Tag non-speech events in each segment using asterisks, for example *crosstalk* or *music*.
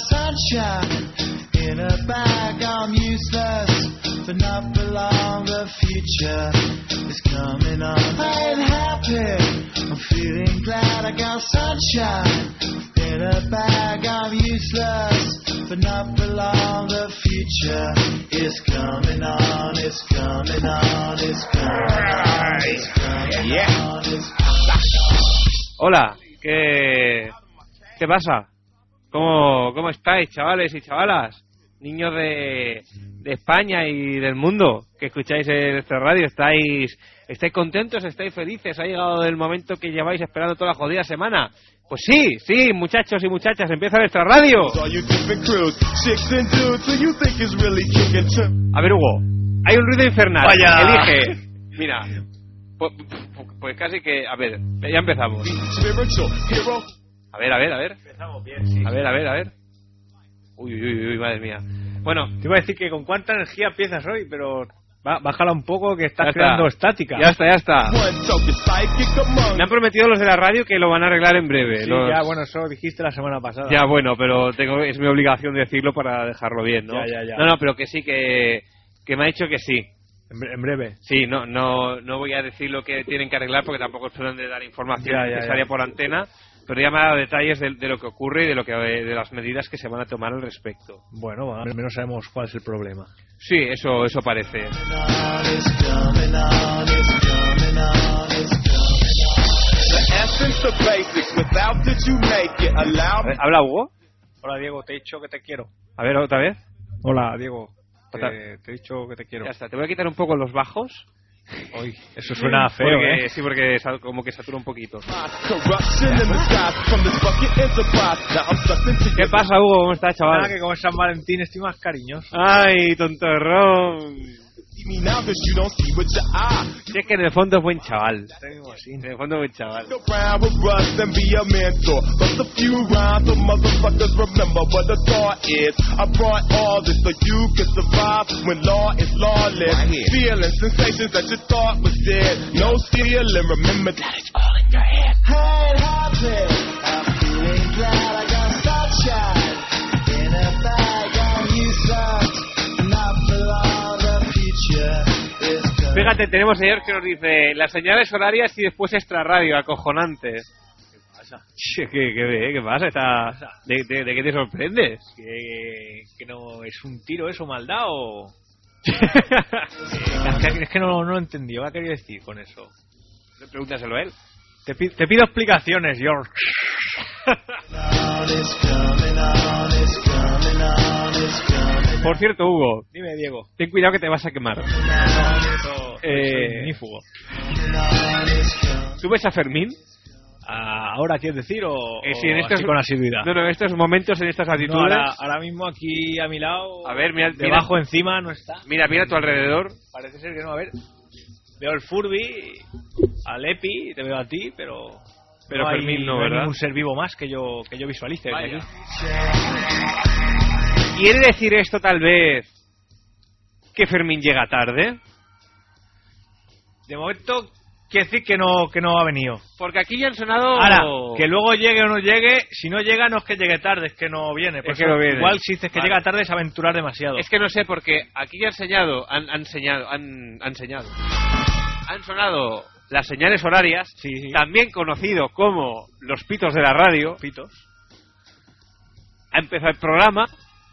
sunshine in a bag. I'm useless, but not for long. The future is coming on. I am happy. I'm feeling glad. I got sunshine in a bag. I'm useless, but not for long. The future is coming on. It's coming on. It's coming on. It's coming Yeah. on. It's Hola, ¿qué, qué pasa? ¿Cómo, ¿Cómo estáis, chavales y chavalas? Niños de, de España y del mundo que escucháis en esta radio, ¿estáis, ¿estáis contentos? ¿Estáis felices? ¿Ha llegado el momento que lleváis esperando toda la jodida semana? Pues sí, sí, muchachos y muchachas, empieza nuestra radio. All you different crews, chicks and dudes who you think is really kicking too. A ver, Hugo, hay un ruido infernal. Vaya. Elige. Mira, pues, pues casi que. A ver, ya empezamos. Spiritual hero. A ver, a ver, a ver. A ver, a ver, a ver. Uy, uy, uy, uy, madre mía. Bueno, Te iba a decir que con cuánta energía empiezas hoy, pero ba- bájala un poco que estás ya creando estática. Ya está, ya está. One token psychic among Me han prometido los de la radio que lo van a arreglar en breve. Sí, los- ya, bueno, eso dijiste la semana pasada. Ya, bueno, pero tengo, es mi obligación decirlo para dejarlo bien, ¿no? Ya, ya, ya. No, no, pero que sí, que, que me ha dicho que sí. En, bre- en breve. Sí, no, no, no voy a decir lo que tienen que arreglar porque tampoco suelen de dar información Ya, ya, necesaria ya. por antena, pero ya me ha dado detalles de, de lo que ocurre y de, lo que, de las medidas que se van a tomar al respecto. Bueno, al menos sabemos cuál es el problema. Sí, eso, eso parece. the essence of basics. Without it, you make it. Allow A me. ver, ¿Habla Hugo? Hola, Diego, te he dicho que te quiero. A ver, otra vez. Hola, Diego. Otra- Te, te he dicho que te quiero. Ya está, te voy a quitar un poco los bajos. Hoy. Eso suena feo, porque- ¿eh? Sí, porque sa- como que satura un poquito. My corruption in the skies from this bucket enterprise. Now I'm sucked into ¿Qué your pasa, Hugo? ¿Cómo estás, Nada, chaval? que como es San Valentín estoy más cariñoso. Ay, tontorrón. see me now that you don't see with your eye. Si es que en el fondo es buen chaval. Te digo así. En el fondo es buen chaval. Look around with us and be a mentor. Bust a few rhymes so motherfuckers remember what the thought is. I brought all this so you can survive when law is lawless. Feeling sensations that you thought was dead. No stealing, remember that it's all in your head. Hey, happy. I'm feeling glad I got sunshine in a bag. I'm useless, not for long. The future is good. Fíjate, tenemos señor que nos dice las señales horarias y después extra radio, acojonante. Che, ¿Qué, qué, qué pasa? Está- ¿De, de, de qué te sorprendes? Que, que no es un tiro eso, maldad *laughs* o... Es que, es que no, no lo entendió. ¿Qué ha querido decir con eso? Pregúntaselo a él. Te, pi- te pido explicaciones, George. On, it's coming on, it's coming on, it's coming Por cierto, Hugo, Dime, Diego. ten cuidado que te vas a quemar. Eso, Eh, eso es ignífugo. on, it's coming. ¿Tú ves a Fermín? Ah, ¿Ahora quieres decir o, Eh, o así con asiduidad? No, no, en estos momentos, en estas No, actitudes. ahora, ahora mismo aquí a mi lado... A ver, mira- mira- Debajo, encima, no está. Mira, mira a tu alrededor. Parece ser que no. A ver, veo el Furby, al Epi, te veo a ti, pero... Pero hay- Fermín no, hay ¿verdad? ningún ser vivo más que yo, que yo visualice. desde Vaya. aquí. ¿Quiere decir esto tal vez que Fermín llega tarde? De momento, quiere decir que no, que no ha venido. Porque aquí ya han sonado... Ahora, que luego llegue o no llegue, si no llega no es que llegue tarde, es que no viene. Por Es que eso, no viene. Igual si dices que Vale. llega tarde es aventurar demasiado. Es que no sé, porque aquí ya han señalado, han, han señalado, han, han señalado, han sonado las señales horarias, Sí, sí. también conocido como los pitos de la radio. Pitos. Ha empezado el programa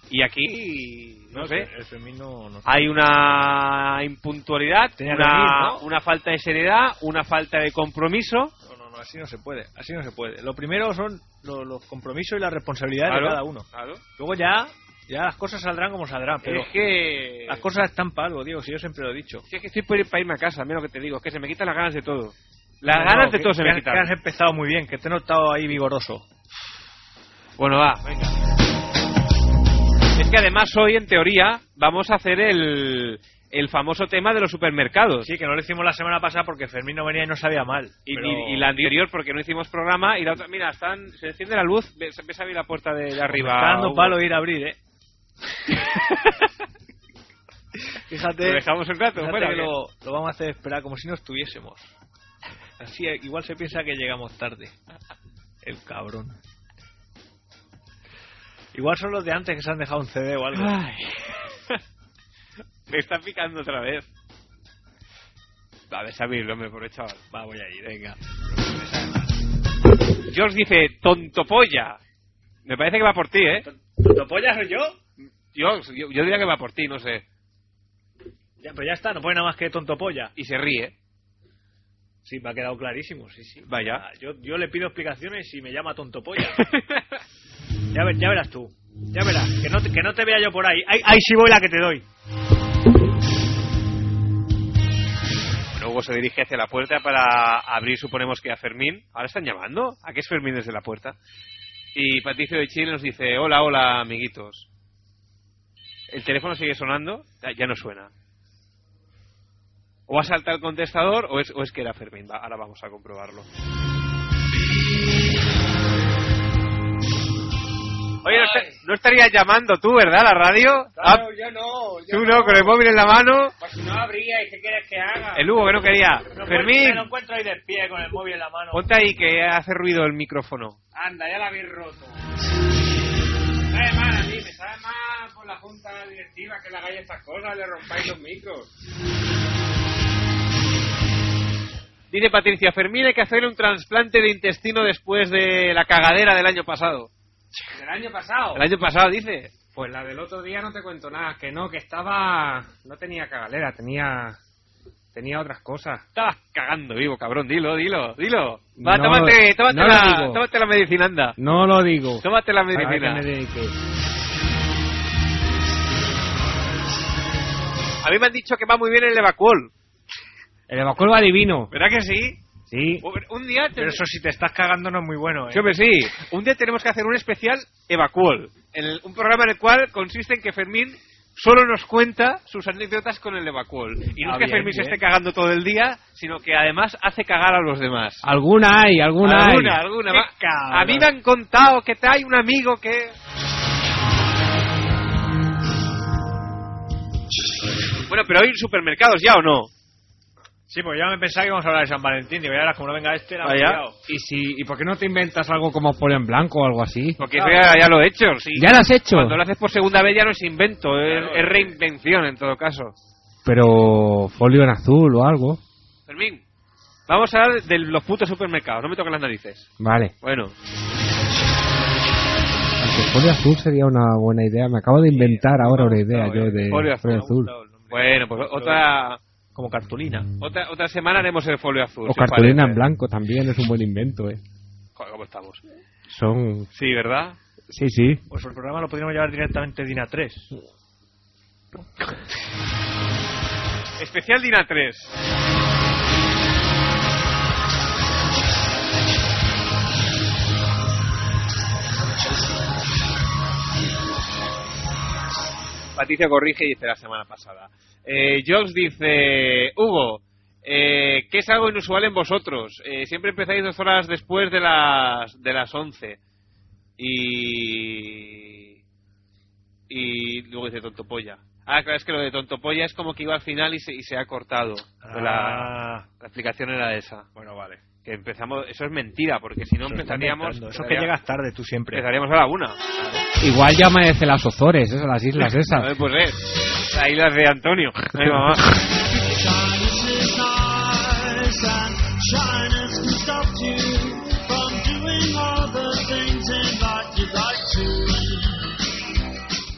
y aquí, no, sé, El Fermín no, no- hay una impuntualidad, Tenía que una, venir, ¿no? una falta de seriedad, una falta de compromiso. no, no, no, así no se puede, así no se puede. Lo primero son lo- los compromisos y las responsabilidades Claro, de cada uno. claro. Luego ya, ya las cosas saldrán como saldrán, pero es que... las cosas están para algo, Dios, si yo siempre lo he dicho. Si es que estoy por ir para irme a casa, mira lo que te digo, es que se me quitan las ganas de todo. Las No, ganas no, de que- todo se que me has- Que quitan. has empezado muy bien, que te he notado ahí vigoroso. Bueno, va, venga. Es que además hoy, en teoría, vamos a hacer el, el famoso tema de los supermercados. Sí, que no lo hicimos la semana pasada porque Fermín no venía y no sabía mal. Y, pero- y- y la anterior, porque no hicimos programa, y la otra, mira, están, se enciende la luz, ves, ves abrir la puerta de, de Me arriba. está dando Hugo. palo ir a abrir, *laughs* eh. Fíjate. Lo dejamos ¿eh? un rato, fíjate fuera, que ¿o qué? lo, lo vamos a hacer esperar como si no estuviésemos. Así, eh, igual se piensa que llegamos tarde. El cabrón. Igual son los de antes que se han dejado un CD o algo. *laughs* Ay. Me está picando otra vez. A ver, Samir, hombre, pobre chaval. Va, voy ahí, venga. George dice, tonto polla. Me parece que va por ti, ¿eh? ¿Topolla soy yo? George, yo, yo diría que va por ti, no sé. Ya, pero ya está, no pone nada más que tonto polla. Y se ríe. Sí, me ha quedado clarísimo, sí, sí. Vaya. Ah, Yo, yo le pido explicaciones y me llama tonto polla. ya, ve- ya verás tú. Ya verás. Que no, te- que no te vea yo por ahí. Ahí, ahí sí voy la que te doy. Bueno, Hugo se dirige hacia la puerta para abrir, suponemos que a Fermín. Ahora están llamando. ¿A qué es Fermín desde la puerta? Y Patricio de Chile nos dice, hola, hola, amiguitos. El teléfono sigue sonando, ya- ya no suena. O ha saltado el contestador o es, o es que era Fermín. Va, ahora vamos a comprobarlo. Oye, no, Ay. esta- no estarías llamando tú, ¿verdad, a la radio? Claro, Ah, yo no. Yo tú no, con el móvil en la mano. Pues si no habría, ¿y qué quieres que haga? El Hugo que no quería. Me lo encuentro- Fermín, Me lo encuentro ahí de pie con el móvil en la mano. Ponte ahí que hace ruido el micrófono. Anda, ya la habéis roto. Sabe mal a mí, me sabe mal por la junta directiva que le hagáis estas cosas, le rompáis los micros. Dice Patricia, Fermín hay que hacerle un trasplante de intestino después de la cagadera del año pasado. Del año pasado. El año pasado, dice. Pues la del otro día no te cuento nada, que no, que estaba... No tenía cagalera, tenía... Tenía otras cosas. Estabas cagando vivo, cabrón. Dilo, dilo, dilo. Va, No, tómate, tómate, no lo la, digo. tómate la medicina, anda. No lo digo. Tómate la Ahora que medicina. me dediqué. A mí me han dicho que va muy bien el Evacuol. El evacuol va divino. ¿Verdad que sí? Sí. Un día... te- Pero eso si te estás cagando no es muy bueno, ¿eh? Sí, hombre, sí. Un día tenemos que hacer un especial Evacuol. El- un programa en el cual consiste en que Fermín solo nos cuenta sus anécdotas con el Evacuol. Y no Ah, es que bien, Fermín se bien. esté cagando todo el día, sino que además hace cagar a los demás. Alguna hay, alguna, alguna, hay. alguna. Qué Va- cabrón. A mí me han contado que te hay un amigo que... Bueno, pero hoy en supermercados ya o no. Sí, pues ya me pensaba que íbamos a hablar de San Valentín. Digo, ya verás, como no venga este, la Vaya. he liado. ¿Y, si, ¿Y por qué no te inventas algo como polo en blanco o algo así? Porque eso ya, ya lo he hecho, sí. Ya lo has hecho. Cuando lo haces por segunda vez ya no es invento, es- Claro, es sí. reinvención en todo caso. Pero folio en azul o algo. Fermín, vamos a hablar de los putos supermercados, no me toques las narices. Vale. Bueno, Aunque folio azul sería una buena idea. Me acabo de inventar ahora una idea yo de eh. folio folio azul. azul. bueno, pues otra, Como cartulina. otra otra semana haremos el folio azul. O si os cartulina parece. en blanco también es un buen invento, eh. Joder, ¿Cómo estamos? Son... Sí, ¿verdad? Sí, sí. Pues el programa lo podríamos llevar directamente DINA 3. Especial Dina 3. Patricia corrige y dice la semana pasada. Eh, Jobs dice, Hugo, eh, ¿qué es algo inusual en vosotros? Eh, siempre empezáis dos horas después de las, de las 11. Y... Y luego dice tonto polla. Ah, claro, es que lo de tonto polla es como que iba al final y se, y se ha cortado. La, Ah, la explicación era esa. bueno, vale. Que empezamos, eso es mentira, porque si no Eso está empezaríamos... inventando. Eso es que llegas tarde tú siempre. Empezaríamos a la una. Igual ya amanece las Ozores, esas, las islas A ver, esas. Pues es. Ahí las de Antonio. *laughs* Ay, mamá. China's is nice and China's can stop you from doing all the things in life you like to. 934318408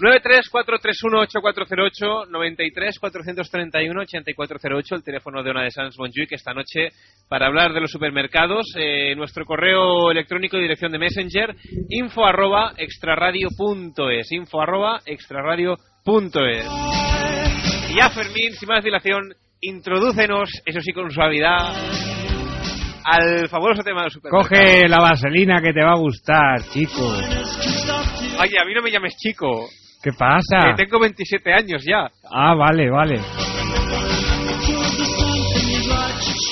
93-431-8408 el teléfono de Ona de Sans Bonjuic esta noche para hablar de los supermercados eh, nuestro correo electrónico y dirección de Messenger info arroba extraradio.es info arroba extraradio.es y ya Fermín sin más dilación introdúcenos eso sí con suavidad al fabuloso tema del supermercado Coge la vaselina que te va a gustar, chico. oye a mí no me llames chico ¿Qué que pasa? tengo 27 años ya Ah, vale, vale.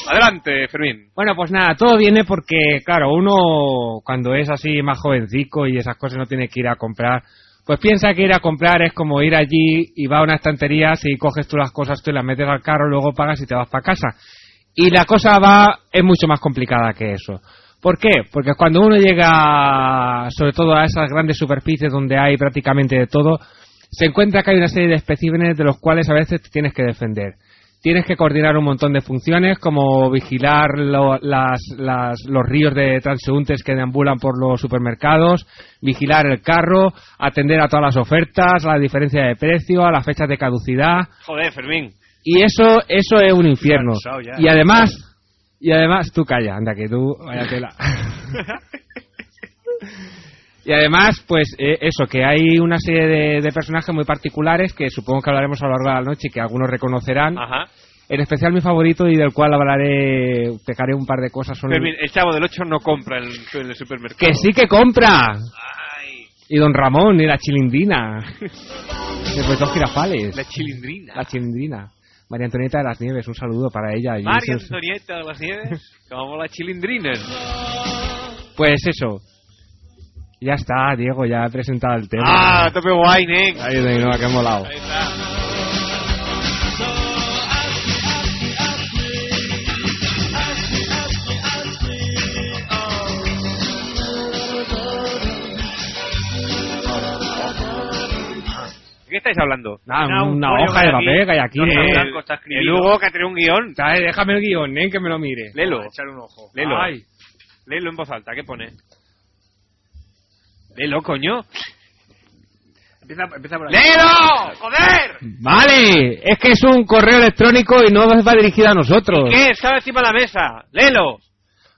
adelante Fermín Bueno, pues nada, todo viene porque, claro, uno cuando es así más jovencico y esas cosas no tiene que ir a comprar, pues piensa que ir a comprar es como ir allí y va a una estantería, si coges tú las cosas, tú las metes al carro, luego pagas y te vas para casa. Y la cosa va, es mucho más complicada que eso. ¿Por qué? Porque cuando uno llega, sobre todo a esas grandes superficies donde hay prácticamente de todo, se encuentra que hay una serie de especímenes de los cuales a veces te tienes que defender. Tienes que coordinar un montón de funciones, como vigilar lo- las- las- los ríos de transeúntes que deambulan por los supermercados, vigilar el carro, atender a todas las ofertas, a la diferencia de precio, a las fechas de caducidad, Joder, Fermín. y eso eso es un infierno Cansado ya. y además y además tú calla anda que tú vaya *laughs* tela y además pues eh, eso que hay una serie de, de personajes muy particulares que supongo que hablaremos a lo largo de la noche y que algunos reconocerán Ah. Ajá. en especial mi favorito y del cual hablaré pecaré un par de cosas son Fermín, el chavo del 8 no compra en el, en el supermercado. que sí que compra Ay, y don Ramón y *laughs* la chilindina después dos girafales la chilindrina. la chilindrina María Antonieta de las Nieves un saludo para ella y María sus- Antonieta de las Nieves. Como la chilindrina. Pues eso. Ya está, Diego, ya he presentado el tema. Ah, tope guay, nen. Ahí de nuevo, que he molado. Ahí está. ¿De qué estáis hablando? Nada, Nada, un una folio hoja de cada papel que hay aquí, No, no, ¿eh? no, Blanco está el escribiendo. Hugo que ha traído un guión. Dale, déjame el guión, ¿eh? Que me lo mire. Lelo. Vamos a Echar un ojo. Lelo. Ay. Lelo en voz alta, ¿qué pone? Lelo, coño. Empieza, empieza por aquí. ¡Lelo! ¡Joder! Vale, es que es un correo electrónico y no va dirigido a nosotros. ¿Qué? Estaba encima de la mesa. ¡Lelo!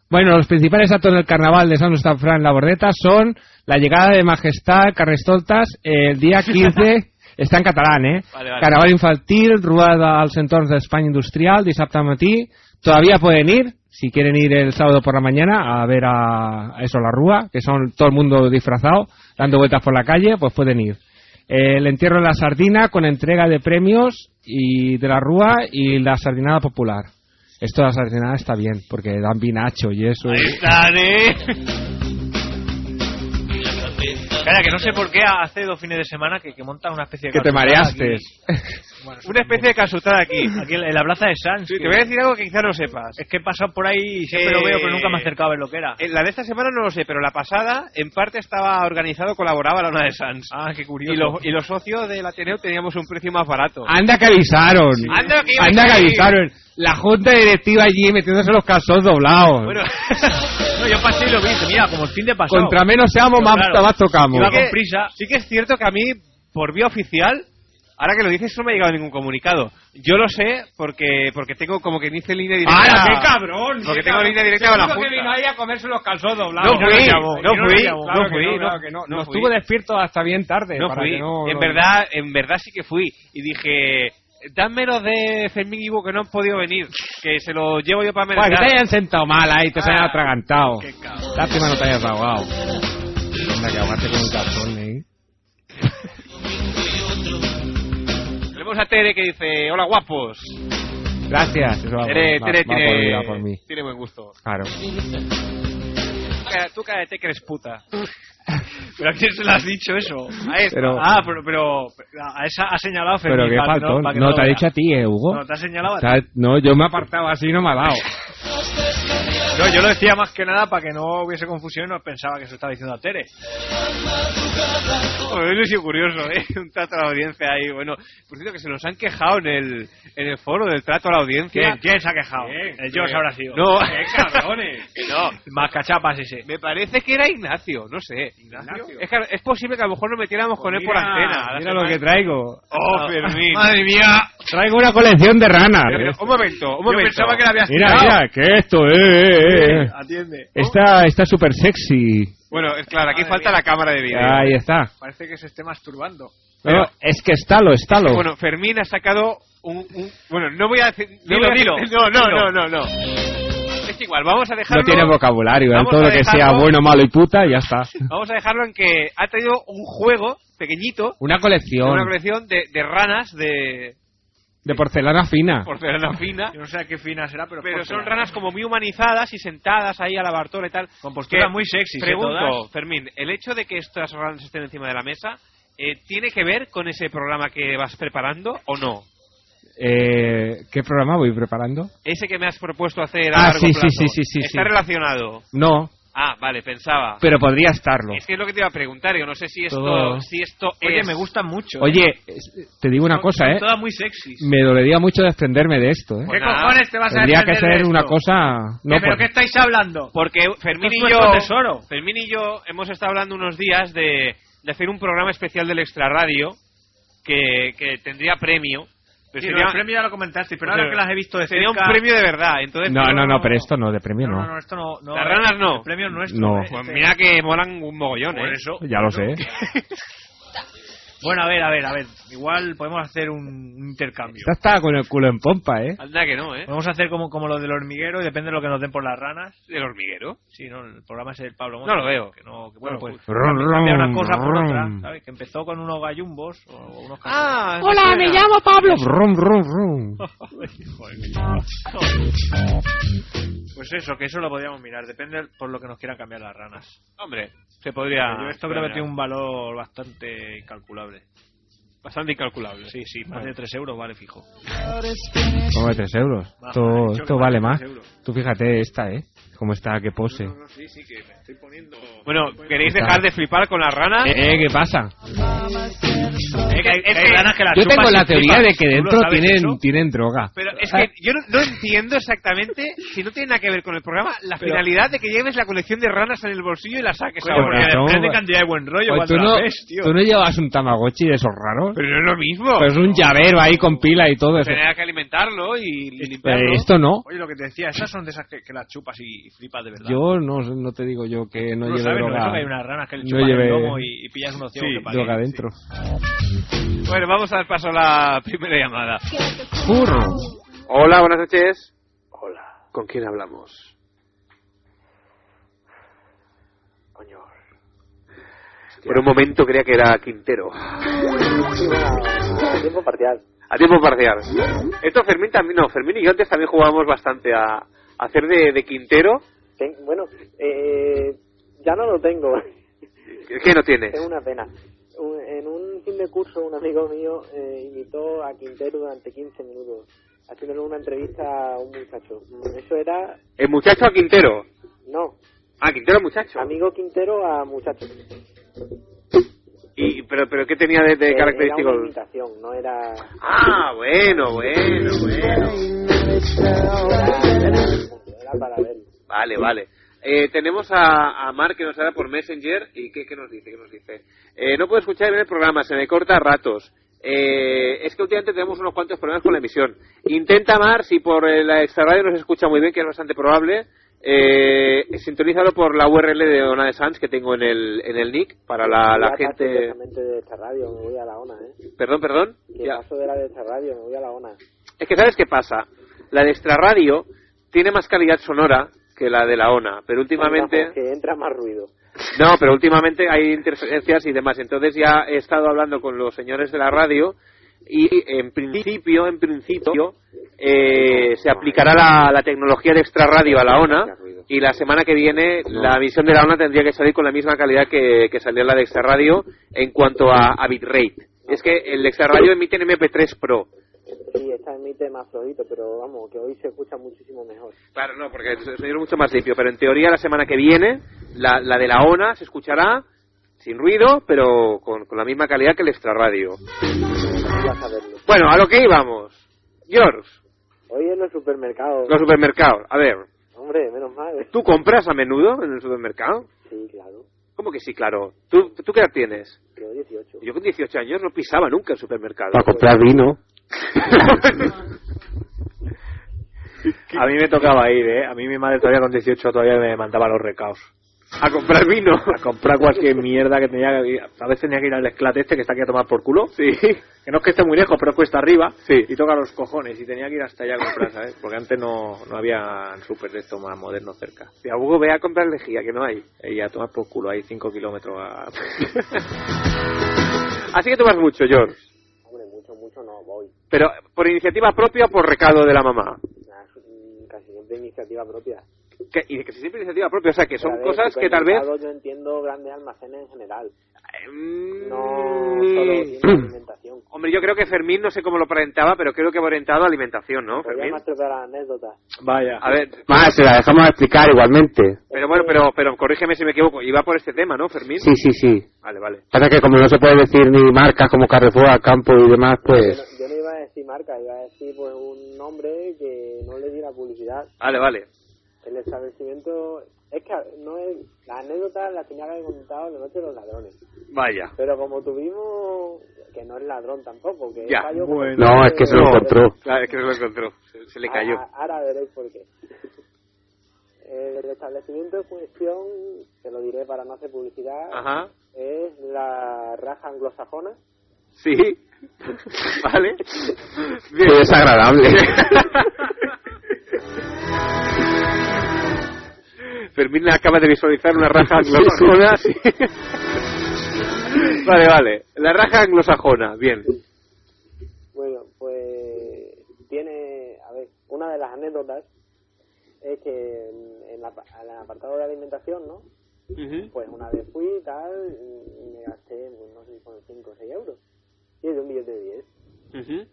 Bueno, los principales actos del carnaval de San Estafrán La Bordeta son la llegada de Majestad Carrestoltas el día 15, está en catalán, ¿eh? Vale, vale. Carnaval infantil, rueda als entorns d'Espanya Industrial, dissabte al matí. Todavía pueden ir, si quieren ir el sábado por la mañana a ver a, a eso, la rúa, que son todo el mundo disfrazado, dando vueltas por la calle, pues pueden ir. El entierro de la sardina con entrega de premios y de la rúa y la sardinada popular. Esto de la sardinada está bien, porque dan vinacho y eso. Ahí están, ¿eh? Espera, que no sé por qué hace dos fines de semana que, que monta una especie de. Que te casutada mareaste. aquí. Bueno, Una especie de casutada *laughs* aquí. Aquí en la plaza de Sanz. Sí, que- te voy a decir algo que quizá no sepas. Es que he pasado por ahí y siempre Eh, lo veo, pero nunca me he acercado a ver lo que era. En la de esta semana no lo sé, pero la pasada en parte estaba organizado, colaboraba la una de Sans. Ah, qué curioso. Ah, y, los, y los socios del Ateneo teníamos un precio más barato. Anda que avisaron. Anda que iba Anda a que ir. avisaron. La junta directiva allí metiéndose los calzones doblados. Bueno, *laughs* No, yo pasé y lo vi. dije, Mira, como el fin de pasado. Contra menos seamos, más, Claro. más tocamos. Iba Sí con que- prisa. sí que es cierto que a mí, por vía oficial, ahora que lo dices, no me ha llegado ningún comunicado. Yo lo sé porque porque tengo como que dice línea directa. cabrón! Porque tengo línea directa con la Seguro que Junta. vino ahí a comerse los calzones doblados. No fui, lo llamó, no y lo fui, llamó. no Claro que fui, claro que no. no Nos fui. tuvo despierto hasta bien tarde. No para fui. que no- en no- verdad, en verdad sí que fui y dije, dame los de Fermín y Hugo que no han podido venir, que se los llevo yo para Bueno, que merendar. te hayan sentado mal ahí, te hayan Ah, atragantado. qué cabrón. Lástima no te hayas ahogado. Anda, que ahogaste con un calzón, ¿eh? Tenemos a Tere que dice, hola guapos. Gracias. Eso va, Tere, va- Tere va por mí, tiene, va por mí. tiene buen gusto. Claro. Tú ca- Tú cállate que eres puta. *laughs* ¿Pero a quién se le has dicho eso? A esta. Pero- ah, pero, pero a esa ha señalado Fermín. Pero qué para que faltón. para que No, lo te ha vea. dicho a ti, ¿eh, Hugo? No, te ha señalado a ti. Está- No, yo me he apartado así y no me ha dado. No, yo lo decía más que nada para que no hubiese confusión y no pensaba que se estaba diciendo a Tere. Bueno, eso sí es curioso, ¿eh? *laughs* Un trato a la audiencia ahí. Bueno, por cierto, que se nos han quejado en el, en el foro del trato a la audiencia. ¿Quién, ¿Quién se ha quejado? ¿Quién? El George habrá sido. No. ¡Qué cabrones! Que *laughs* no. Más cachapas ese. Me parece que era Ignacio, no sé. ¿Ignacio? Pues Es, que es posible que a lo mejor nos metiéramos con él por Mira, antena. La Mira lo semana- que traigo. Oh, Fermín. Madre mía. Traigo una colección de ranas. Pero, ¿eh? un momento, un Yo momento. pensaba que la habías Mira, tirado. mira, que esto, eh, eh, eh. Atiende. Está, está súper sexy. Bueno, es claro, aquí Madre falta mía. la cámara de vídeo. Ahí está. Parece que se esté masturbando. No, no, es que estalo, estalo. Bueno, Fermín ha sacado un, un- Bueno, no voy a decir... no Dilo, voy a- dilo. No, no, Dilo. no, no, no. Es igual, vamos a dejarlo... No tiene vocabulario, ¿eh? Vamos todo a lo que sea dejarlo- bueno, malo y puta, ya *laughs* está. Vamos a dejarlo en que ha traído un juego pequeñito, Una de colección una colección de, de ranas de de porcelana fina. porcelana fina, Yo no sé a qué fina será, pero... pero por son será. ranas como muy humanizadas y sentadas ahí a la Bartola y tal. Con posturas Que muy sexys, ¿eh, Pregunto, todas? Fermín, el hecho de que estas ranas estén encima de la mesa, eh, ¿tiene que ver con ese programa que vas preparando o no? Eh, ¿Qué programa voy preparando? Ese que me has propuesto hacer a Ah, largo sí, sí, plazo, sí, sí, sí, ¿Está sí. relacionado? No, Ah, vale, pensaba. pero podría estarlo. Es que es lo que te iba a preguntar, yo no sé si esto, Todo- si esto Oye, es... me gustan mucho. ¿eh? Oye, es- te digo una cosa, ¿eh? Todas muy sexys. Me dolería mucho desprenderme de esto, ¿eh? Pues ¿Qué nada. cojones te vas a Tendría que defender de ser esto? una cosa... No, ¿Qué- ¿Pero pues- qué estáis hablando? Porque Fermín Esto y es yo, nuestro tesoro. Fermín y yo hemos estado hablando unos días de, de hacer un programa especial del Extraradio que, que tendría premio. Pero Sí, sería- los premios ya lo comentaste, pero o ahora sea, que las he visto de sería cerca... un premio de verdad. Entonces, no, yo- no, no, pero esto no, de premio No, no. no, no, esto no... no Las ranas no. El premio es nuestro. No. ¿eh? Pues Este- mira que molan un mogollón, Por ¿eh? eso. Ya lo sé. Bueno, a ver, a ver, a ver. Igual podemos hacer un un intercambio. Esta está con el culo en pompa, ¿eh? Anda que no, ¿eh? Podemos hacer como, como lo del hormiguero y depende de lo que nos den por las ranas. El hormiguero. Sí, no, el programa es el Pablo No Motos, lo veo. Que no, que bueno, pues... Rum, rum, Cambia una cosa por rum. otra, ¿sabes? Que empezó con unos gallumbos o unos... Ah, Hola, suena. me llamo Pablo. Rum, rum, rum. Pues eso, que eso lo podríamos mirar. Depende por lo que nos quieran cambiar las ranas. Hombre, se podría. Yo esto creo que tiene un valor bastante incalculable. Bastante incalculable. Sí, sí, más de 3 euros vale fijo. Como de 3 euros. Baja, ha Esto, dicho esto que vale vale más. tres euros. Tú fíjate esta, ¿eh? Cómo está, qué pose. sí, sí, que me estoy poniendo... Bueno, ¿queréis dejar de flipar con las ¿Ah? ranas? Eh, ¿qué pasa? Es que hay, Es hay que- ranas que las Yo chupas tengo y la teoría flipas. de ¿Tú que lo dentro sabes tienen, eso? tienen droga. Pero es que yo no, no entiendo exactamente si no tiene nada que ver con el programa la Pero- finalidad de que lleves la colección de ranas en el bolsillo y la saques Coño, ahora. porque porque son- depende de cantidad de buen rollo Oye, cuando pues ¿tú, no, la ves, tío. tú no llevas un Tamagotchi de esos raros? Pero no es lo mismo. Pues un llavero ahí con pila y todo eso. Tener que alimentarlo y limpiarlo. Pero esto no. Oye, lo que te decía, esas son de esas que, que las chupas y flipas de verdad. Yo no, no te digo yo que no Tú lo lleve sabes, ¿no? droga, Eso que hay unas ranas que le no chupan lleve el lomo y, y pillas unos ciegos que paguen, droga sí. dentro. Bueno, vamos a dar paso a la primera llamada. Curro. Hola, buenas noches. Hola. ¿Con quién hablamos? Coño. Por un momento creía que era Quintero. A tiempo parcial. A tiempo parcial. Esto Fermín también, no, Fermín y yo antes también jugábamos bastante a, a hacer de, de Quintero. Ten- bueno, eh, ya no lo tengo. *laughs* ¿Qué no tienes? es una pena. Un- en un fin de curso, un amigo mío eh, imitó a Quintero durante 15 minutos, haciéndole una entrevista a un muchacho. Mm, Eso era. El muchacho a Quintero. No, Ah, Quintero muchacho. amigo Quintero a muchacho. Y, pero, pero ¿qué tenía de, de Eh, característico? Era una imitación, no era. Ah, bueno, bueno, bueno. Ah. Era para verlo. Vale, vale. Eh, tenemos a, a Mar que nos habla por Messenger y ¿qué, qué nos dice? ¿Qué nos dice? Eh, no puedo escuchar bien el programa, se me corta a ratos. Eh, es que últimamente tenemos unos cuantos problemas con la emisión. Intenta Mar, si por eh, la extraradio nos escucha muy bien, que es bastante probable, eh, sintonízalo por la URL de Ona de Sanz que tengo en el, en el nick para la, la Ya paso gente... directamente de esta radio, me voy a la ONA, ¿eh? Perdón, perdón. Que Ya. paso de la de esta radio, me voy a la ONA. Es que ¿sabes qué pasa? La de extraradio tiene más calidad sonora que la de la ONA, pero últimamente... Vamos, Que entra más ruido. No, pero últimamente hay interferencias y demás. Entonces ya he estado hablando con los señores de la radio y en principio, en principio, eh, se aplicará la, la tecnología de extra radio a la ONA y la semana que viene la emisión de la ONA tendría que salir con la misma calidad que, que salió la de extra radio en cuanto a, a bitrate. Es que el extra radio emite en MP3 Pro. Sí, esta emite más flojito, pero vamos, que hoy se escucha muchísimo mejor. Claro, no, porque el sonido es mucho más limpio, pero en teoría la semana que viene, la, la de la ONA se escuchará sin ruido, pero con, con la misma calidad que el extrarradio. Ya saberlo. Bueno, a lo que íbamos. George, Hoy en los supermercados. los supermercados. A ver, Hombre, menos mal. ¿tú compras a menudo en el supermercado? Sí, claro. ¿Cómo que sí, claro? ¿Tú, tú qué edad tienes? Yo 18. Yo con 18 años no pisaba nunca el supermercado. *laughs* vino. a mí me tocaba ir, ¿eh? A mí mi madre todavía con 18 todavía me mandaba los recaos. A comprar vino. A comprar cualquier mierda que tenía que ir. A veces tenía que ir al esclate este que está aquí a tomar por culo. Sí. Que no es que esté muy lejos, pero es cuesta arriba. Sí. Y toca los cojones. Y tenía que ir hasta allá a comprar, ¿sabes? Porque antes no, no había súper de esto más moderno cerca. Tía, Hugo, ve a comprar lejía, que no hay. Y a tomar por culo. Hay 5 kilómetros a... *laughs* Así que tomas mucho, George. Hombre, mucho, mucho no voy. Pero, ¿por iniciativa propia o por recado de la mamá? Nah, mm, casi siempre iniciativa propia. Que, y que siempre iniciativa propia, o sea, que son Pero a ver, cosas que tal vez... supermercados Yo entiendo grandes almacenes en general. Mm, *clears throat* No solo tiendas de alimentación. Hombre, yo creo que Fermín, no sé cómo lo presentaba, pero creo que va orientado a alimentación, ¿no, Podría Fermín? más tropear las anécdotas. Vaya. A ver, Más, se la dejamos explicar igualmente. pero bueno, pero, pero corrígeme si me equivoco. Iba por este tema, ¿no, Fermín? Sí, sí, sí. Vale, vale. Pasa que como no se puede decir ni marcas como Carrefour, Campo y demás, Yo no, pues... yo no iba a decir marca, iba a decir pues un nombre que no le diera publicidad. Vale, vale. El establecimiento. Es que no es. La anécdota la tenía que haber contado la noche de los ladrones. Vaya. Pero como tuvimos. Que no es ladrón tampoco, que Ya, cayó bueno. No, es que se lo encontró. Claro, es que no lo encontró. Se, se le cayó. Ah, Ahora veréis por qué. El establecimiento en cuestión, te lo diré para no hacer publicidad, Ajá. es la raja anglosajona. Sí. *laughs* vale. Qué desagradable. *laughs* Fermín acaba de visualizar una raja anglosajona. vale, vale. La raja anglosajona, bien. Bueno, pues tiene, a ver, una de las anécdotas es que en, en la- en el apartado de alimentación, ¿no? Pues una vez fui tal, y me gasté, pues, no sé si fueron 5 o 6 euros. Y es de un billete de 10. Ujú.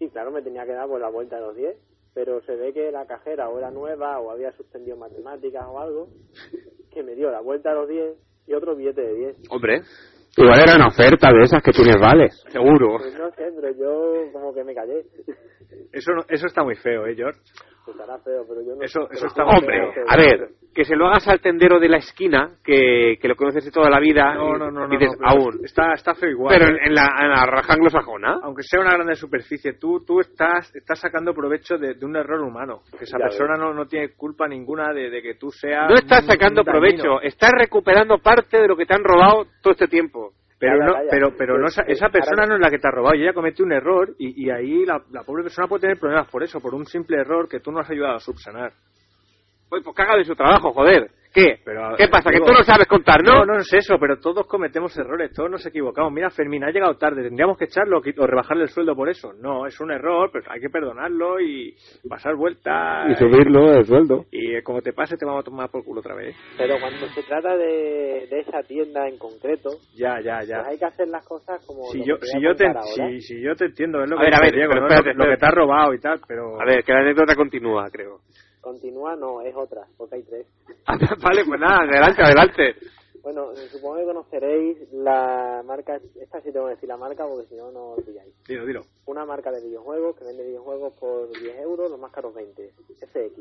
Y claro, me tenía que dar por la vuelta de los 10, pero se ve que la cajera o era nueva o había suspendido matemáticas o algo, *laughs* que me dio la vuelta de los 10 y otro billete de 10. Hombre, Igual era una oferta de esas que tienes vales. seguro. Pues no sé, pero yo como que me callé. *laughs* Eso, no- eso está muy feo, ¿eh, George? Pues estará feo, pero yo no Eso- eso pero está- como que Hombre, no sé. a ver, que se lo hagas al tendero de la esquina, que, que lo conoces de toda la vida, No, no, no. no, dices, no, pero aún. Está, está feo igual. Pero ¿eh? en, en la, en la raja anglosajona. aunque sea una grande superficie, tú, tú estás, estás sacando provecho de, de un error humano. Que esa Ya persona no, no tiene culpa ninguna de, de que tú seas. No estás un- sacando un dañino. provecho, estás recuperando parte de lo que te han robado todo este tiempo. Pero, Calla, no, calla. pero, pero no, esa, Sí, sí, esa persona ahora- no Pues es la que te ha robado, ella cometió un error y, y ahí la, la pobre persona puede tener problemas por eso, por un simple error que tú no has ayudado a subsanar. Pues, pues caga de su trabajo, joder. ¿Qué? Pero, a- ¿Qué pasa? digo- que tú no sabes contar, ¿no? No, no es eso, pero todos cometemos errores, todos nos equivocamos. Mira, Fermín ha llegado tarde, tendríamos que echarlo o qui- o rebajarle el sueldo por eso. No, es un error, pero hay que perdonarlo y pasar vueltas. Y subirlo el sueldo. Y eh, como te pase, te vamos a tomar por culo otra vez. Pero cuando se trata de, de esa tienda en concreto, Ya, ya, ya. pues hay que hacer las cosas como Si lo yo, que voy si a yo, te, contar ahora. si, si yo te entiendo, es lo A que ver, a dice ver, Diego, pero ¿no? espérate, lo, que espérate. te has robado y tal, pero... A ver, que la anécdota continúa, creo. *laughs* Continúa, no, es otra, porque hay tres. vale, pues nada, adelante, adelante. Bueno, eh, supongo que conoceréis la marca, esta sí tengo que decir la marca porque si no, no os pilláis. Dilo, dilo. Una marca de videojuegos que vende videojuegos por 10 euros, los más caros 20, FX.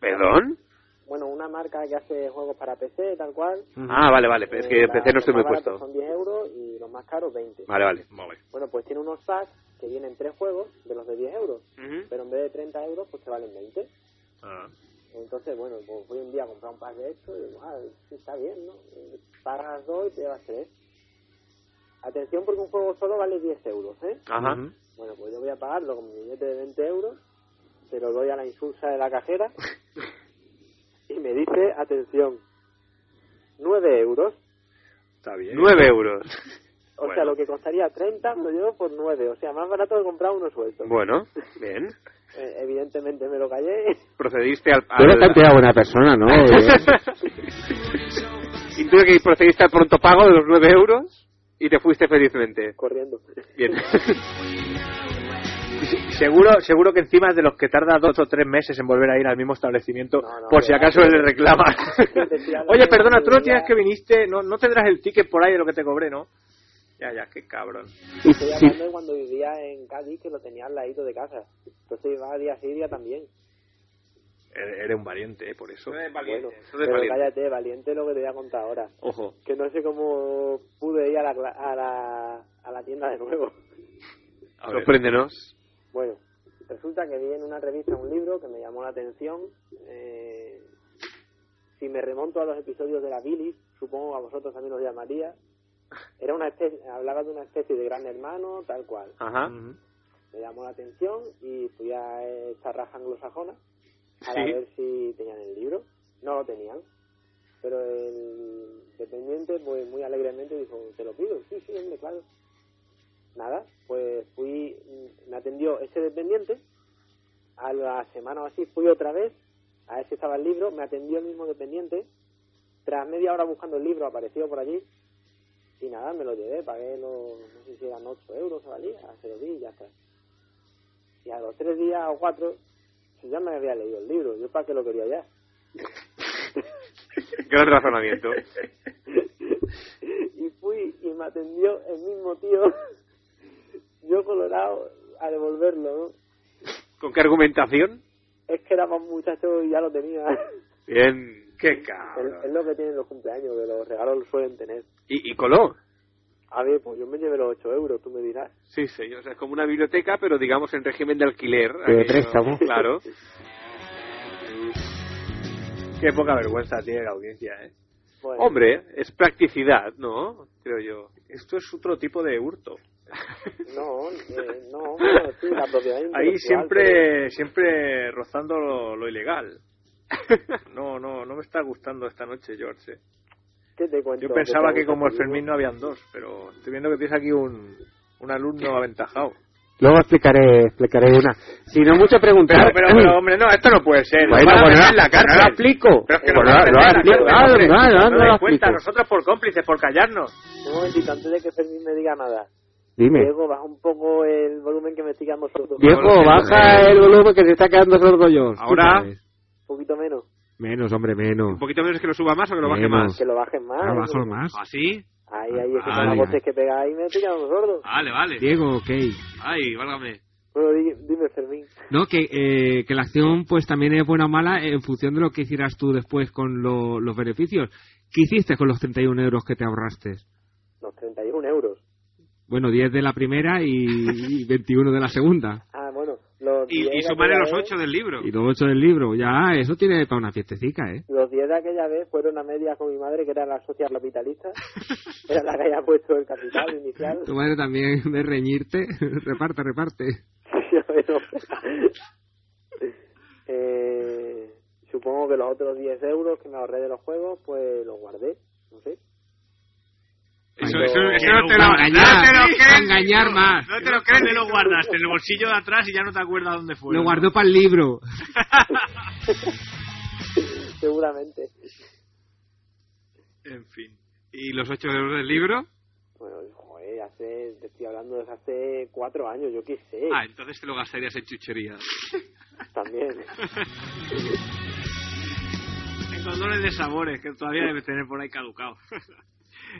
¿Perdón? Bueno, una marca que hace juegos para PC, tal cual. Ah, vale, vale, es que Eh, en PC no los estoy muy más baratos puesto. Son 10 euros y los más caros 20. Vale, vale. Bueno, pues tiene unos packs que vienen tres juegos de los de 10 euros, Ujú. pero en vez de 30 euros, pues te valen 20. Entonces, bueno, pues fui un día a comprar un pack de esto y digo, ah, sí, está bien, ¿no? Eh, Pagas dos y te llevas tres. Atención porque un juego solo vale 10 euros, ¿eh? Ajá. Bueno, pues yo voy a pagarlo con mi billete de 20 euros, se lo doy a la insulsa de *laughs* la cajera y me dice, atención, 9 euros. Está bien. Nueve euros. O Bueno. sea, lo que costaría 30 me lo llevo por 9, o sea, más barato que comprar uno suelto. Bueno, bien. Eh, evidentemente me lo callé. *laughs* Procediste al... Tú eres al- cantidad buena *laughs* persona, ¿no? *laughs* Eh, Intuyo que procediste al pronto pago de los 9 euros y te fuiste felizmente. corriendo. Bien. *laughs* Seguro, seguro que encima es de los que tarda dos o tres meses en volver a ir al mismo establecimiento, No, no, por si pero- acaso le *laughs* reclamas. decía lo Oye, mismo, perdona, tú no ya- tienes que viniste, no, no tendrás el ticket por ahí de lo que te cobré, ¿no? Ya, ya, qué cabrón. Estoy hablando de cuando vivía en Cádiz, que lo tenía al ladito de casa. Entonces iba día sí, día también. Eres eres un valiente, ¿eh? por eso. Bueno, eso es pero valiente. cállate, valiente lo que te voy a contar ahora. Ojo. Que no sé cómo pude ir a la, cla- a la, a la tienda de nuevo. *laughs* Sorpréndenos. Bueno, resulta que vi en una revista un libro que me llamó la atención. eh, si me remonto a los episodios de la bilis, supongo que a vosotros también os llamaría. Era una especie, hablaba de una especie de gran hermano, tal cual. Ajá. me llamó la atención y fui a esta raja anglosajona para Sí. ver si tenían el libro. No lo tenían, pero el dependiente pues muy alegremente dijo, te lo pido, sí, sí, hombre, claro. Nada, pues fui, mm, me atendió ese dependiente, a la semana o así fui otra vez a ver si estaba el libro, me atendió el mismo dependiente, tras media hora buscando el libro apareció por allí y nada, me lo llevé, pagué los, no sé si eran 8 euros, valía, se lo di y ya está. Y a los tres días o cuatro, si ya me había leído el libro, yo para qué lo quería ya. Gran razonamiento. *laughs* y fui y me atendió el mismo tío, *laughs* yo colorado, a devolverlo, ¿no? ¿Con qué argumentación? Es que era más muchacho y ya *laughs* lo tenía. Bien. ¡Qué Es cabrón! es lo que tienen los cumpleaños, que los regalos los suelen tener. ¿Y, y coló? A ver, pues yo me llevé los 8 euros, tú me dirás. Sí, señor. O sea, es como una biblioteca, pero digamos en régimen de alquiler. De Aquello, préstamo. *laughs* Claro. *laughs* Qué poca vergüenza tiene la audiencia, ¿eh? Bueno, Hombre, es practicidad, ¿no? Creo yo. Esto es otro tipo de hurto. No, eh, no, bueno, sí, la propiedad *laughs* Ahí intelectual, pero- siempre, siempre rozando lo, lo ilegal. No, no, no me está gustando esta noche, George. eh. ¿qué te cuento? Yo pensaba te que como el gusta Fermín no habían dos, pero estoy viendo que tienes aquí un, un alumno *clears throat* aventajado. Luego explicaré, explicaré una. Si no, mucho preguntar. Pero, pero, pero, hombre, no, esto no puede ser. Bueno, Nos van a pues meter no- en la cárcel. no lo Eh, explico. Pero es que Pues nos van a no- no meter en lo la cárcel, explico. Ah, no, hombre. no nos lo den cuenta, explico. nosotros por cómplices, por callarnos. Un momentito, antes de que Fermín me diga nada. Dime. Diego, baja un poco el volumen que me estoy quedando sordo. Viejo, baja el volumen que se está quedando sordo yo. Ahora. Tú sabes. Un poquito menos. Menos, hombre, Un menos. poquito menos que lo suba más o que lo baje Menos. más. Que lo bajen más. Ah, ¿no? bajo más. ¿Así? Ahí, ahí, es que Vale. con las voces que pega ahí me estoy quedando sordo. Vale, vale. Diego, ok. Ay, válgame. Bueno, di- dime, Fermín. No, que, eh, que la acción pues también es buena o mala en función de lo que hicieras tú después con lo- los beneficios. ¿Qué hiciste con los 31 euros que te ahorraste? Los 31 euros. Bueno, 10 de la primera y, y 21 de la segunda. Ah, bueno. Los Y, y 10 de sumarle aquella los vez- ocho del libro. Y los 8 del libro. Ya, eso tiene para una fiestecica, ¿eh? Los 10 de aquella vez fueron a medias con mi madre, que era la socia *laughs* capitalista. era la que había puesto el capital inicial. *laughs* Tu madre también *laughs* de reñirte. reparte, reparte. Bueno, *laughs* eh, supongo que los otros 10 euros que me ahorré de los juegos, pues los guardé. No sé. Eso, Pero- eso, eso Que no lo te lo, guardas, no te lo sí, crees, engañar no, más. No te lo crees, Te lo guardas en el bolsillo de atrás y ya no te acuerdas dónde fue. Lo guardó para el libro. Seguramente. En fin. ¿Y los ocho euros del libro? Bueno, joder, hace, te estoy hablando desde hace cuatro años, yo qué sé, Ah, entonces te lo gastarías en chucherías. *laughs* también. En condones de sabores que todavía debe tener por ahí caducado.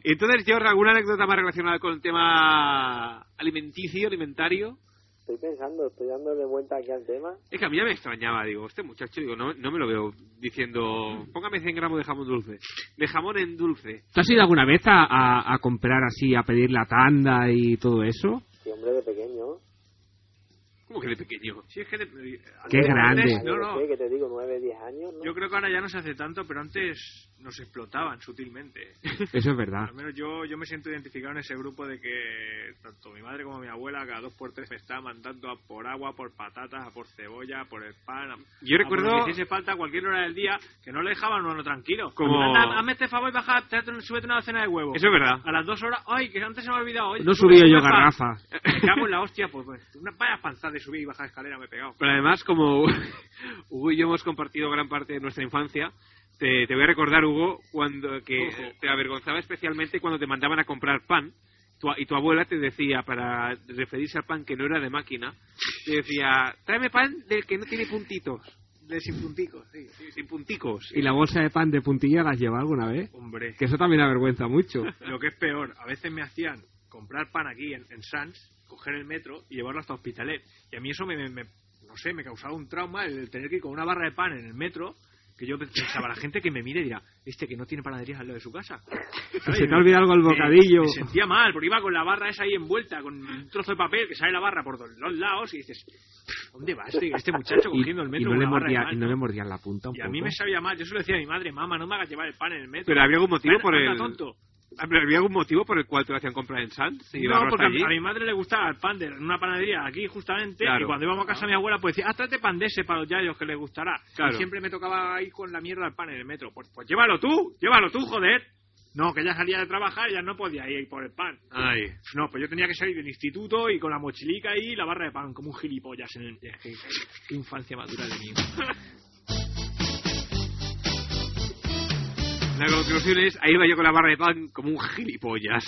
Y *laughs* entonces, George, ¿alguna anécdota más relacionada con el tema alimenticio, alimentario? Estoy pensando, estoy dando de vuelta aquí al tema. Es que a mí ya me extrañaba, digo, este muchacho, digo, no, no me lo veo diciendo, póngame 100 gramos de jamón dulce, de jamón en dulce. ¿Tú has ido alguna vez a, a- a comprar así, a pedir la tanda y todo eso? Sí, hombre, de pequeño. ¿Cómo que de pequeño? Si es que de- Qué antes- grande. No, Yo no, sé, que te digo, nueve, diez años, ¿no? Yo creo que ahora ya no se hace tanto, pero antes nos explotaban *laughs* sutilmente. Eso es verdad. Al menos yo, yo me siento identificado en ese grupo de que tanto mi madre como mi abuela cada dos por tres me estaban mandando a por agua, por patatas, a por cebolla, a por el pan. a- Yo a recuerdo- por lo que hiciese falta a cualquier hora del día, que no le dejaban uno tranquilo. Como- Anda, hazme este favor y baja, tráete un- súbete una docena de huevos. eso es verdad. A las dos horas, ay, que antes se me ha olvidado. Oye, No he sube subido yo una pan. garrafas. Me cago en la hostia, pues, pues, una vaya panzada de subir y bajar escalera me he pegado. Pero además, como *laughs* Hugo y yo hemos compartido gran parte de nuestra infancia, te, te voy a recordar, Hugo, cuando que Ojo. te avergonzaba especialmente cuando te mandaban a comprar pan tu a- y tu abuela te decía, para referirse al pan que no era de máquina, te decía, tráeme pan del que no tiene puntitos. De sin punticos, sí. Sí, sin punticos. ¿Y la bolsa de pan de puntilla la has llevado alguna vez? Hombre, Que eso también avergüenza *laughs* mucho. lo que es peor, a veces me hacían comprar pan aquí en, en Sans, coger el metro y llevarlo hasta Hospitalet. Y a mí eso me, me- me- no sé, me causaba un trauma el tener que ir con una barra de pan en el metro, que yo pensaba, la gente que me mire dirá, este que no tiene panaderías al lado de *laughs* su casa. ¿Sabes? se te ha olvidado algo el Me- bocadillo. Me, sentía mal, porque iba con la barra esa ahí envuelta, con un trozo de papel que sale la barra por dos, los lados y dices, ¿dónde va este, este muchacho *laughs* Y, cogiendo el y metro no con le una barra de mordía- y pan? no le mordían la punta un Y a poco. mí me sabía mal, yo se lo decía a mi madre, mamá, no me hagas llevar el pan en el metro. Pero había algún motivo Anda- por anda, el... tonto. ¿Había algún motivo por el cual te lo hacían comprar en Sands? y no, llevarlo porque hasta allí? a mi madre le gustaba el pan de en una panadería aquí justamente Claro. y cuando íbamos a casa de mi abuela pues decía, ah, tráete pan de ese para los yayos que les gustará. Claro. Y siempre me tocaba ir con la mierda al pan en el metro. Pues, pues llévalo tú, llévalo tú, joder. No, que ya salía de trabajar y ya no podía ir por el pan. Ay. No, pues yo tenía que salir del instituto y con la mochilica ahí y la barra de pan, como un gilipollas. En el... es que- qué infancia madura de mí. La conclusión es, ahí iba yo con la barra de pan como un gilipollas.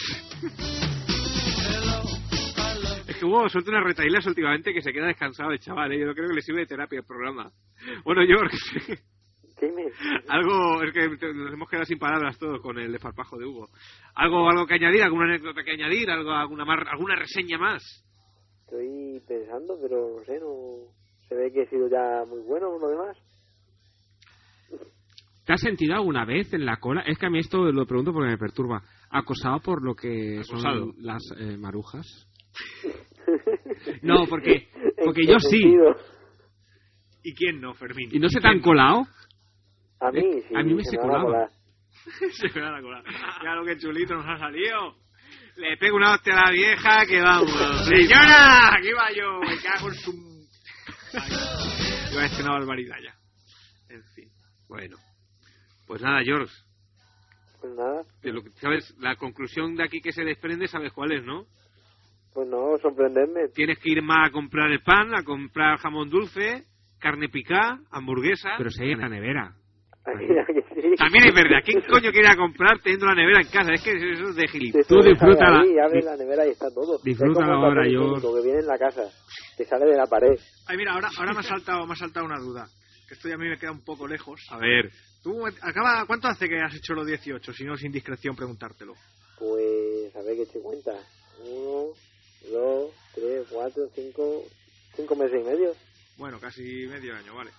es que tuvo suelta unas retailas últimamente que se queda descansado el chaval, ¿eh? Yo creo que le sirve de terapia el programa. Bueno, George, ¿Qué me- algo, es que te- nos hemos quedado sin palabras todos con el desparpajo de Hugo. ¿Algo, algo que añadir? ¿Alguna anécdota que añadir? ¿Algo, alguna, más, ¿Alguna reseña más? Estoy pensando, pero no sé, no... Se ve que he sido ya muy bueno con lo demás. ¿Te has sentido alguna vez en la cola? Es que a mí esto lo pregunto porque me perturba. ¿Acosado por lo que Acosado. son las eh, marujas? *laughs* No, porque, ¿En porque qué yo sí. sentido? ¿Y quién no, Fermín? ¿Y no se te han colado? A mí Eh, sí. a mí me se se va a colaba. colar. Se me van a colar. Claro que chulito nos ha salido. Le pego una hostia a la vieja *laughs* que vamos. ¡Señora! Aquí va yo. Me cago en su... Ay, Iba a decir una barbaridad ya. En fin. Bueno. Pues nada, George. Pues nada, de lo que- ¿Sabes? La conclusión de aquí que se desprende, ¿sabes cuál es, no? pues no, sorprenderme. *laughs* Tienes que ir más a comprar el pan, a comprar jamón dulce, carne picada, hamburguesa. Pero si hay en la nevera. Imagina que sí. También es verdad. ¿Quién *laughs* coño quiere ir a comprar teniendo la nevera en casa? Es que eso es de gilipollas. Te Tú subes disfrútala. ahí, abre la nevera y está todo. Disfrútala Es como el papel ahora, yo- higiénico que viene en la casa. Te sale de la pared. Ay, mira, ahora, *laughs* ahora me, ha saltado, me ha saltado una duda. Que esto ya a mí me queda un poco lejos. A ver. ¿Tú acaba, ¿Cuánto hace que has hecho los 18? Si no es indiscreción preguntártelo. Pues a ver qué te cuenta. Uno, dos, tres, cuatro, cinco, cinco meses y medio. Bueno, casi medio año, vale.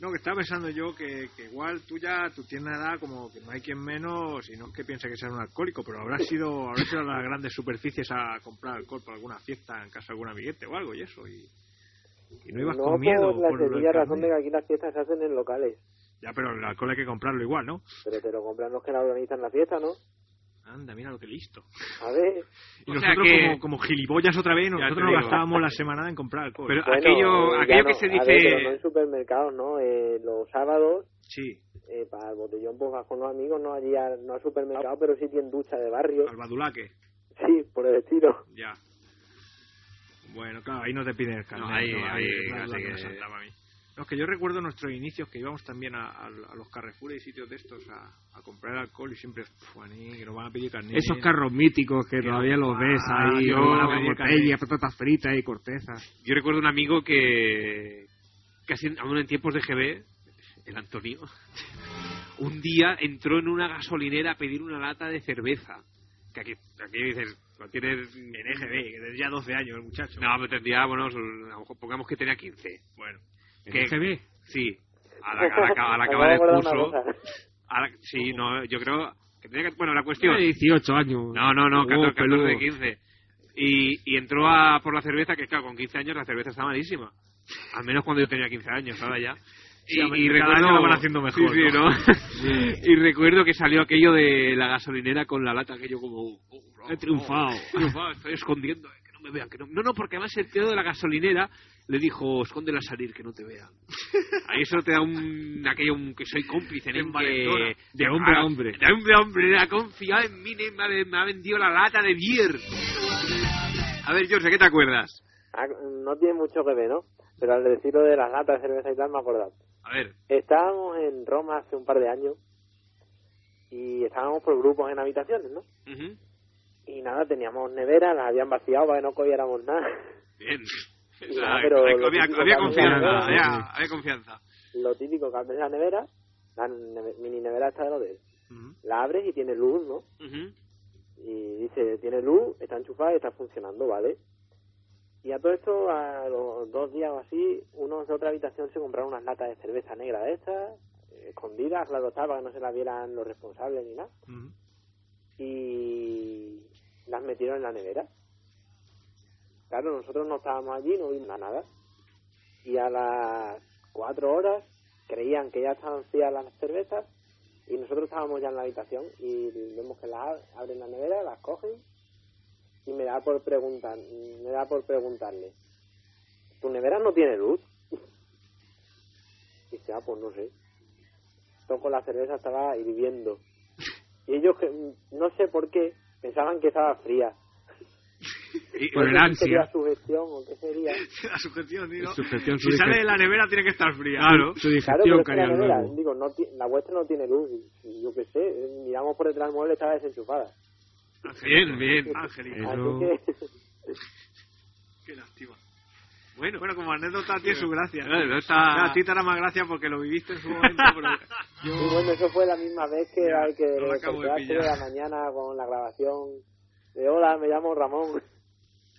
No, que estaba pensando yo que, que igual tú ya, tú tienes una edad como que no hay quien menos, y no es que piense que seas un alcohólico, pero habrás ido, habrás ido a las grandes superficies a comprar alcohol para alguna fiesta en casa de algún amiguete o algo y eso, y, y no ibas no con miedo. por la el sencilla razón de carnet. que aquí las fiestas se hacen en locales. Ya, pero el alcohol hay que comprarlo igual, ¿no? Pero te lo compran los que la organizan la fiesta, ¿no? Anda, mira lo que listo. A ver, Y O sea nosotros que- como, como gilipollas otra vez, te nosotros no digo. gastábamos la semana en comprar alcohol. Pero bueno, eh, aquello, ya aquello no. que se A ver, dice... pero no en supermercados, ¿no? Eh, los sábados, sí, eh, para el botellón, pues vas con los amigos, no allí a, no al supermercado, pero sí tienen ducha de barrio. al badulaque, Sí, por el estilo. ya. Bueno, claro, ahí no te piden el carnet. No, ahí- ahí claro, casi claro, que- me saltaba a mí. No, es que yo recuerdo nuestros inicios que íbamos también a, a- a los Carrefour y sitios de estos a, a comprar alcohol y siempre, Juaní, que nos van a pedir carnet. Esos carros míticos que Qué todavía Ah, los ves guay, ahí, yo- con la botella, patatas fritas y cortezas. Yo recuerdo un amigo que, casi aún en tiempos de GB, el Antonio, un día entró en una gasolinera a pedir una lata de cerveza. Que aquí, aquí dices, no tienes... En EGB, que tenía 12 años el muchacho. No, pero tendría, bueno, a lo mejor pongamos que tenía 15. Bueno, Que- ¿Qué se ve? Sí, a la, a la, ca- a la acaba del Me acabo de acordar curso. una cosa. a la- sí, no, yo creo que tenía que... Bueno, la cuestión... Tiene 18 años. No, no, no, Oh, 14, 14 de peludo. 15. Y, y entró a por la cerveza, que claro, con 15 años la cerveza está malísima. Al menos cuando yo tenía 15 años, ahora ya. Y, Sí, y recuerdo, cada año la van haciendo mejor, Sí, sí, ¿no? ¿no? y recuerdo que salió aquello de la gasolinera con la lata, aquello como... "Oh, bro, He triunfado". he triunfado, estoy escondiendo, eh, que no me vean. Que no... no, no, porque además el tío de la gasolinera le dijo, escóndela a salir, que no te vean. Ahí eso te da un... aquello un, que soy cómplice, ¿no? Envalentona. Que- De hombre a Ah, hombre. de hombre a hombre, ha confiado en mí, me ha, me ha vendido la lata de bier. A ver, George, ¿qué te acuerdas? Ah, no tiene mucho que ver, ¿no? Pero al decirlo de las latas de cerveza y tal, me he acordado. A ver, Estábamos en Roma hace un par de años y estábamos por grupos en habitaciones, ¿no? ujú, Y nada, teníamos neveras, las habían vaciado para que no cogiéramos nada. *laughs* bien. Sí, O sea, no, pero hay- lo había, típico había que confianza, había- había, había confianza. Lo típico que abres la nevera, la neve- mini nevera está de lo de ujú. La abres y tiene luz, ¿no? Ujú. Y dice, tiene luz, está enchufada y está funcionando, ¿vale? Y a todo esto, a los dos días o así, unos de otra habitación se compraron unas latas de cerveza negra de estas, eh, escondidas, claro, está, para que no se las vieran los responsables ni nada. Ujú. y las metieron en la nevera. Claro, nosotros no estábamos allí, no vimos nada. Y a las cuatro horas creían que ya estaban frías las cervezas y nosotros estábamos ya en la habitación y vemos que las ab- abren la nevera, las cogen y me da por preguntar, me da por preguntarle, ¿tu nevera no tiene luz? Y dice, ah, pues no sé. Toco la cerveza, estaba hirviendo. Y ellos, que, mm, no sé por qué, pensaban que estaba fría. Y- Por el No sé si ansia. Sería sugestión o qué sería. *laughs* la sugestión, digo. Sugestión, si sugestión. sale de la nevera tiene que estar fría. Su Claro, digestión pero es que la caería al nevera, ¿eh? huevo. digo, no ti- la vuestra no tiene luz. y- y Yo qué sé, eh, miramos por detrás del mueble, estaba desenchufada. Bien, bien. Angelito. Eso- Así que, Bueno, como anécdota tiene su gracia. Claro, no está- Claro, A ti te hará más gracia porque lo viviste en su momento, pero *laughs* *laughs* yo... Y bueno, eso fue la misma vez que Ya, hay que no lo acabo de despertarse de la pillar. mañana con la grabación de hola, me *laughs* llamo Ramón.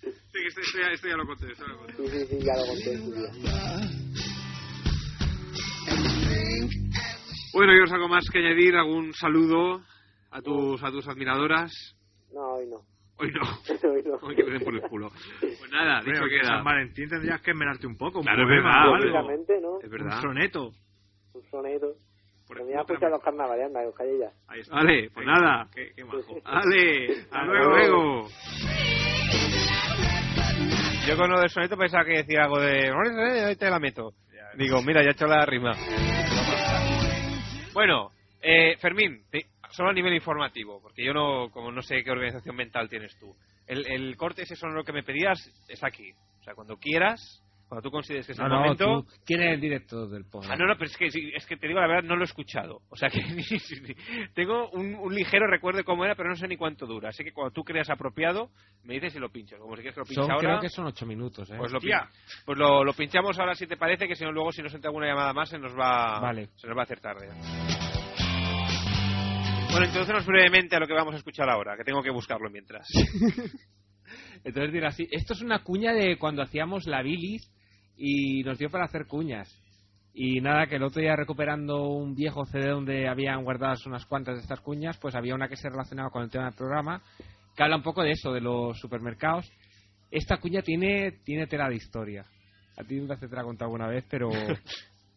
Sí, que esto, esto ya, esto ya lo conté, esto ya lo conté. Sí, sí, sí, ya lo conté en su día. Bueno, yo os hago más que añadir algún saludo a tus, a tus admiradoras. No, *laughs* hoy no. Hoy no. *laughs* Hoy *laughs* no. Hoy que me den por el culo. Pues nada, dicho Bueno, que en queda. San Valentín tendrías que esmerarte un poco. Un Claro, es poema verdad, o algo. Lógicamente, ¿no? Es Un verdad. soneto. Un soneto. Por Pero me voy a escúchame. escuchar los carnavales, anda, que os calléis ya. Ahí está. Vale, pues Venga, nada. Qué, qué majo. Ale, hasta Hasta luego. Yo con lo del soneto pensaba que decía algo de. Ahí te la meto. Digo, mira, ya he hecho la rima. Bueno, eh, Fermín, te- solo a nivel informativo, porque yo no, como no sé qué organización mental tienes tú. El, el corte ese sonoro que me pedías es aquí. O sea, cuando quieras, cuando tú consideres que es No, el no, momento. tú, ¿quién es el director del programa? Ah, no, no, pero es que, sí, es que te digo la verdad, no lo he escuchado. O sea *laughs* que ni- ni- tengo un, un ligero recuerdo de cómo era, pero no sé ni cuánto dura. Así que cuando tú creas apropiado, me dices si lo pincho. Como si quieres que lo pinche Son- ahora, creo que son ocho minutos, ¿eh? pues, lo, Hostia. pin- pues lo, lo pinchamos ahora si te parece, que si no luego si nos entra alguna llamada más se nos va, Vale. se nos va a hacer tarde. Bueno, introducenos brevemente a lo que vamos a escuchar ahora, que tengo que buscarlo mientras. *laughs* Entonces dirá así, esto es una cuña de cuando hacíamos la bilis y nos dio para hacer cuñas. Y nada, que el otro día recuperando un viejo CD donde habían guardadas unas cuantas de estas cuñas, pues había una que se relacionaba con el tema del programa, que habla un poco de eso, de los supermercados. Esta cuña tiene, tiene tela de historia. A ti me te la he contado alguna vez, *laughs* pero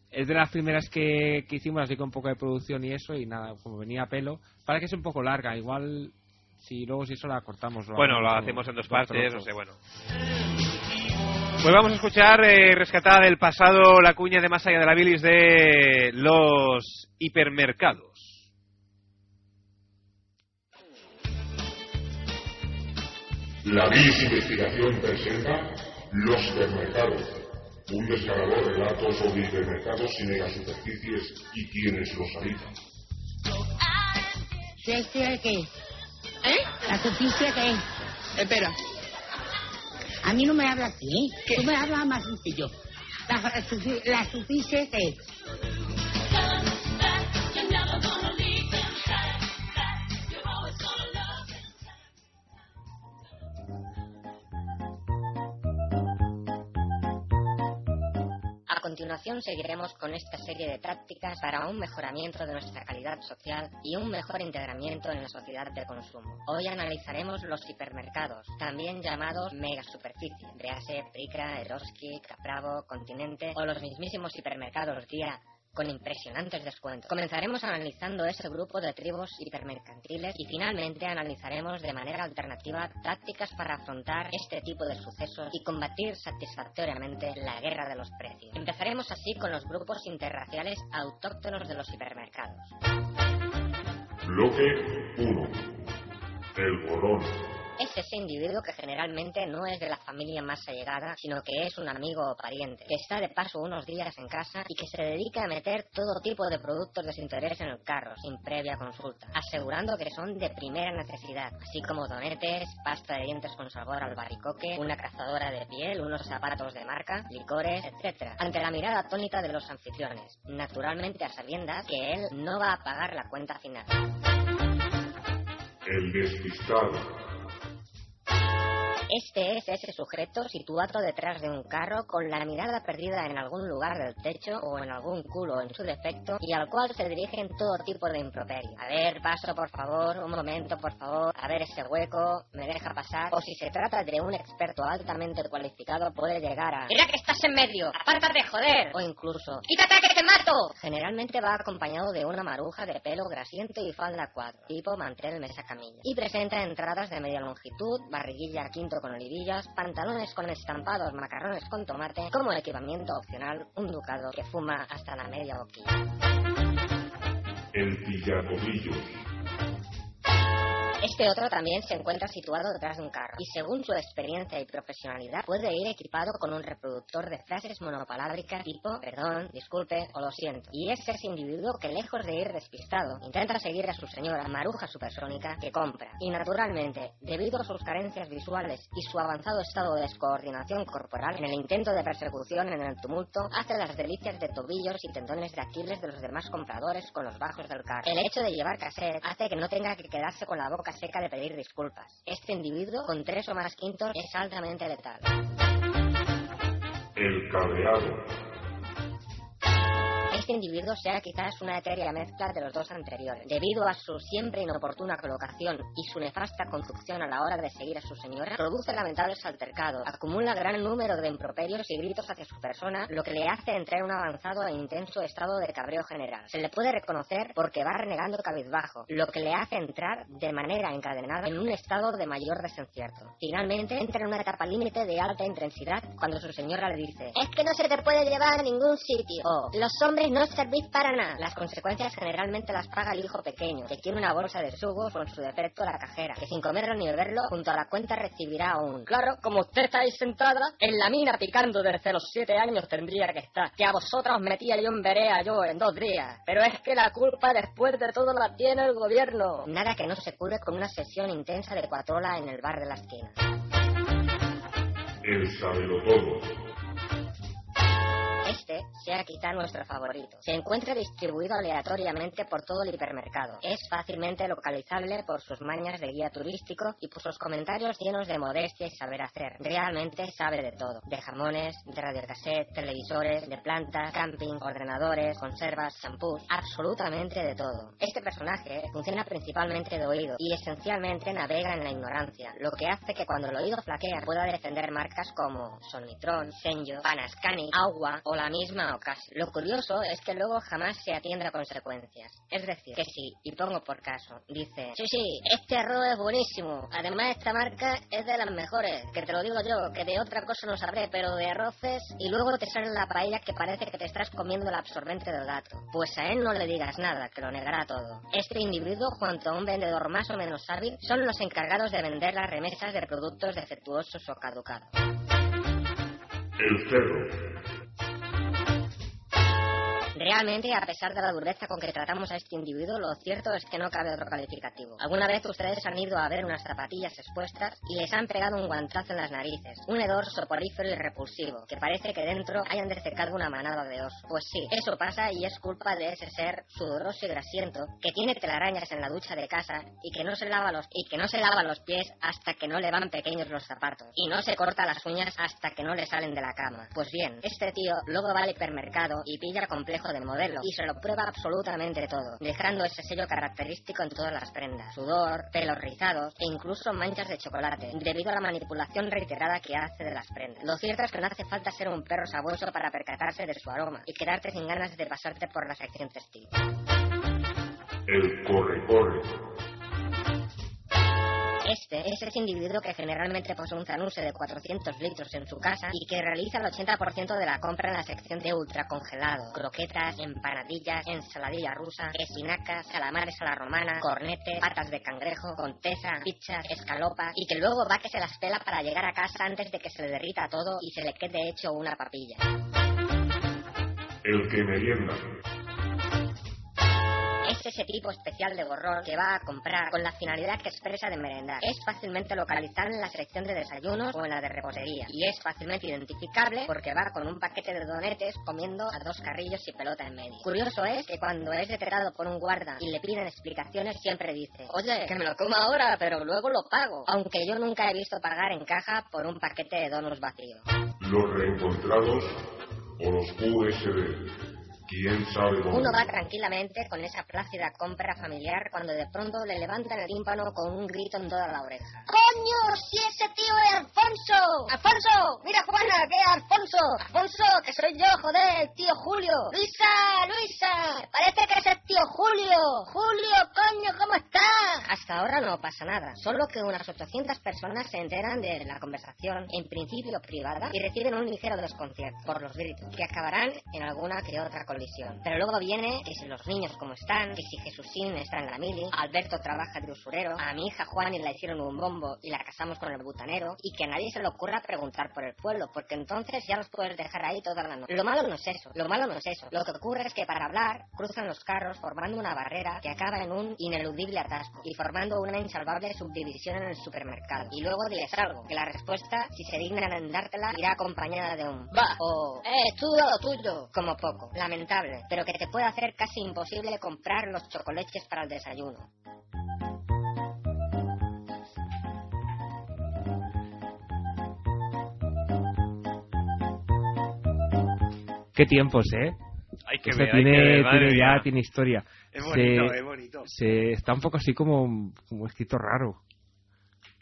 es de las primeras que, que hicimos así con un poco de producción y eso, y nada, como venía a pelo, para que es un poco larga, igual si luego si eso la cortamos. lo Bueno, lo hagamos hacemos en dos trozos. partes, no sé, bueno. Pues vamos a escuchar, eh, rescatada del pasado, la cuña de más allá de la bilis de los hipermercados. *laughs* La BIS Investigación presenta Los Supermercados, un desgarrador relato sobre hipermercados y megasuperficies y quienes los habitan. ¿La historia qué es? ¿Eh? ¿La justicia qué es? Espera. A mí no me habla así, ¿eh? Tú me hablas más sencillo. ¿La, justi- la justicia qué es? A continuación seguiremos con esta serie de prácticas para un mejoramiento de nuestra calidad social y un mejor integramiento en la sociedad de consumo. Hoy analizaremos los hipermercados, también llamados megasuperficie, Brease, Pricra, Eroski, Capravo, Continente o los mismísimos hipermercados día con impresionantes descuentos. Comenzaremos analizando ese grupo de tribus hipermercantiles y finalmente analizaremos de manera alternativa tácticas para afrontar este tipo de sucesos y combatir satisfactoriamente la guerra de los precios. Empezaremos así con los grupos interraciales autóctonos de los hipermercados. Bloque 1. El Gorón. Es ese individuo que generalmente no es de la familia más allegada, sino que es un amigo o pariente, que está de paso unos días en casa y que se dedica a meter todo tipo de productos de su interés en el carro, sin previa consulta, asegurando que son de primera necesidad, así como donetes, pasta de dientes con sabor al barricoque, una cazadora de piel, unos zapatos de marca, licores, etc. Ante la mirada atónita de los anfitriones, naturalmente a sabiendas que él no va a pagar la cuenta final. El Despistado. Este es ese sujeto situado detrás de un carro con la mirada perdida en algún lugar del techo o en algún culo en su defecto y al cual se dirigen todo tipo de improperio. A ver, paso por favor, un momento por favor, a ver ese hueco, me deja pasar. O si se trata de un experto altamente cualificado puede llegar a... ¡Mira que estás en medio! ¡Apártate, joder! O incluso... ¡Quítate que te mato! Generalmente va acompañado de una maruja de pelo grasiento y falda cuadro, tipo mantel mesa camilla. Y presenta entradas de media longitud, barriguilla quinto con olivillas, pantalones con estampados, macarrones con tomate, como equipamiento opcional, un ducado que fuma hasta la media boquilla. El Pillacobillos. Este otro también se encuentra situado detrás de un carro y según su experiencia y profesionalidad puede ir equipado con un reproductor de frases monopalábricas tipo perdón, disculpe o lo siento. Y es ese individuo que lejos de ir despistado intenta seguir a su señora maruja supersónica que compra. Y naturalmente, debido a sus carencias visuales y su avanzado estado de descoordinación corporal en el intento de persecución en el tumulto, hace las delicias de tobillos y tendones de Aquiles de los demás compradores con los bajos del carro. El hecho de llevar cassette hace que no tenga que quedarse con la boca seca de pedir disculpas. Este individuo, con tres o más quintos, es altamente letal. El cableado. Este individuo sea quizás una etérea mezcla de los dos anteriores, debido a su siempre inoportuna colocación y su nefasta conducción a la hora de seguir a su señora, produce lamentables altercados, acumula gran número de improperios y gritos hacia su persona, lo que le hace entrar en un avanzado e intenso estado de cabreo general. Se le puede reconocer porque va renegando cabizbajo, lo que le hace entrar de manera encadenada en un estado de mayor desconcierto. Finalmente, entra en una etapa límite de alta intensidad cuando su señora le dice: Oh. Es que no se te puede llevar a ningún sitio. O, los hombres no servís para nada. Las consecuencias generalmente las paga el hijo pequeño, que tiene una bolsa de sugo con su defecto a la cajera, que sin comerlo ni beberlo, junto a la cuenta recibirá un. Claro, como usted estáis sentada en la mina picando desde los siete años tendría que estar. Que a vosotras os metía yo en verea yo en dos días. Pero es que la culpa después de todo la tiene el gobierno. Nada que no se cure con una sesión intensa de cuatrola en el bar de la esquina. El sabelotodo. Este sea quizá nuestro favorito. Se encuentra distribuido aleatoriamente por todo el hipermercado. Es fácilmente localizable por sus mañas de guía turístico y por sus comentarios llenos de modestia y saber hacer. Realmente sabe de todo. De jamones, de radiocassette, televisores, de plantas, camping, ordenadores, conservas, shampoos, absolutamente de todo. Este personaje funciona principalmente de oído y esencialmente navega en la ignorancia, lo que hace que cuando el oído flaquea pueda defender marcas como Sonitron, Senyo, Panascani, Agua o la misma o casi. Lo curioso es que luego jamás se atiende a consecuencias. Es decir, que sí, y pongo por caso, dice, sí, sí, este arroz es buenísimo. Además, esta marca es de las mejores, que te lo digo yo, que de otra cosa no sabré, pero de arroces, y luego te sale la paella que parece que te estás comiendo el absorbente del gato. Pues a él no le digas nada, que lo negará todo. Este individuo, junto a un vendedor más o menos hábil, son los encargados de vender las remesas de productos defectuosos o caducados. El cerro. Realmente, a pesar de la dureza con que tratamos a este individuo, lo cierto es que no cabe otro calificativo. Alguna vez ustedes han ido a ver unas zapatillas expuestas y les han pegado un guantazo en las narices, un hedor soporífero y repulsivo, que parece que dentro hayan desecado una manada de osos. Pues sí, eso pasa y es culpa de ese ser sudoroso y grasiento que tiene telarañas en la ducha de casa y que no se lava los y que no se lava los pies hasta que no le van pequeños los zapatos y no se corta las uñas hasta que no le salen de la cama. Pues bien, este tío luego va al hipermercado y pilla el complejo del modelo y se lo prueba absolutamente todo, dejando ese sello característico en todas las prendas, sudor, pelos rizados e incluso manchas de chocolate, debido a la manipulación reiterada que hace de las prendas. Lo cierto es que no hace falta ser un perro sabueso para percatarse de su aroma y quedarte sin ganas de pasarte por la sección textil. El corre-corre. Este es ese individuo que generalmente posee un zanuse de 400 litros en su casa y que realiza el 80% de la compra en la sección de ultracongelado. Croquetas, empanadillas, ensaladilla rusa, espinacas, calamares a la romana, cornete, patas de cangrejo, contesa, pizzas, escalopas y que luego va que se las pela para llegar a casa antes de que se le derrita todo y se le quede hecho una papilla. El que merienda. Es ese tipo especial de gorrón que va a comprar con la finalidad que expresa de merendar. Es fácilmente localizable en la sección de desayunos o en la de repostería. Y es fácilmente identificable porque va con un paquete de donetes comiendo a dos carrillos y pelota en medio. Curioso es que cuando es detectado por un guarda y le piden explicaciones siempre dice, oye, que me lo coma ahora, pero luego lo pago. Aunque yo nunca he visto pagar en caja por un paquete de donos vacío. Los reencontrados o los USB. ¿Quién sabe dónde? Uno va tranquilamente con esa plácida compra familiar cuando de pronto le levantan el tímpano con un grito en toda la oreja. ¡Coño! ¡Si ese tío es Alfonso! ¡Alfonso! ¡Mira, Juana, que es Alfonso! ¡Alfonso, que soy yo, joder, el tío Julio! ¡Luisa, Luisa! ¡Parece que es el tío Julio! ¡Julio, coño, cómo estás! Hasta ahora no pasa nada, solo que unas 800 personas se enteran de la conversación, en principio privada, y reciben un ligero desconcierto por los gritos, que acabarán en alguna que otra colonia. colisión. Pero luego viene que si los niños como están, que si Jesusín está en la mili, Alberto trabaja de usurero, a mi hija Juani la hicieron un bombo y la casamos con el butanero, y que a nadie se le ocurra preguntar por el pueblo, porque entonces ya los puedes dejar ahí toda la noche. Lo malo no es eso, lo malo no es eso. Lo que ocurre es que para hablar cruzan los carros formando una barrera que acaba en un ineludible atasco y formando una insalvable subdivisión en el supermercado. Y luego diles algo, que la respuesta, si se dignan en dártela, irá acompañada de un va o eh, tú lo tuyo, como poco. Lamentable, pero que te puede hacer casi imposible comprar los chocolates para el desayuno. Qué tiempos, ¿eh? Hay que Eso ver, hay tiene, que ver, madre tiene eh, mía. ya, tiene historia. Es bonito, Se- es bonito. se- está un poco así como, como escrito raro.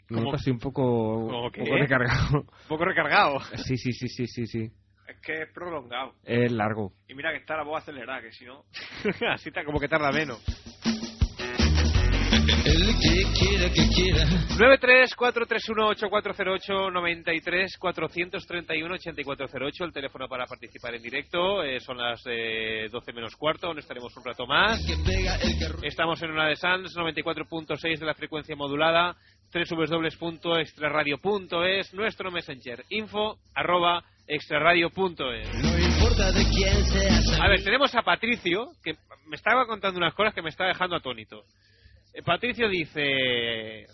Lo ¿Cómo? noto así un poco, ¿Cómo un qué? poco recargado. *laughs* Un poco recargado. Sí, sí, sí, sí, sí, sí. Es que es prolongado. Es largo. Y mira que está la voz acelerada, que si no. Así está como que tarda menos. 93-431-8408-93-431-8408, el teléfono para participar en directo. Eh, son las eh, 12 menos cuarto, no estaremos un rato más. Estamos en una de Sans, 94.6 de la frecuencia modulada, www.extraradio.es, nuestro messenger, info arroba extraradio.es. A ver, tenemos a Patricio, que me estaba contando unas cosas que me está dejando atónito. Eh, Patricio dice...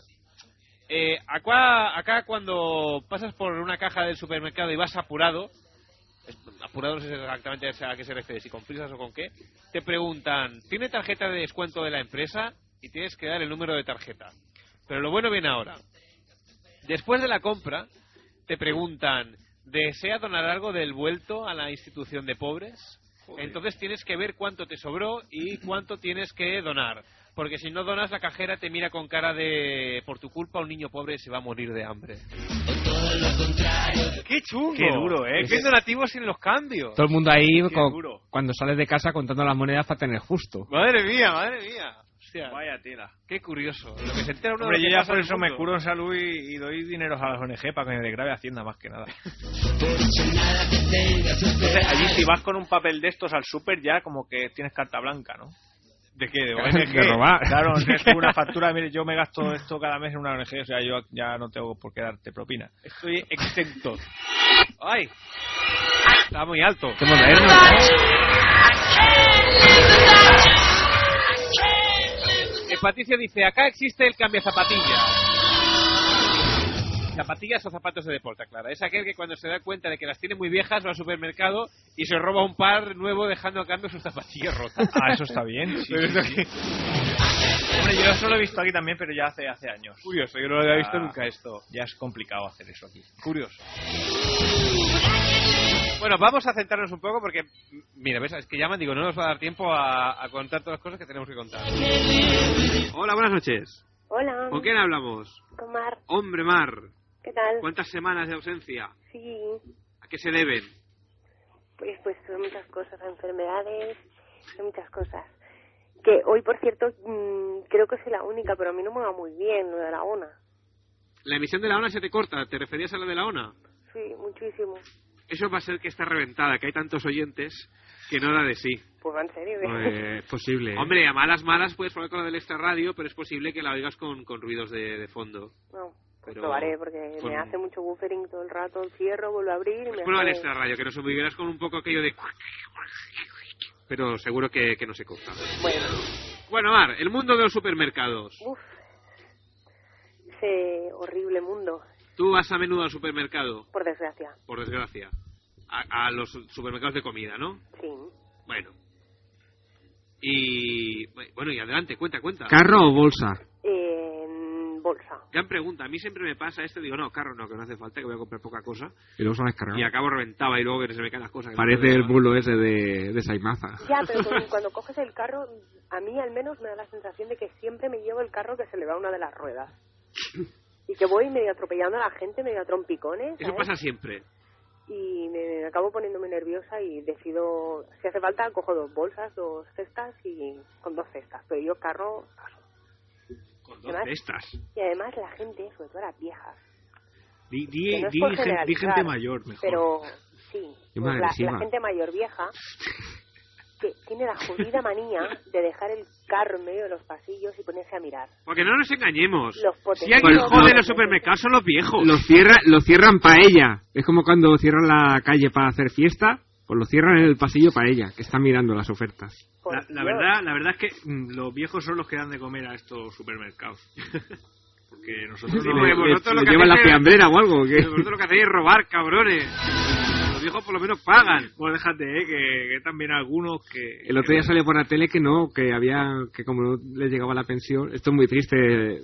eh, acá, acá cuando pasas por una caja del supermercado y vas apurado, es- apurado no sé exactamente a qué se refiere, si con prisas o con qué, te preguntan, ¿tiene tarjeta de descuento de la empresa? Y tienes que dar el número de tarjeta. Pero lo bueno viene ahora. Después de la compra, te preguntan, ¿desea donar algo del vuelto a la institución de pobres? Entonces tienes que ver cuánto te sobró y cuánto tienes que donar. Porque si no donas, la cajera te mira con cara de... Por tu culpa, un niño pobre se va a morir de hambre. ¡Qué chungo! Qué duro, ¿eh? ¡Qué donativo sin los cambios! Todo el mundo ahí Qué co- duro. cuando sales de casa contando las monedas para tener justo. Madre mía, madre mía. Vaya tela. Qué curioso. Lo que se entera uno Hombre, de lo yo que ya pasa por en el eso me mundo. curo en salud y, y doy dinero a las ONG para que me degrave Hacienda más que nada. Entonces, allí si vas con un papel de estos al súper ya como que tienes carta blanca, ¿no? ¿De qué? *laughs* ¿De ONG? De robar. Claro, es *laughs* una factura, mire, yo me gasto esto cada mes en una ONG, o sea, yo ya no tengo por qué darte propina. Estoy exento. ¡Ay! Está muy alto. Qué moderno, Eh, Patricio dice, acá existe el cambio zapatillas. Zapatillas o zapatos de deporte, Clara. Es aquel que cuando se da cuenta de que las tiene muy viejas va al supermercado y se roba un par nuevo dejando a cambio sus zapatillas rotas. Ah, eso está bien. sí, Pero sí, es sí. que- Hombre, yo eso lo he visto aquí también, pero ya hace, hace años. Curioso, yo no lo había Ya- visto nunca esto. Ya es complicado hacer eso aquí. Curioso. Bueno, vamos a centrarnos un poco porque, m- mira, ves, es que llaman, digo, no nos va a dar tiempo a, a contar todas las cosas que tenemos que contar. Hola, buenas noches. Hola, ¿Con quién hablamos? con Mar, Hombre, Mar. ¿qué tal? ¿Cuántas semanas de ausencia? Sí, ¿A qué se deben? pues pues son muchas cosas, a enfermedades, son muchas cosas. Que hoy, por cierto, mm, creo que soy la única, pero a mí no me va muy bien lo de la ONA. La emisión de la ONA se te corta. ¿Te referías a la de la ONA? Sí, muchísimo. Eso va a ser que está reventada, que hay tantos oyentes que no da de sí. Pues va en serio. ¿eh? Eh, *laughs* es posible. ¿eh? Hombre, a malas malas puedes probar con la del extra radio, pero es posible que la oigas con, con ruidos de, de fondo. No, pues Pero- lo haré porque con- Pues me hace mucho buffering todo el rato, cierro, vuelvo a abrir y me Prueba el hace- extra radio, que nos obligueras con un poco aquello de... Pero seguro que, que no se corta. Bueno, Bueno, Mar, el mundo de los supermercados. uff, ese horrible mundo, Tú vas a menudo al supermercado, por desgracia. por desgracia. A, a los supermercados de comida, ¿no? Sí. Bueno. Y... Bueno, y adelante, cuenta, cuenta. ¿Carro o bolsa? En bolsa. Gran pregunta. A mí siempre me pasa esto. Digo, no, carro no, que no hace falta, que voy a comprar poca cosa. Y luego se las cargamos. Y acabo reventaba y luego que se me caen las cosas. que no Parece me el gustaban. bulo ese de, de Saimaza. Ya, pero con- cuando coges el carro, a mí al menos me da la sensación de que siempre me llevo el carro que se le va una de las *laughs* ruedas. Y que voy medio atropellando a la gente, medio a trompicones. Eso ¿sabes? pasa siempre. Y me, me acabo poniéndome nerviosa y decido, si hace falta, cojo dos bolsas, dos cestas y con dos cestas. Pero yo carro. Con Y además- dos de estas. Y además la gente, sobre todo las viejas. Di, que di, no es di por gen- di generalizar, gente mayor, mejor. Pero sí, Yo pues me la, agresiva. la gente mayor vieja que tiene la jodida manía de dejar el carro en medio de los pasillos y ponerse a mirar. *laughs* Porque no nos engañemos. Los Si alguien Pues, jode no. los supermercados son los viejos. Los cierra, lo cierran para ella. Es como cuando cierran la calle para hacer fiesta, pues lo cierran en el pasillo para ella, que está mirando las ofertas. La, la verdad, la verdad es que mm, los viejos son los que dan de comer a estos supermercados. *laughs* Porque nosotros Sí, no- le- porque le- Pues vosotros le lo que llevan la hacéis es- fiambrera o algo, ¿o qué? *laughs* *laughs* Vosotros lo que hacéis es robar, cabrones. Los viejos por lo menos pagan. Pues déjate, eh, que, que también algunos que... El otro día salió por la tele que no, que había, que como no le llegaba la pensión, esto es muy triste,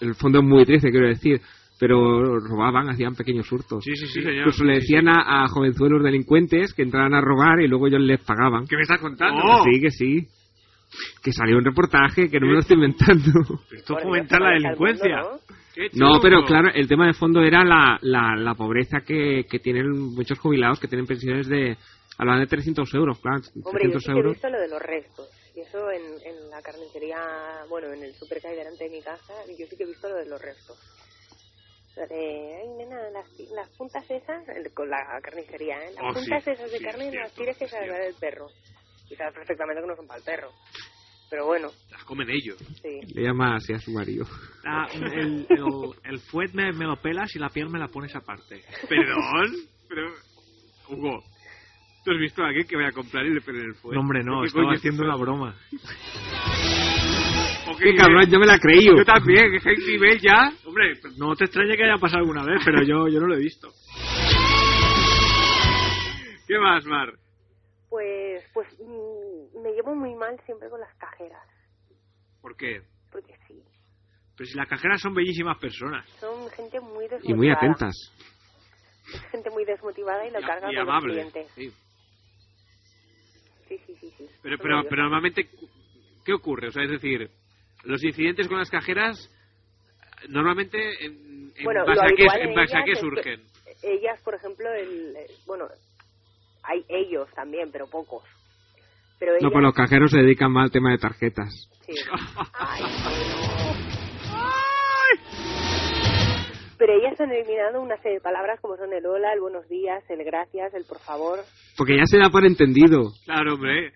el fondo es muy triste, quiero decir, pero robaban, hacían pequeños hurtos. Sí, sí, sí, señor. Incluso le Sí, sí. decían a, a jovenzuelos delincuentes que entraran a robar y luego ellos les pagaban. ¿Qué Oh. me estás contando? Sí, que sí. Que salió un reportaje, que no me lo *laughs* estoy inventando. Esto es fomentar la delincuencia. Qué No, chungo. pero claro, el tema de fondo era la, la, la pobreza que, que tienen muchos jubilados que tienen pensiones de. Hablan de 300 euros, claro. Hombre, yo 300 sí que he euros. visto lo de los restos. Y eso en, en la carnicería, bueno, en el super que hay delante de mi casa, yo sí que he visto lo de los restos. Lo de, ay, nena, las, pi- las puntas esas, el- con la carnicería, ¿eh? Las Oh, sí, puntas esas de sí, carne es las cierto, tires que se las da del perro. Y sabes perfectamente que no son para el perro. Pero bueno, Las comen ellos. sí. Le llama así a su marido. Ah, el, el, el fuet me, me lo pelas y la piel me la pones aparte. Perdón, pero... Hugo, ¿tú has visto a alguien que vaya a comprar y le pelen el fuet? No, hombre, no, ¿Qué estaba coño es haciendo eso? una broma. ¿O Qué cabrón, yo me la he creído. eh, Yo también, que Hank Nivel ya... Hombre, pues, no te extraña que haya pasado alguna vez, pero yo, yo no lo he visto. ¿Qué más, Mar? Pues, pues mm, me llevo muy mal siempre con las cajeras. ¿Por qué? Porque sí, Pues si las cajeras son bellísimas personas. son gente muy desmotivada. Y muy atentas. Gente muy desmotivada y lo Y- carga y con los amable, clientes. Sí. Sí, sí, sí, sí. Pero, Son pero, ellos. pero normalmente, ¿qué ocurre? O sea, es decir, los incidentes con las cajeras normalmente en, en Bueno, base lo a qué- habitual en en base a ellas qué es que- surgen. ellas, por ejemplo, el, eh, bueno, hay ellos también, pero pocos. Pero ellas, No, pues los cajeros se dedican más al tema de tarjetas. *laughs* sí. Ay, Pero ellas han eliminado una serie de palabras como son el hola, el buenos días, el gracias, el por favor. Porque ya se da por entendido. Claro, hombre.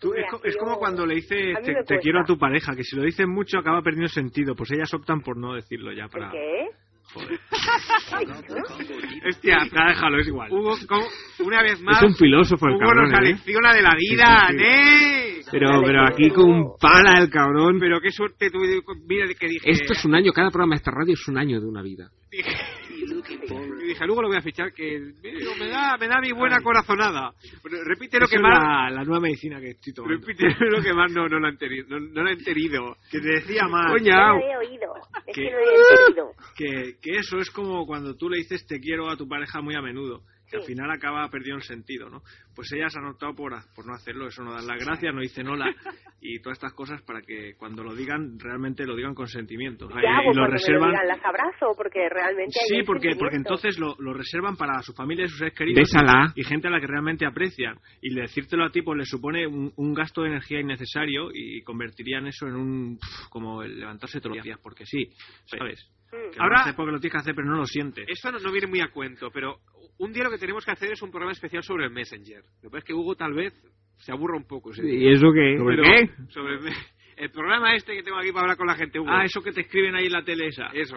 Tú, es, co- es como cuando le dices a mí te, me te cuesta. quiero a tu pareja, que si lo dices mucho acaba perdiendo sentido. Pues ellas optan por no decirlo ya para... ¿Qué? *laughs* Joder. *laughs* Hostia, nada, déjalo, es igual. Hugo, ¿cómo? una vez más... Es un filósofo el Hugo cabrón, nos ¿eh? alecciona de la vida, Sí, sí, sí. ¿eh? Pero, pero aquí con un pala el cabrón. Pero qué suerte tuve con- mira que dije... Esto es un año, cada programa de esta radio es un año de una vida. Y dije, luego lo voy a fichar, que mira, me da, me da mi buena corazonada. Pero Repite lo Eso que es más... la, la nueva medicina que estoy tomando. Repite *laughs* lo que más no, no lo han tenido. No, no lo han tenido. Que te decía más. Yo lo he oído. Es ¿Qué? que lo he *laughs* entendido. que, que eso es como cuando tú le dices te quiero a tu pareja muy a menudo, que al final acaba perdiendo el sentido, ¿no? Pues ellas han optado por, ha- por no hacerlo, eso no dan las gracias, no dicen *laughs* hola y todas estas cosas para que cuando lo digan realmente lo digan con sentimiento. ¿Qué hago y lo cuando me reservan. lo digan? ¿Las abrazo? Porque realmente hay Sí, un porque, porque sentimiento. entonces lo, lo reservan para su familia y sus seres queridos. Bésala. Y gente a la que realmente aprecian. Y decírtelo a ti pues le supone un, un gasto de energía innecesario y convertirían eso en un... pf, como el levantarse todos los días, porque sí, ¿sabes? Que Ahora- Ahora, lo haces porque lo tienes que hacer, pero no lo sientes. Esto no, no viene muy a cuento, pero un día lo que tenemos que hacer es un programa especial sobre el Messenger. Lo que pasa es que Hugo tal vez se aburra un poco. ese ¿Y día. eso qué? ¿Sobre Pero- qué? sobre el me- el programa este que tengo aquí para hablar con la gente, Hugo. Ah, eso que te escriben ahí en la tele esa. Eso.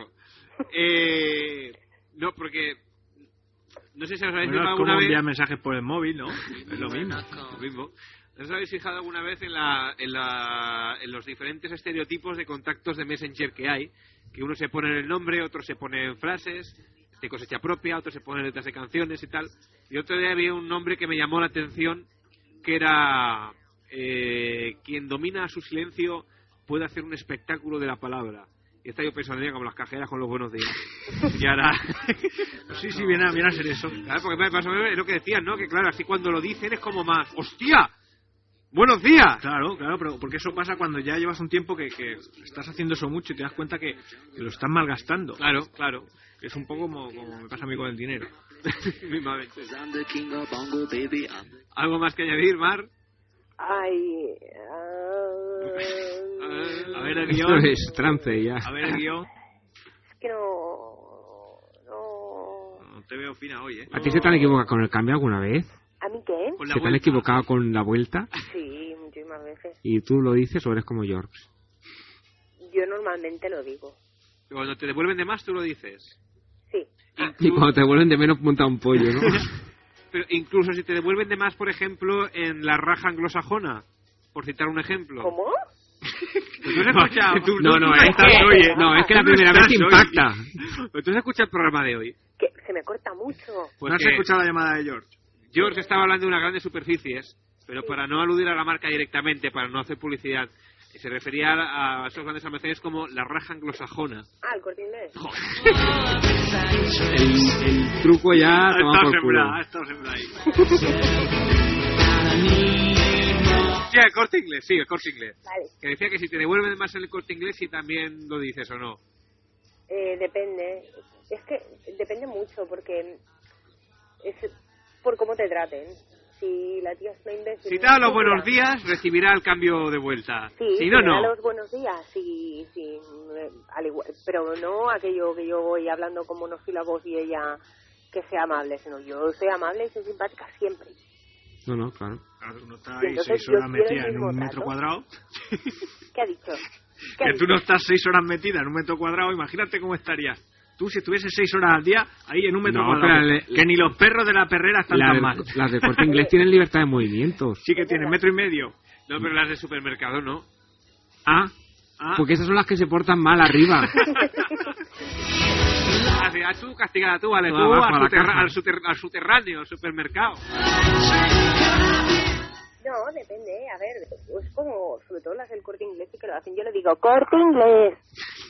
Eh, no, porque... No sé si os habéis Bueno, es fijado como alguna vez... enviar mensajes por el móvil, ¿no? Es lo mismo. Lo mismo. ¿No os habéis fijado alguna vez en, la, en, la- en los diferentes estereotipos de contactos de Messenger que hay? Que uno se pone el nombre, otro se pone frases de cosecha propia, otro se pone letras de canciones y tal. Y otro día había un nombre que me llamó la atención, que era eh, quien domina su silencio puede hacer un espectáculo de la palabra. Y está yo pensando ya como las cajeras con los buenos días. Y ahora... *laughs* Sí, sí, viene a, viene a ser eso. Claro, porque más- más o menos es lo que decías, ¿no? Que claro, así cuando lo dicen es como más, ¡hostia! ¡Buenos días! Claro, claro, pero porque eso pasa cuando ya llevas un tiempo que, que estás haciendo eso mucho y te das cuenta que, que lo estás malgastando. Claro, claro. Es un poco como, como me pasa a mí con el dinero. Mismamente. ¿Algo más que añadir, Mar? Ay. *laughs* ah, A ver el Esto guión. es trance ya. A ver el guión. es que no. No te veo fina hoy, ¿eh? ¿A ti se te han equivocado con el cambio alguna vez? ¿A mí qué? ¿Se te han equivocado con la vuelta? Sí. francés. ¿Y tú lo dices o eres como George? Yo normalmente lo digo. Y Cuando te devuelven de más, tú lo dices. Sí. *laughs* Y cuando te vuelven de menos, monta un pollo, ¿no? *laughs* Pero incluso si te devuelven de más, por ejemplo, en la raja anglosajona, por citar un ejemplo. ¿Cómo? tú no has escuchado. tú- No, tú no, *laughs* estás es que- hoy, ¿eh? no, es que la Tú no primera vez estás te hoy. impacta. Pero tú has escuchado el programa de hoy. Que se me corta mucho. no has escuchado la llamada de George. George estaba hablando de unas grandes superficies, pero para no aludir a la marca directamente, para no hacer publicidad, se refería a, a esos grandes almacenes como la raja anglosajona. Ah, el corte inglés. El truco Pues ya Ha toma estado por culo. sembrada, ha estado sembrada ahí. Sí, el corte inglés, sí, el corte inglés. Vale. Que decía que si te devuelven más en el corte inglés, si también lo dices o no. Eh, depende. Es que depende mucho porque es por cómo te traten. Si la tía es una imbécil. Si te da una los buenos estúpida, días, recibirá el cambio de vuelta. Sí, si no, me da no. los buenos días, sí, sí, eh, al igual- pero no aquello que yo voy hablando con monosílabos y ella que sea amable, sino yo soy amable y soy simpática siempre. No, no, claro. Claro, tú no Y estás entonces seis yo quiero horas el metida en mismo un metro trato. cuadrado. ¿Qué ha dicho? ¿Qué ha Que tú dicho? no estás seis horas metida en un metro cuadrado, imagínate cómo estarías. Tú, si estuvieses seis horas al día, ahí en un metro No, cuadrado. pero le- que ni los perros de la perrera están La tan de- mal. Las de corte inglés tienen libertad de movimientos. Sí que tienen metro y medio. No, pero las de supermercado no. Ah, Ah. porque esas son las que se portan mal *laughs* arriba. Ah, sí, ah, tú castigada tú, vale, No, tú ah, abajo, a al, la subterra- caja. al subter- al subterráneo, al supermercado. No, depende, eh, a ver, es como, sobre todo las del corte inglés sí que lo hacen, yo le digo, corte inglés.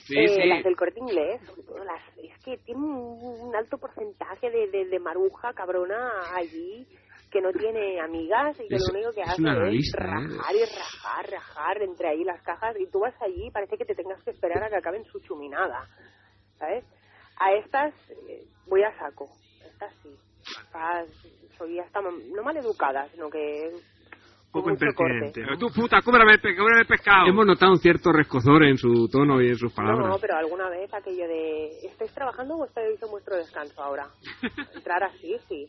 Sí, Eh, sí. Las del corte inglés, sobre todo las, es que tienen un, un alto porcentaje de, de, de maruja cabrona allí que no tiene amigas y que Es- lo único que es hace una es analista, ¿eh? rajar y rajar, rajar entre ahí las cajas y tú vas allí y parece que te tengas que esperar a que acaben su chuminada, ¿sabes? A estas eh, voy a saco, estas sí. Estas soy hasta mam- no mal educada, sino que Poco mucho impertinente. Pero tú, puta, cóbrame el, pe- cóbrame el pescado. Hemos notado un cierto rescozor en su tono y en sus palabras. No, pero alguna vez aquello de ¿estáis trabajando o estáis en vuestro descanso *laughs* ahora? Entrar así, sí.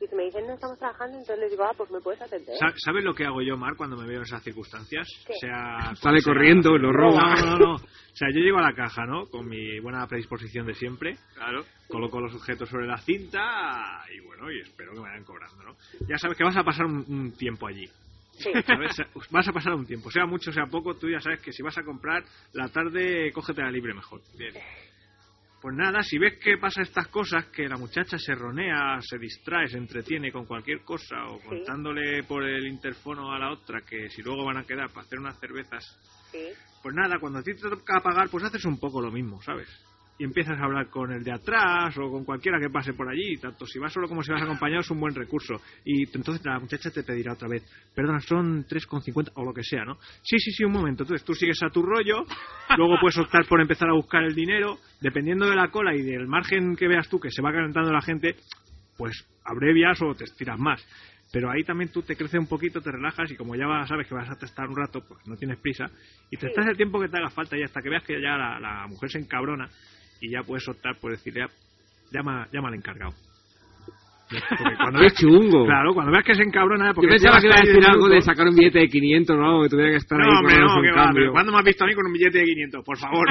Y si me dicen no estamos trabajando, entonces les digo, ah, pues me puedes atender. *laughs* Sa- ¿Sabes lo que hago yo, Mar, cuando me veo en esas circunstancias? ¿Qué? O sea, Sale o sea, corriendo, lo roba. No, no, no. O sea, yo llego a la caja, ¿no? Con mi buena predisposición de siempre. Claro. Coloco los objetos sobre la cinta y bueno, y espero que me vayan cobrando, ¿no? Ya sabes que vas a pasar un, un tiempo allí. Sí. ¿Sabes? pues Vas a pasar un tiempo, sea mucho, sea poco, tú ya sabes que si vas a comprar la tarde, cógete la libre mejor. Bien. Pues nada, si ves que pasa estas cosas, que la muchacha se ronea, se distrae, se entretiene con cualquier cosa o contándole por el interfono a la otra que si luego van a quedar para hacer unas cervezas, Sí. pues nada, cuando a ti te toca pagar, pues haces un poco lo mismo, ¿sabes? Y empiezas a hablar con el de atrás o con cualquiera que pase por allí, tanto si vas solo como si vas acompañado es un buen recurso. Y t- entonces la muchacha te pedirá otra vez, perdona, son 3,50 o lo que sea, ¿no? Sí, sí, sí, un momento. Entonces tú sigues a tu rollo, luego puedes optar por empezar a buscar el dinero, dependiendo de la cola y del margen que veas tú que se va calentando la gente, pues abrevias o te estiras más. Pero ahí también tú te creces un poquito, te relajas y como ya vas- sabes que vas a testar un rato, pues no tienes prisa y te estás el tiempo que te haga falta y hasta que veas que ya la, la mujer se encabrona y ya puedes optar por decirle, "Ah, llama, llama al encargado. Porque cuando ¡Qué veas- chungo! *laughs* Claro, cuando veas que se encabrona... Yo Porque pensaba llevas que iba a ahí decir diez algo de minutos. sacar un billete de 500 o algo, que tuviera que estar ahí No, hombre, cobrando no, un que va, cambio. pero ¿cuándo me has visto a mí con un billete de 500? Por *laughs* favor.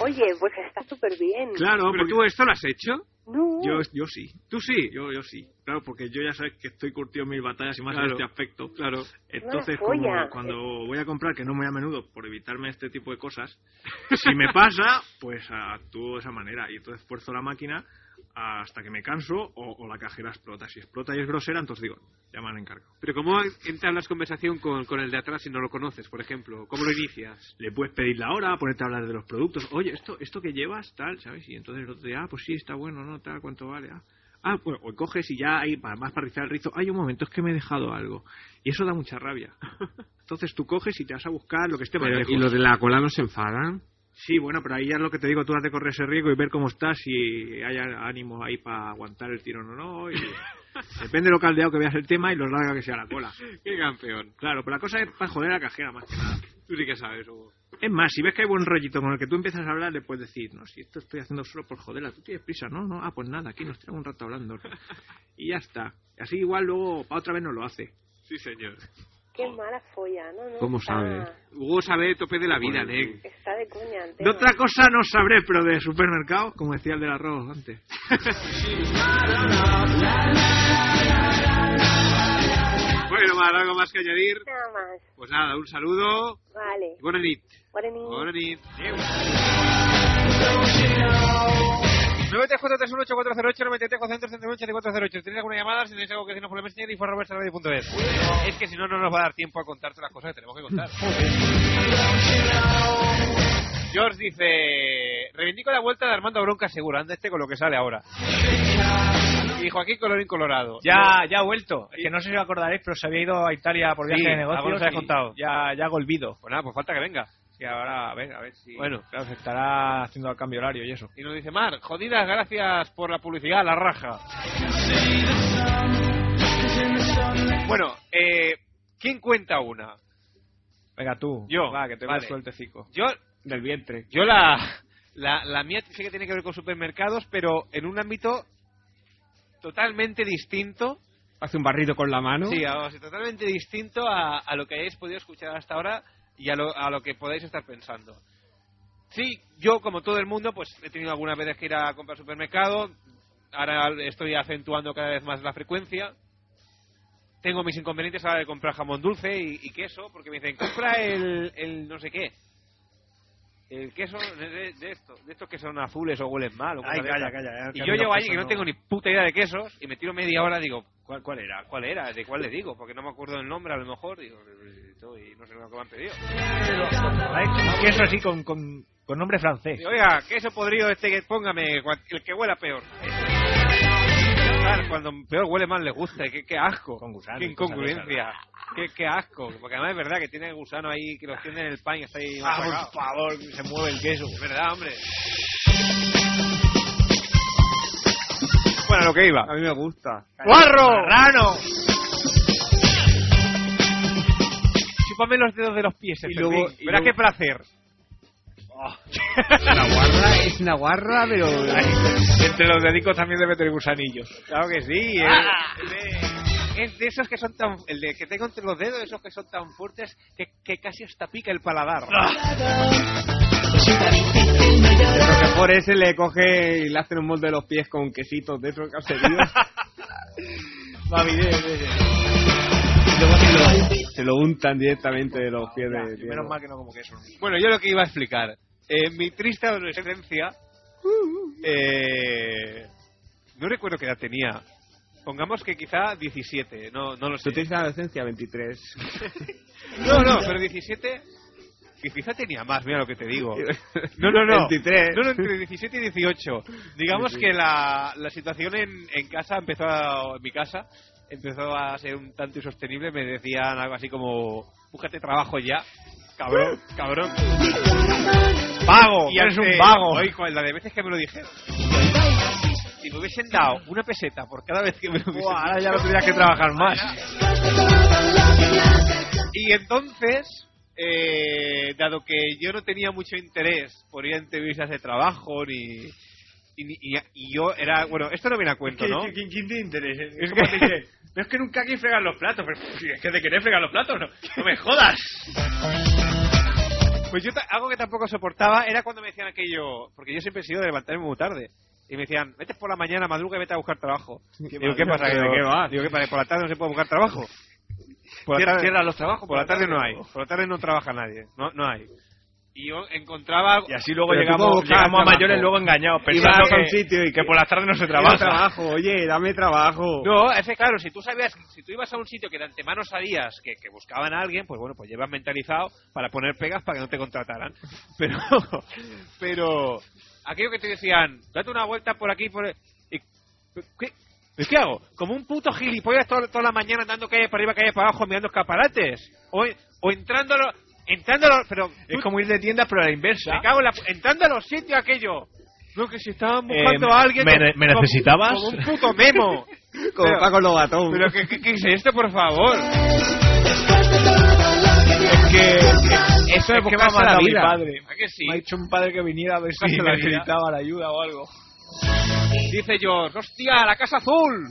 Oye, pues está súper bien. claro, pero tú esto lo has hecho. No. Yo, yo sí. Tú sí, yo, yo sí. Claro, porque yo ya sabes que estoy curtido en mis batallas y más en Claro. este aspecto. Claro. Entonces, Una joya. como cuando voy a comprar, que no muy a menudo, por evitarme este tipo de *laughs* cosas, si me pasa, pues actúo de esa manera. Y entonces esfuerzo la máquina hasta que me canso o, o la cajera explota. Si explota y es grosera, entonces digo, ya me han encargado. Pero ¿cómo entablas conversación con, con el de atrás si no lo conoces, por ejemplo? ¿Cómo lo inicias? Le puedes pedir la hora, ponerte a hablar de los productos. Oye, esto esto que llevas, tal, ¿sabes? Y entonces el otro te dice, ah, pues sí, está bueno, ¿no? Tal, ¿cuánto vale? Ah, Ah, bueno, o coges y ya hay más para rizar el rizo. Hay un momento, es que me he dejado algo. Y eso da mucha rabia. *laughs* Entonces tú coges y te vas a buscar lo que esté más Pero, lejos. ¿Y los de la cola no se enfadan? Sí, bueno, pero ahí ya es lo que te digo, tú has de correr ese riesgo y ver cómo estás, si hay ánimo ahí para aguantar el tirón *laughs* o no. y- Depende de lo caldeado que veas el tema y lo larga que sea la cola. ¡Qué campeón! Claro, pero la cosa es para joder a la cajera más que nada. Tú sí que sabes, Hugo. Es más, si ves que hay buen rollito con el que tú empiezas a hablar, le puedes decir, no, si esto estoy haciendo solo por joderla, tú tienes prisa, no, no, ah, pues nada, aquí nos tenemos un rato hablando. Y ya está. Así igual luego pa' otra vez no lo hace. Sí, señor. Qué mala folla, ¿no? no ¿Cómo está- sabe? Hugo sabe de tope de la vida, Nen. Está de cuña De entero. otra cosa no sabré, pero de supermercado, como decía el del arroz antes. *laughs* bueno, Mar, ¿algo más que añadir? Nada más. Pues nada, un saludo. Vale. y Buena nit. Buena nit. Buena nit. 93-431-8408-93-431-8408. Si tenéis alguna llamada, si tenéis algo que decirnos por el messenger, info arroba extraradio.es. Es que si no, no nos va a dar tiempo a contarte las cosas que tenemos que *laughs* contar. George dice... Reivindico la vuelta de Armando Bronca Segura. Anda este con lo que sale ahora. Y Joaquín Colorín Colorado. Ya, ya ha vuelto. Es que no sé si os acordaréis, pero se había ido a Italia por viaje Sí, de algo negocios. nos habéis contado. Ya, ya golvido. Pues nada, pues falta que venga. Sí, ahora a ver, a ver si. Bueno. claro, se estará haciendo el cambio horario y eso. Y nos dice Mar, jodidas, gracias por la publicidad, la raja. Bueno, eh, ¿quién cuenta una? Venga tú. Yo. Va, que te Vale. vale. sueltecico. Yo, Del vientre. yo la, la, la mía sé que tiene que ver con supermercados, pero en un ámbito totalmente distinto. Hace un barrido con la mano. Sí, vamos, totalmente distinto a, a lo que hayáis podido escuchar hasta ahora y a lo, a lo que podáis estar pensando. Sí, yo como todo el mundo, pues he tenido algunas veces que ir a comprar al supermercado. Ahora estoy acentuando cada vez más la frecuencia. Tengo mis inconvenientes a la hora de comprar jamón dulce y, y queso, porque me dicen, compra el, el no sé qué. El queso de, de- de esto, de estos que son azules o huelen mal. o Ay, cosas de calla, estas. calla, ya, Y yo que a mí llego las allí que cosas no no- tengo ni puta idea de quesos y me tiro media hora digo, ¿cuál, cuál era? ¿Cuál era? ¿De cuál le digo? Porque no me acuerdo del nombre a lo mejor. Digo, y no sé lo que me han pedido. Que eso sí, con, con, con nombre francés. Digo, oiga, queso podrido este que póngame, cua- el que huela peor. Claro, Cuando peor huele más le gusta, qué, qué asco. qué y cosas de incongruencia. Qué, qué asco. Porque además es verdad que tiene gusano ahí que lo tiende en el pan y está ahí. Ah, por favor, se mueve el queso. Es verdad, hombre. Bueno, lo que iba. A mí me gusta. ¡Guarro! ¡Rano! Chúpame los dedos de los pies, Y y luego- y Verás luego- qué placer. La guarra es una guarra, pero. *laughs* Entre los dedicos también debe tener gusanillos. Claro que sí. eh. Es de esos que son tan. El de que tengo entre los dedos, esos que son tan fuertes que, que casi hasta pica el paladar. Pero que por ese le coge y le hacen un molde de los pies con quesitos de esos que ha *laughs* servido. Se lo untan directamente de los pies de Diego. Menos mal que no como queso. Bueno, yo lo que iba a explicar. Eh, mi triste adolescencia. eh, no recuerdo qué edad tenía. Pongamos que quizá 17, no, no lo sé. Tú tienes la adolescencia 23. No, no, pero 17. que Quizá tenía más, mira lo que te *laughs* digo. No, no, no. 23. No, no, entre 17 y 18. Digamos Sí, sí. que la, la situación en, en casa empezó a- en mi casa empezó a ser un tanto insostenible. Me decían algo así como: búscate trabajo ya, cabrón, cabrón. Vago, eres un vago. Oigo, la de veces que me lo dijeron. Si me hubiesen dado una peseta por cada vez que me lo hubiesen Buah, ahora ya dicho, no tendrías que trabajar más. y entonces, eh, dado que yo no tenía mucho interés por ir a entrevistas de trabajo ni. Y, ni- y- y yo era, bueno, esto no viene a cuento, ¿no? ¿Quién, quién te interesa? Es Es que- que... no es que nunca aquí fregan los platos, pero si es que te querés fregar los platos, no, no me jodas. Pues yo ta- algo que tampoco soportaba era cuando me decían aquello, porque yo siempre he sido de levantarme muy tarde. Y me decían, vete por la mañana, madruga y vete a buscar trabajo. digo, ¿qué pasa? ¿Pero Digo, *laughs* qué va? Digo, ¿qué pasa? ¿Por la tarde no se puede buscar trabajo? Por la Cierra- tarde- cierra los trabajos Por, la tarde, no hay. Por la tarde no trabaja nadie. No, no hay. Y yo encontraba... Y así luego Pero tú llegamos, puedes buscar llegamos a trabajo. mayores luego engañados, Y pensando vas a que, un sitio que por las tardes no se trabaja. Dame trabajo, oye, dame trabajo. No, es que, claro, si tú sabías, si tú ibas a un sitio que de antemano sabías que, que buscaban a alguien, pues bueno, pues llevas mentalizado para poner pegas para que no te contrataran. *laughs* Pero, pero, aquello que te decían, date una vuelta por aquí, por. y- ¿Qué? ¿Y ¿Qué hago? Como un puto gilipollas toda, toda la mañana andando calle para arriba, calle para abajo, mirando escaparates. O, o entrando a los- Entrando a los- pero Es como ir de tiendas, pero a la inversa. me cago en la pu- entrando a los sitios aquello. No, que si estaban Eh, buscando a alguien. ¿me como- ne- me necesitabas? Como, un puto memo. Como Pero- Paco Lobatón. Pero, ¿qué, qué, qué es esto, por favor? Es que eso es es que que me ha va a mandado mi mi padre. padre. ¿A que sí? Me ha dicho un padre que viniera a ver si Sí, me me dirá. necesitaba la ayuda o algo. Dice George, hostia, la Casa Azul.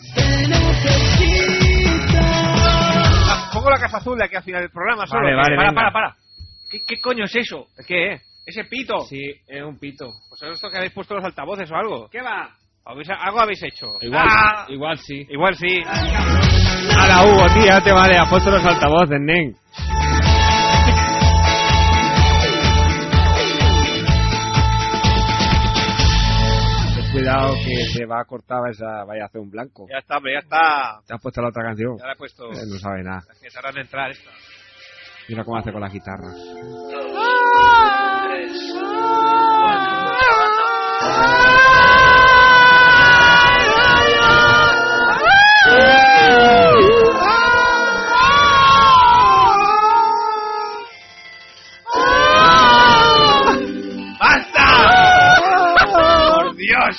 Pongo la caja azul de aquí al final del programa. Solo. Vale, vale, para, venga. para, para. ¿Qué, qué coño es eso? ¿Qué? Ese pito. Sí, es un pito. ¿Vosotros esto que habéis puesto los altavoces o algo? ¿Qué va? ¿Habéis- ¿Algo habéis hecho? Igual, ¡Ah! igual sí. Igual sí. Hala, Hugo, tío, ya te vale. Ha puesto los altavoces, nen. Ten Cuidado que se va a cortar esa... Vaya a hacer un blanco. Ya está, hombre, ya está. Te has puesto la otra canción. Ya la he puesto. Eh, no sabe nada. Que se harán entrar esta. Mira cómo hace con las guitarras. ¡Basta! ¡Por Dios!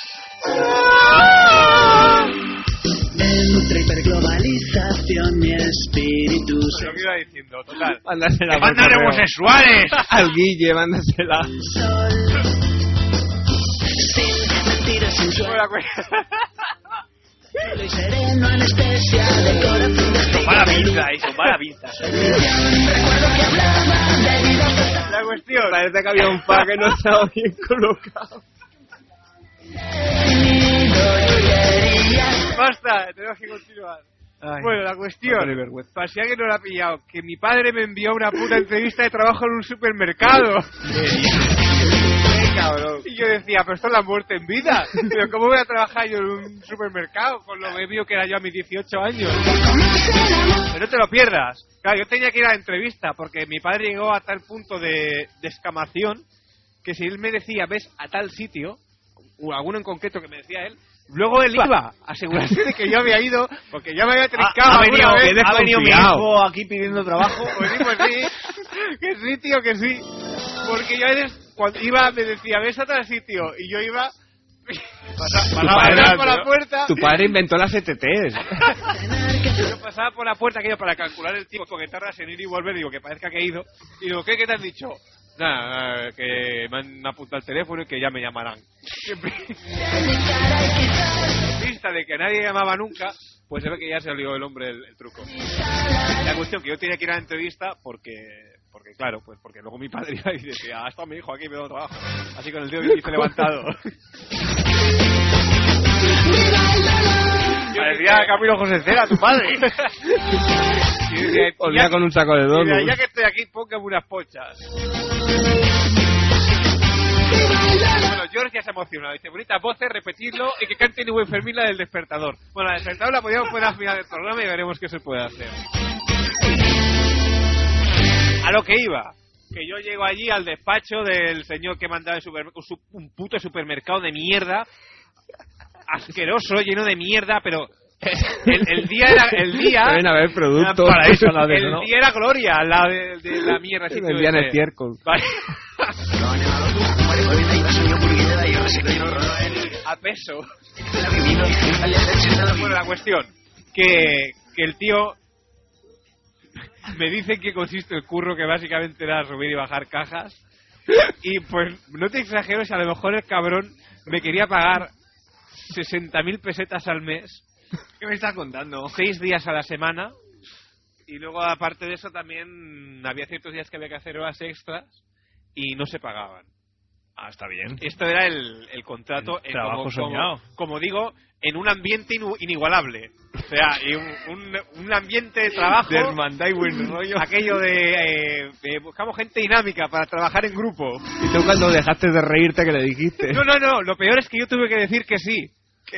Me nutre hiperglobalización, mi espíritu Lo que iba diciendo, total. Mándasela. ¡Que por mandan correo. homosexuales! *laughs* Al Guille, mándasela. Soy sereno anestesia de corazón de Mala pinta, eso, mala pinta. La cuestión. Parece que había un pa que no estaba bien colocado. Basta, tenemos que continuar. Bueno, la no tenés cuestión, vergüenza. para si alguien no lo ha pillado, que mi padre me envió una puta entrevista de trabajo en un supermercado. Y yo decía, pero esto es la muerte en vida. Pero ¿cómo voy a trabajar yo en un supermercado con lo bebido que era yo a mis 18 años? Pero no te lo pierdas. Claro, yo tenía que ir a la entrevista porque mi padre llegó a tal punto de, de escamación que si él me decía, ves a tal sitio, o alguno en concreto que me decía él, luego él iba a asegurarse de que yo había ido porque ya me había trincado ha venido- alguna vez. que ha venido mi Desconfiado. hijo aquí pidiendo trabajo. Pues sí, pues *laughs* sí. Que sí, tío, que sí. Porque yo a veces cuando iba me decía, ves a tal sitio. Y yo *laughs* iba... pasa- Pasaba atrás por la puerta. Tu padre inventó las *laughs* ETTs. Yo pasaba por la puerta aquello para calcular el tiempo que tardas en ir y volver. Digo, que parezca que he ido. Y digo, ¿qué, qué te han dicho? Nada, nada, que me han apuntado el teléfono y que ya me llamarán. Siempre. Vista de que nadie llamaba nunca, pues se ve que ya se olió el hombre el, el truco. La cuestión que yo tenía que ir a la entrevista porque, porque claro, pues porque luego mi padre *laughs* iba y decía, hasta mi hijo aquí me da trabajo. Así con el dedo índice levantado. Parecía Camilo José Cera, tu *laughs* padre. Y decía, Olía con un saco de Mira, donuts. ya que estoy aquí, póngame unas pochas. Bueno, George ya se ha emocionado. Dice, bonitas voces, repetirlo y que cante New Fermín la del despertador. Bueno, la del despertador la podíamos poner al final del programa y veremos qué se puede hacer. A lo que iba. Que yo llego allí al despacho del señor que mandaba el supermer- un su- un puto supermercado de mierda. Asqueroso, lleno de mierda, pero... El, el día era el día Deben haber productos. para eso, *laughs* la de, el ¿no? día era gloria, la de, de la mierda. sitio Vendían ese. estiércol. Vale. A peso. Bueno, la cuestión. Que, que el tío me dice que consiste el curro, que básicamente era subir y bajar cajas. Y pues, no te exagero si a lo mejor el cabrón me quería pagar 60.000 pesetas al mes. ¿Qué me estás contando? Seis días a la semana. Y luego, aparte de eso, también había ciertos días que había que hacer horas extras y no se pagaban. Ah, está bien. Esto era el, el contrato. El eh, trabajo como, soñado. Como, como digo, en un ambiente inu- inigualable. O sea, y un, un- un ambiente de trabajo. mm, De hermandad y buen rollo. Aquello de, eh, de buscamos gente dinámica para trabajar en grupo. Y tú cuando dejaste de reírte que le dijiste. No, no, no. Lo peor es que yo tuve que decir que sí.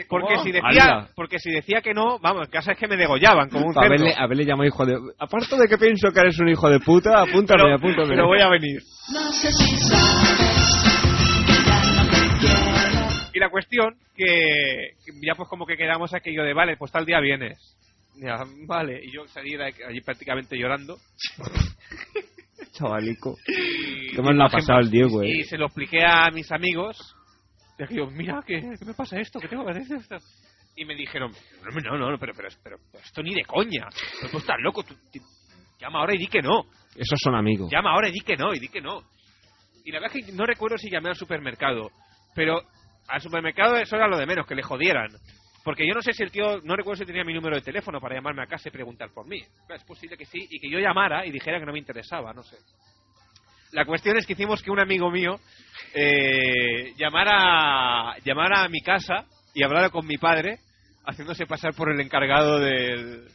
Porque ¿Cómo? si, decía, Hala. porque si decía que no, vamos, en casa es que me degollaban como un A verle, cerdo. a verle llamó hijo de... Aparte de que pienso que eres un hijo de puta, apúntame, Pero- apúntame. pero voy a venir. Y la cuestión que, que ya pues como que quedamos aquello de vale, pues tal día vienes. Ya, vale, y yo salí de allí prácticamente llorando. Chavalico. Y- ¿Cómo la ha pasado el Diego, Y eh? se lo expliqué a mis amigos. Y aquello, mira, ¿qué, qué me pasa esto? ¿Qué tengo que hacer esto? Y me dijeron, no, hombre, no, no, pero, pero, pero esto ni de coña. Pero tú estás loco, tú- tú- llama ahora y di que no. Esos son amigos. Llama ahora y di que no, y di que no. Y la verdad es que no recuerdo si llamé al supermercado, pero al supermercado eso era lo de menos, que le jodieran. Porque yo no sé si el tío, no recuerdo si tenía mi número de teléfono para llamarme a casa y preguntar por mí. Es posible que sí, y que yo llamara y dijera que no me interesaba, no sé. La cuestión es que hicimos que un amigo mío eh, llamara, llamara a mi casa y hablara con mi padre, haciéndose pasar por el encargado del,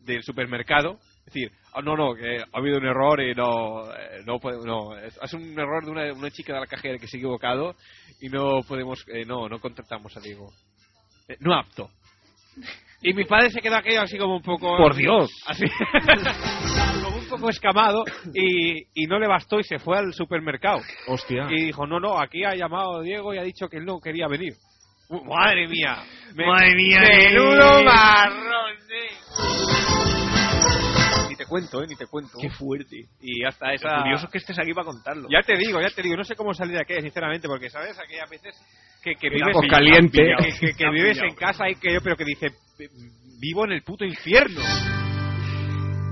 del supermercado. Es decir, "Ah, no, no, que ha habido un error y no, eh, no, puede- no, es, es un error de una, una chica de la cajera que se ha equivocado y no podemos, eh, no, no contratamos a Diego. Eh, no apto. Y mi padre se quedó aquello así como un poco... Por Dios. Así. *laughs* como un poco escamado y, y no le bastó y se fue al supermercado. Hostia. Y dijo, no, no, aquí ha llamado Diego y ha dicho que él no quería venir. Uh, Madre mía. Me- Madre mía, Menudo eh. marrón, sí. Ni te cuento, eh, ni te cuento. Qué fuerte. Y hasta esa... Lo curioso es que estés aquí para contarlo. Ya te digo, ya te digo, no sé cómo salir de aquella, sinceramente, porque sabes, aquellas veces que, que Que vives, la han caliente. pillado. que, *laughs* que- que La han vives pillado. en casa y que yo, pero que dice, vivo en el puto infierno. Pues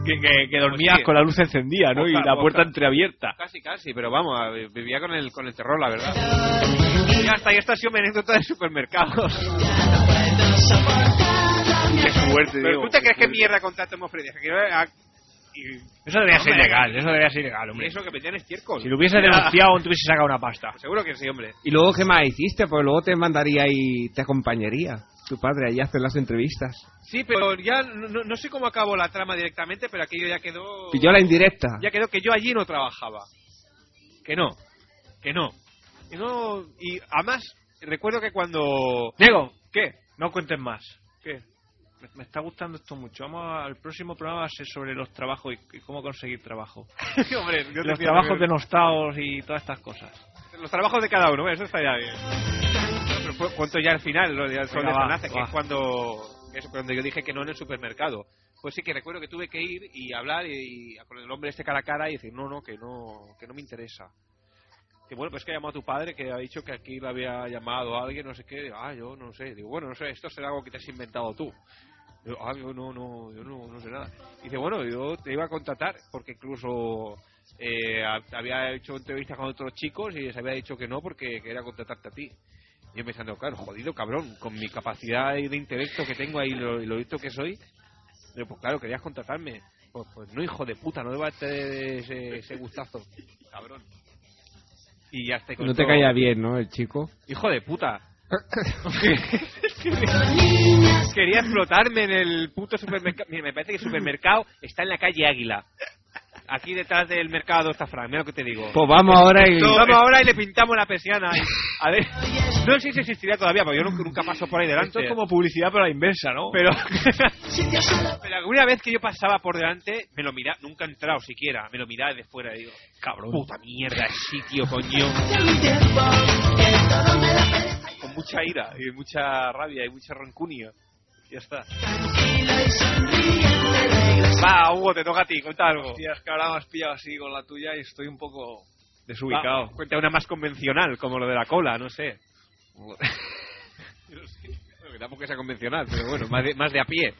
Que, que, que Dormías con la luz encendida, ¿no? Y Boca, la boca. puerta entreabierta. Casi, casi, pero vamos, a- vivía con el, con el terror, la verdad. Y ya está, y esto ha sido mi anécdota de supermercados. Qué fuerte, Pero Diego. tú te crees que mierda contaste hemos ofrecido. Que yo, ah, y- Eso debería Hombre, ser legal, eso debería ser legal, hombre. Eso que metían estiércol. Si lo hubiese denunciado, no te hubiese sacado una pasta. Seguro que sí, hombre. ¿Y luego qué más hiciste? Pues luego te mandaría y te acompañaría. Tu padre allí hace las entrevistas. Sí, pero ya no, no- no sé cómo acabó la trama directamente, pero aquello ya quedó. Pilló la indirecta. Ya quedó que yo allí no trabajaba. Que no. Que no. Que no. Y además, recuerdo que cuando. Diego. ¿Qué? No cuentes más. ¿Qué? Me, me está gustando esto mucho. Vamos al próximo programa a ser sobre los trabajos y, y cómo conseguir trabajo. Hombre, yo te los pido trabajos que- denostados y todas estas cosas. Los trabajos de cada uno, eso está ya bien. No, pero cu- cuento ya al final, lo de al sol Venga, de va, Zanaza, que va. es cuando, que es cuando yo dije que no en el supermercado. Pues sí que recuerdo que tuve que ir y hablar y, y con el hombre este cara a cara y decir, no, no, que no, que no me interesa. Que bueno, pues que ha llamado a tu padre que ha dicho que aquí le había llamado a alguien, no sé qué. Digo, ah, yo no sé. Digo, bueno, no sé, esto será algo que te has inventado tú. Digo, ah, yo no, no, yo no, no sé nada. Y dice, bueno, yo te iba a contratar porque incluso eh, ha- había hecho entrevistas con otros chicos y les había dicho que no porque quería contratarte a ti. Y yo pensando, claro, jodido cabrón, con mi capacidad y de intelecto que tengo ahí y lo, y lo listo que soy, digo, pues claro, querías contratarme. Pues, pues no, hijo de puta, no debas ese, ese gustazo, cabrón. Y ya está. y con No te esto- caía bien, ¿no? El chico. Hijo de puta. *laughs* Quería explotarme en el puto supermercado. Mira, me parece que el supermercado está en la calle Águila. Aquí detrás del mercado está Fran, mira lo que te digo. Pues vamos ahora y- No, vamos ahora y le pintamos la persiana. A ver, no sé si existirá todavía, porque yo nunca, nunca paso por ahí delante. Esto es como publicidad, pero a la inversa, ¿no? *laughs* Pero, pero alguna vez que yo pasaba por delante, me lo miraba, nunca he entrado siquiera, me lo miraba de fuera y digo, cabrón, puta mierda, el sitio, coño. Con mucha ira, y mucha rabia, y mucha rancunia. Ya está. Va, Hugo, te toca a ti, cuenta algo. Hostia, es que ahora me has pillado así con la tuya y estoy un poco... Desubicado. Ah, cuenta una más convencional, como lo de la cola, *laughs* no sé. Bueno, que tampoco sea convencional, pero bueno, más de, más de a pie.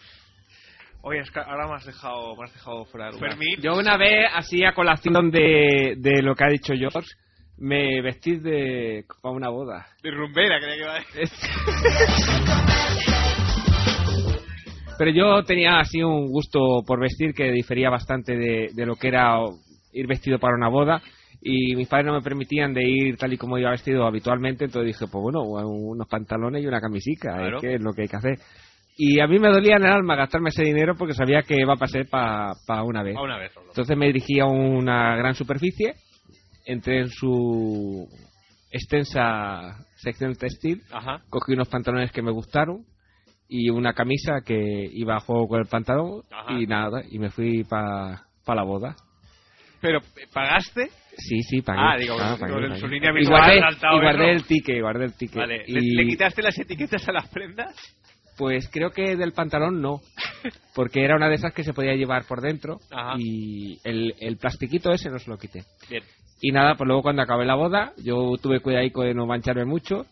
Oye, es que ahora me has dejado, me has dejado fuera de lugar. Yo una vez hacía colación de, de lo que ha dicho George. Me vestí de para una boda. De rumbera, creía que iba a decir. Pero yo tenía así un gusto por vestir que difería bastante de, de lo que era ir vestido para una boda. Y mis padres no me permitían de ir tal y como iba vestido habitualmente. Entonces dije, pues bueno, unos pantalones y una camisica. Claro. Es que es lo que hay que hacer. Y a mí me dolía en el alma gastarme ese dinero porque sabía que iba a pasar para una vez. Va una vez solo. Entonces me dirigí a una gran superficie, entré en su extensa sección textil, Ajá. cogí unos pantalones que me gustaron y una camisa que iba a juego con el pantalón Ajá. y nada, y me fui para la boda. Pero, eh, ¿pagaste? Sí, sí, pagué. Ah, digo, Ah, con pagué, el- pagué. su línea y habitual, guardé, saltado y guardé eso. el ticket, guardé el ticket. Vale, ¿le- Y, ¿Le, quitaste las etiquetas a las prendas? Pues creo que del pantalón no, porque era una de esas que se podía llevar por dentro Ajá. y el, el plastiquito ese no se lo quité. Bien. Y nada, pues luego cuando acabé la boda, yo tuve cuidado de no mancharme mucho.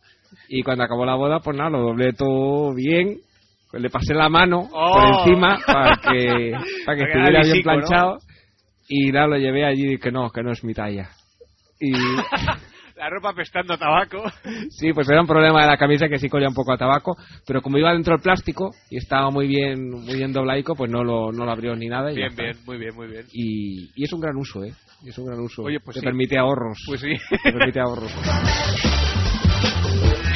Y cuando acabó la boda, pues nada, lo doblé todo bien. pues le pasé la mano ¡Oh! por encima para que, para que Para que quedara estuviera bien lisico, ¿no? planchado. Y nada, lo llevé allí y dije que no, que no es mi talla. Y La ropa pestando a tabaco. Sí, pues era un problema de la camisa que sí colía un poco a tabaco, pero como iba dentro el plástico y estaba muy bien muy bien doblaico, pues no lo, no lo abrió ni nada. y ya Bien, está. bien, muy bien, muy bien. Y, y es un gran uso, ¿eh? Es un gran uso. Oye, pues Te sí. permite ahorros. Pues *laughs* sí. *laughs* Te permite ahorros.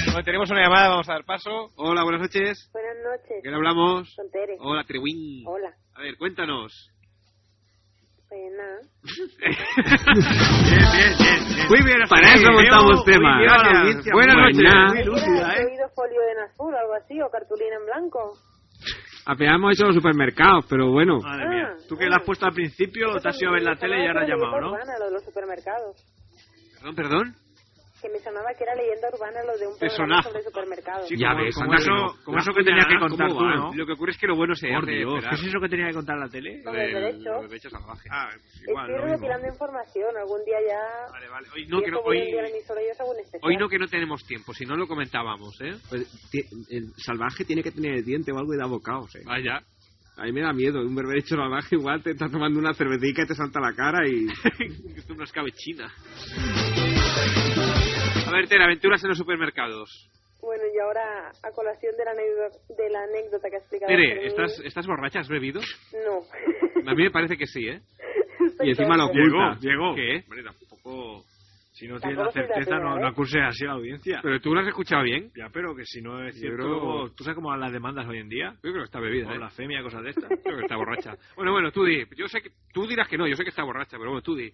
Bueno, tenemos una llamada, vamos a dar paso. Hola, buenas noches. Buenas noches. ¿Qué le hablamos? Con Tere. Hola, Trewin. Hola. A ver, cuéntanos. Pues *laughs* nada. Muy bien, Para eso montamos temas. Buenas Buena. noches. ¿Has oído folio en azul o algo así? ¿O cartulina en blanco? Apeamos eso en los supermercados, pero bueno. Ah, Madre Ah, mía. Tú que la has puesto al principio, te has ido a ver la tele y ahora has llamado, ¿no? Urbana, lo de los supermercados. Perdón, perdón. Que me sonaba que era leyenda urbana lo de un Te programa sonaba. sobre supermercados. ya ves, como anda eso- que no. como La eso que tenías que puñalada, contar ¿cómo tú, va? ¿no? Lo que ocurre es que lo bueno se Por hace Dios, esperar. ¿qué es eso que tenía que contar la tele? Lo del derecho. Los derechos Ah, salvajes. Estoy recopilando información. Algún día ya... Vale, vale. Hoy no, que no- hoy- Hoy Hoy no que no tenemos tiempo, si no lo comentábamos, ¿eh? el salvaje tiene que tener el diente o algo y da bocaos, ¿eh? Vaya. A mí me da miedo, un berberecho salvaje igual te estás tomando una cervecita y te salta la cara *laughs* y... Es una escabechina. A ver, Tera, aventuras en los supermercados. Bueno, y ahora a colación de la anécdota, de la anécdota que ha explicado... Tere, Fermín- ¿estás, ¿estás borracha? ¿Has bebido? No. A mí me parece que sí, ¿eh? *laughs* Estoy Y encima la todo bien. oculta. Llegó. ¿Qué? Hombre, tampoco... Si no Tampoco tienes la soy la certeza, primera no, vez. no acuses así a la audiencia. Pero tú lo has escuchado bien. Ya, pero que si no es Yo cierto... creo- ¿Tú sabes cómo van las demandas hoy en día? Yo creo que está bebida, Por ¿eh? la femia, cosas de estas. Creo que está borracha. Bueno, bueno, tú di. Yo sé que tú dirás que no, yo sé que está borracha, pero bueno, tú di.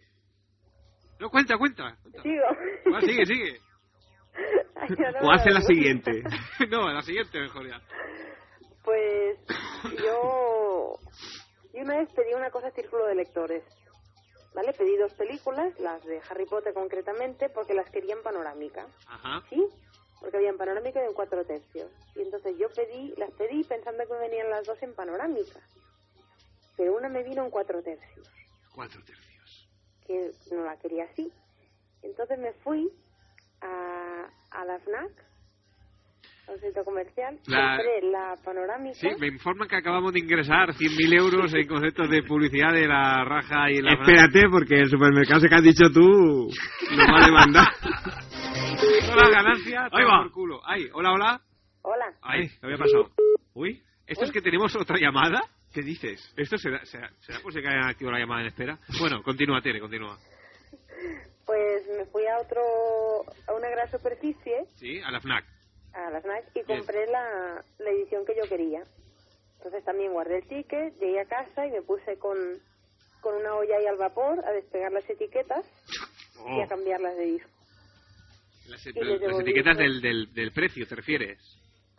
No, cuenta, cuenta. Sigo. Va, sigue, sigue. *laughs* Ay, ahora O hace me la avergüenza. siguiente. *laughs* no, la siguiente mejor ya. *laughs* Pues yo, yo una vez pedí una cosa a círculo de lectores. ¿Vale? Pedí dos películas, las de Harry Potter concretamente, porque las quería en panorámica. Ajá. ¿Sí? Porque había en panorámica y en cuatro tercios. Y entonces yo pedí, las pedí pensando que me venían las dos en panorámica. Pero una me vino en cuatro tercios, Cuatro tercios. que no la quería así. Entonces me fui a, a la FNAC, al centro comercial, La- compré la panorámica. Sí, me informan que acabamos de ingresar 100.000 euros en conceptos de publicidad de la raja y la... Espérate, porque el supermercado que has dicho tú Nos va a demandar. Toda la ganancia, Ahí va. por culo. Ay, hola, hola. Hola. Ay, lo había pasado. Uy, ¿esto es que tenemos otra llamada? ¿Qué dices? ¿Esto será, será, será posible que hayan activado la llamada en espera? Bueno, continúa, Tere, continúa. Pues me fui a otro, a una gran superficie, Sí, a la FNAC. a las Nike, y compré la, la edición que yo quería. Entonces también guardé el ticket, llegué a casa y me puse con, con una olla ahí al vapor a despegar las etiquetas y a cambiarlas de disco. Oh. Las, Y les las devolví etiquetas dinero. del, del, del precio, ¿te refieres?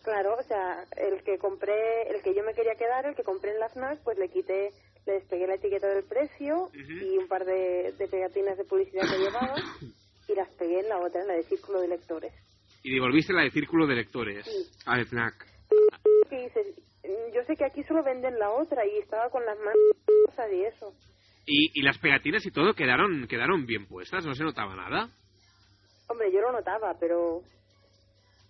Claro, o sea, el que compré, el que yo me quería quedar, el que compré en las Nike, pues le quité, le despegué la etiqueta del precio y un par de, de pegatinas de publicidad que llevaba y las pegué en la otra, en la de círculo de lectores. *coughs* Y devolviste la de círculo de lectores. Sí. A la FNAC. que dices, "Mm, yo sé que aquí solo venden la otra y estaba con las manos cosas y eso. Y, y las pegatinas y todo quedaron quedaron bien puestas, no se notaba nada. Hombre, yo lo notaba, pero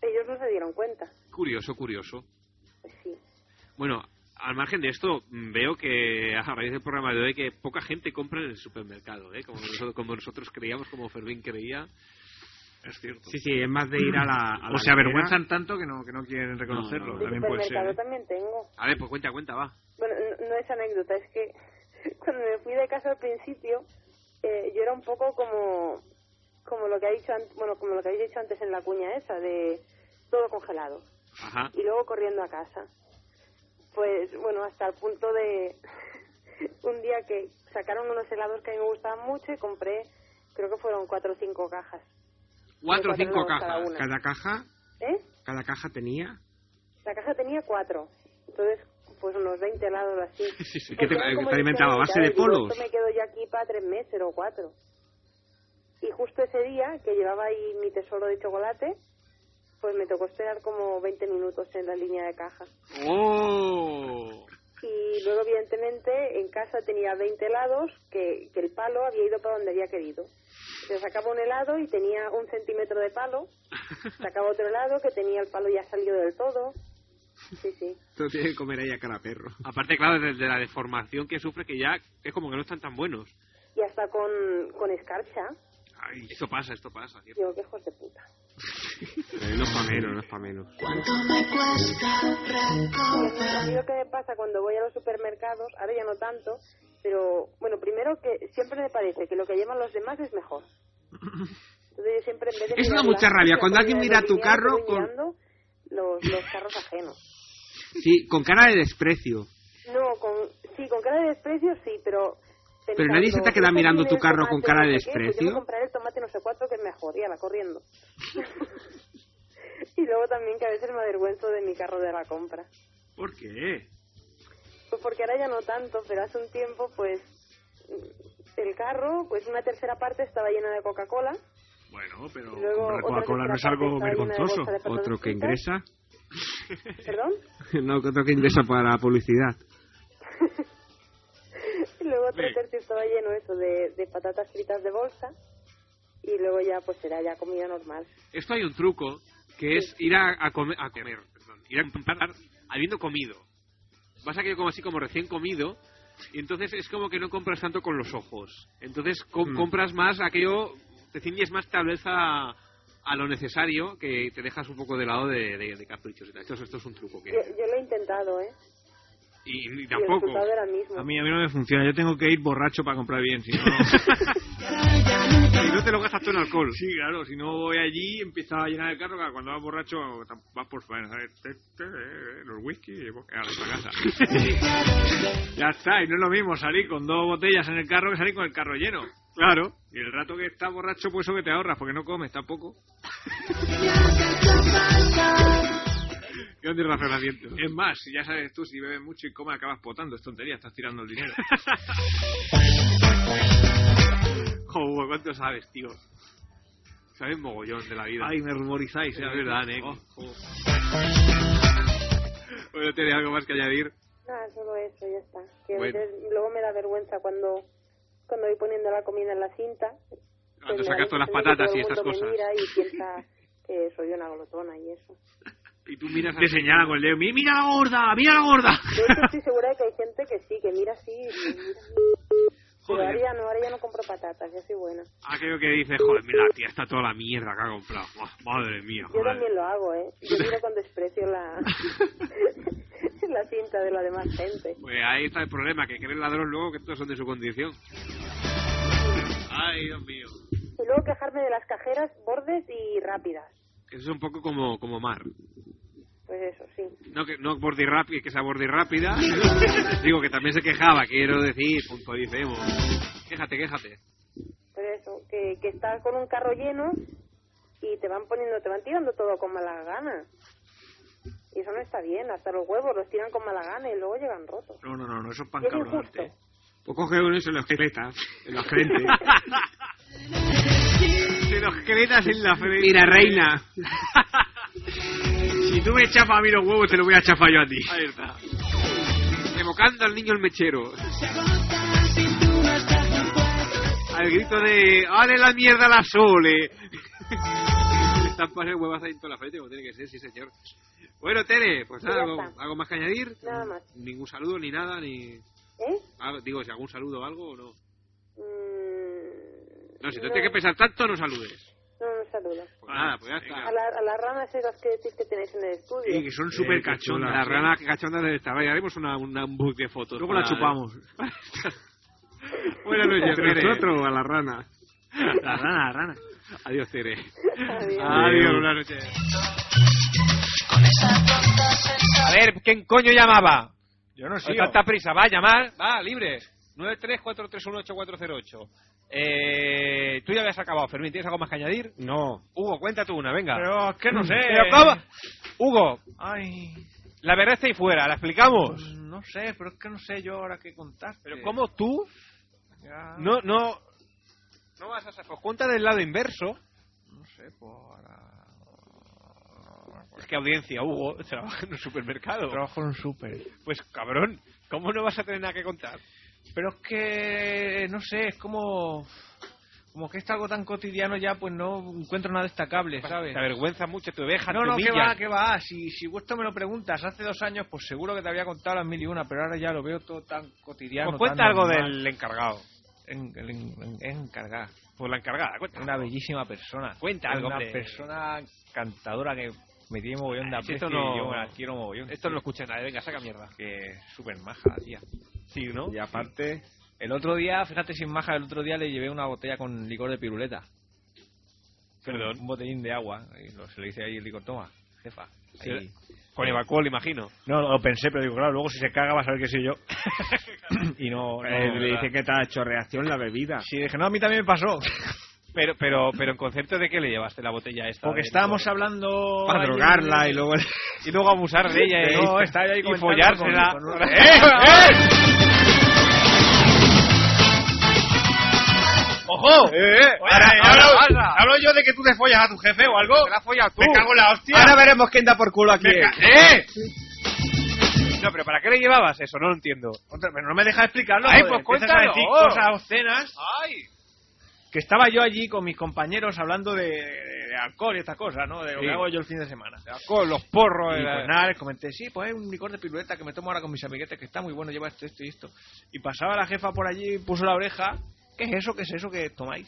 ellos no se dieron cuenta. Curioso, curioso. Sí. Bueno, al margen de esto, mm, veo que a raíz del programa de hoy que poca gente compra en el supermercado, ¿eh? Como nosotros, como nosotros creíamos, como Fermín creía. Es cierto. Sí, sí, es más de ir a la... O se avergüenzan tanto que no, que no quieren No, reconocerlo. no, De También puede ser, supermercado ¿eh? también tengo. A ver, pues cuenta, cuenta, va. Bueno, no, no es anécdota, es que *laughs* cuando me fui de casa al principio, eh, yo era un poco como como lo que ha dicho an- bueno como lo que habéis dicho antes en la cuña esa de todo congelado Ajá. y luego corriendo a casa. Pues bueno, hasta el punto de *laughs* un día que sacaron unos helados que a mí me gustaban mucho y compré, creo que fueron cuatro o cinco cajas. Cuatro o cinco helados cada cajas. una. Cada caja, ¿Eh? cada caja tenía. La caja tenía cuatro, entonces pues unos 20 helados o así. Sí, sí. Porque ¿Qué te- era qué como te Pues yo alimentaba? decía, ¿A base "Ya, de digo, polos?" Esto me quedo yo aquí para tres meses o cuatro. Y justo ese día que llevaba ahí mi tesoro de chocolate, pues me tocó esperar como 20 minutos en la línea de caja. ¡Oh! Y luego, evidentemente, en casa tenía 20 helados que, que el palo había ido para donde había querido. Se sacaba un helado y tenía un centímetro de palo. Sacaba otro helado que tenía el palo ya salido del todo. Sí, sí. Tú tienes que comer ahí a cada perro. Aparte, claro, de, de la deformación que sufre, que ya es como que no están tan buenos. Y hasta con, con escarcha. Ay, esto pasa, esto pasa. ¿cierto? Digo, qué hijos de puta. Eh, no es pa' menos, no es pa' menos. A mí lo que me pasa cuando voy a los supermercados, ahora ya no tanto, pero bueno, primero que siempre me parece que lo que llevan los demás es mejor. Entonces yo siempre en vez de Eso da mirar mucha las rabia, cosas cuando que alguien ponen mira en tu vitrina, carro estoy con- mirando los, los carros ajenos. Sí, con cara de desprecio. No, con, sí, con cara de desprecio sí, pero... Pero nadie se te pensando, queda "Este mirando tiene tu carro con tomate, cara de no sé qué, pues yo desprecio". me compraré el tomate no sé cuánto que es mejor, y ala, corriendo. *laughs* y luego también que a veces me avergüenzo de mi carro de la compra. ¿Por qué? Pues porque ahora ya no tanto, pero hace un tiempo, pues, el carro, pues una tercera parte estaba llena de *laughs* Coca-Cola. Bueno, pero Luego, comprar otra Coca-Cola no es tercera algo parte está llena de vergonzoso. bolsas de patatas Otro que fritas. ingresa. *laughs* ¿Perdón? No, que otro que ingresa para la publicidad. Y luego otro tercio estaba lleno eso de, de patatas fritas de bolsa. Y luego ya, pues, era ya comida normal. Esto hay un truco que es ir a, a come- a comer, perdón, ir a comprar habiendo comido. Vas a que como así como recién comido y entonces es como que no compras tanto con los ojos. Entonces co- Mm. compras más aquello, te ciñes más tableza a lo necesario que te dejas un poco de lado de, de- de caprichos. y tal. Esto, es- esto es un truco que Yo, yo lo he intentado, ¿eh? y, y Y el tampoco. resultado era el mismo. A mí, a mí no me funciona, yo tengo que ir borracho para comprar bien, *laughs* si no... Si no te lo gastas tú en alcohol. Sí, claro, si no voy allí empieza a llenar el carro, claro, cuando vas borracho tam- vas por faena, ¿sabes? Te- te- eh, los whisky y pues, a la *laughs* casa. ya está, y no es lo mismo salir con dos botellas en el carro que salir con el carro lleno. Claro, y el rato que estás borracho, pues eso que te ahorras, porque no *laughs* comes tampoco. ¿Qué onda el razonamiento? Es más, si ya sabes tú, si bebes mucho y comes, acabas potando, es tontería, estás tirando el *laughs* dinero. Joder, ¿cuánto sabes, tío? Sabes mogollón de la vida. Ay, me rumorizáis, es ¿eh? verdad, ¿eh? Bueno, ¿tenés algo más que añadir? Nada, Ah, solo eso, ya está. Que a Bueno. veces- luego me da vergüenza cuando, cuando voy poniendo la comida en la cinta. pues Cuando me da sacas todas las vergüenza patatas también que todo y el estas mundo me cosas. mira y *laughs* piensa que soy una glotona y eso. Y tú miras Te señalan con el dedo, "Mi- mira la gorda, mira la gorda. De hecho, estoy segura de que hay gente que sí, que mira así. y mira. Pero ahora ya no, ahora ya no compro patatas, ya soy buena. Aquello Ah, que dices, joder, mira, tía, está toda la mierda que ha comprado. Buah, Madre mía, Yo joder. también lo hago, ¿eh? Yo miro con desprecio la, *laughs* la cinta de la demás gente. Pues ahí está el problema, que creen ladrón luego que todos son de su *laughs* condición. Ay, Dios mío. Y luego quejarme de las cajeras bordes y rápidas. Eso es un poco como, como mar. Pues eso, sí. No, que, no bordi rápida, que sea bordi rápida. *laughs* Digo que también se quejaba, quiero decir, puntualicemos. Quéjate, quéjate. Pero Pues eso, que, que estás con un carro lleno y te van poniendo, te van tirando todo con mala gana. Y eso no está bien, hasta los huevos los tiran con mala gana y luego llegan rotos. No, no, no, no, eso es pan Y es injusto. este. Pues coge uno y se los creta en la *laughs* frente. Se los cretas en la frente. Mira, reina. Si tú me chapas a mí los huevos, te los voy a chafar yo a ti. Ahí está. Evocando al niño el mechero. Al grito de ¡Ale la mierda a la sole! *laughs* Le Están pasando huevas ahí en toda la frente, como tiene que ser, sí señor. Bueno, Tere, pues nada, Ya algo, está. algo más que añadir. Nada más. Ningún saludo, ni nada, ni... ¿Eh? ah, digo, si algún saludo o algo, o no. Mm, No, si tú No. tienes que pensar tanto, no saludes. no, no saludo. Pues nada, pues ya está. A, la- a las ranas esas que decís que tenéis en el estudio. Sí, que son súper cachondas. Las ranas cachondas del Starlight. Haremos una, una, un book de fotos. Luego la *laughs* chupamos. Buenas noches, Entre Tere. nosotros, a la rana. *laughs* La rana, la rana. Adiós, Tere. Adiós. Adiós, buenas noches. A ver, ¿quién coño llamaba? Yo no Con tanta prisa, va a llamar, va, libre. 934318408. Eh, tú ya habías acabado, Fermín, ¿tienes algo más que añadir? No. Hugo, cuenta tú una, venga. Pero *laughs* es que no sé. Pero ¿cómo? Hugo, Ay, la verdad está ahí fuera, la explicamos. no sé, pero es que no sé yo ahora qué contar. Pero ¿cómo tú Ya, no, no, no vas a saber? Pues cuenta del lado inverso. no sé, pues ahora... Es que audiencia, Hugo, *laughs* trabaja en un supermercado. Trabajo en un súper. Pues cabrón, ¿cómo no vas a tener nada que contar? Pero es que, no sé, es como... Como que es algo tan cotidiano ya, pues no encuentro nada destacable, ¿sabes? Te avergüenza mucho, te oveja, No, te no, que humillas. va, que va. Si, si esto me lo preguntas hace dos años, pues seguro que te había contado las mil y una, pero ahora ya lo veo todo tan cotidiano. Pues cuenta tan algo normal. del encargado. en- en- encargada. Pues la encargada, cuenta. Una bellísima persona. Cuenta algo, Una hombre. persona encantadora que me tiene mogollón de Ah, si aprecio esto no- y pues yo la quiero mogollón. esto no lo escucha nadie, venga, saca mierda. Que súper maja la tía. Sí, ¿no? Y aparte... El otro día, fíjate sin maja, el otro día le llevé una botella con licor de piruleta. Perdón. Un botellín de agua. Y lo- se lo hice ahí el licor, toma, jefa. Sí, Ahí. Con Evacol, imagino. No, lo pensé, pero digo, claro, luego si se caga va a saber que *laughs* soy yo. y no... Eh, no, le ¿verdad? dice que te ha hecho reacción la bebida. Sí, dije, no, a mí también me pasó. *laughs* Pero, pero, pero en concierto, ¿de qué le llevaste la botella esta? Porque de- estábamos hablando... Para ayer- drogarla y *laughs* luego- Y luego abusar de ¿eh? ella y, No, estaba yo ahí y comentando follársela. ¡Eh, con- *laughs* con- ¡Ojo! ahora, ahora- eh! ¿Hablo yo de que tú te follas a tu jefe o algo? ¿Te la follas tú? ¡Me cago en la hostia! Ahora veremos quién da por culo aquí. Me ca- ¡Eh! No, pero ¿para qué le llevabas eso? No lo entiendo. Pero no me deja explicarlo. Ay, joder. pues Empiezas a cuéntalo. decir cosas obscenas. ¡Ay! Que estaba yo allí con mis compañeros hablando de, de alcohol y estas cosas, ¿no? De lo Sí. que hago yo el fin de semana. De alcohol, los porros, eh, Y la- pues nada, les comenté, sí, pues es un licor de piruleta que me tomo ahora con mis amiguetes que está muy bueno, lleva esto, esto y esto. Y pasaba la jefa por allí y puso la oreja. ¿Qué es eso? ¿Qué es eso que tomáis?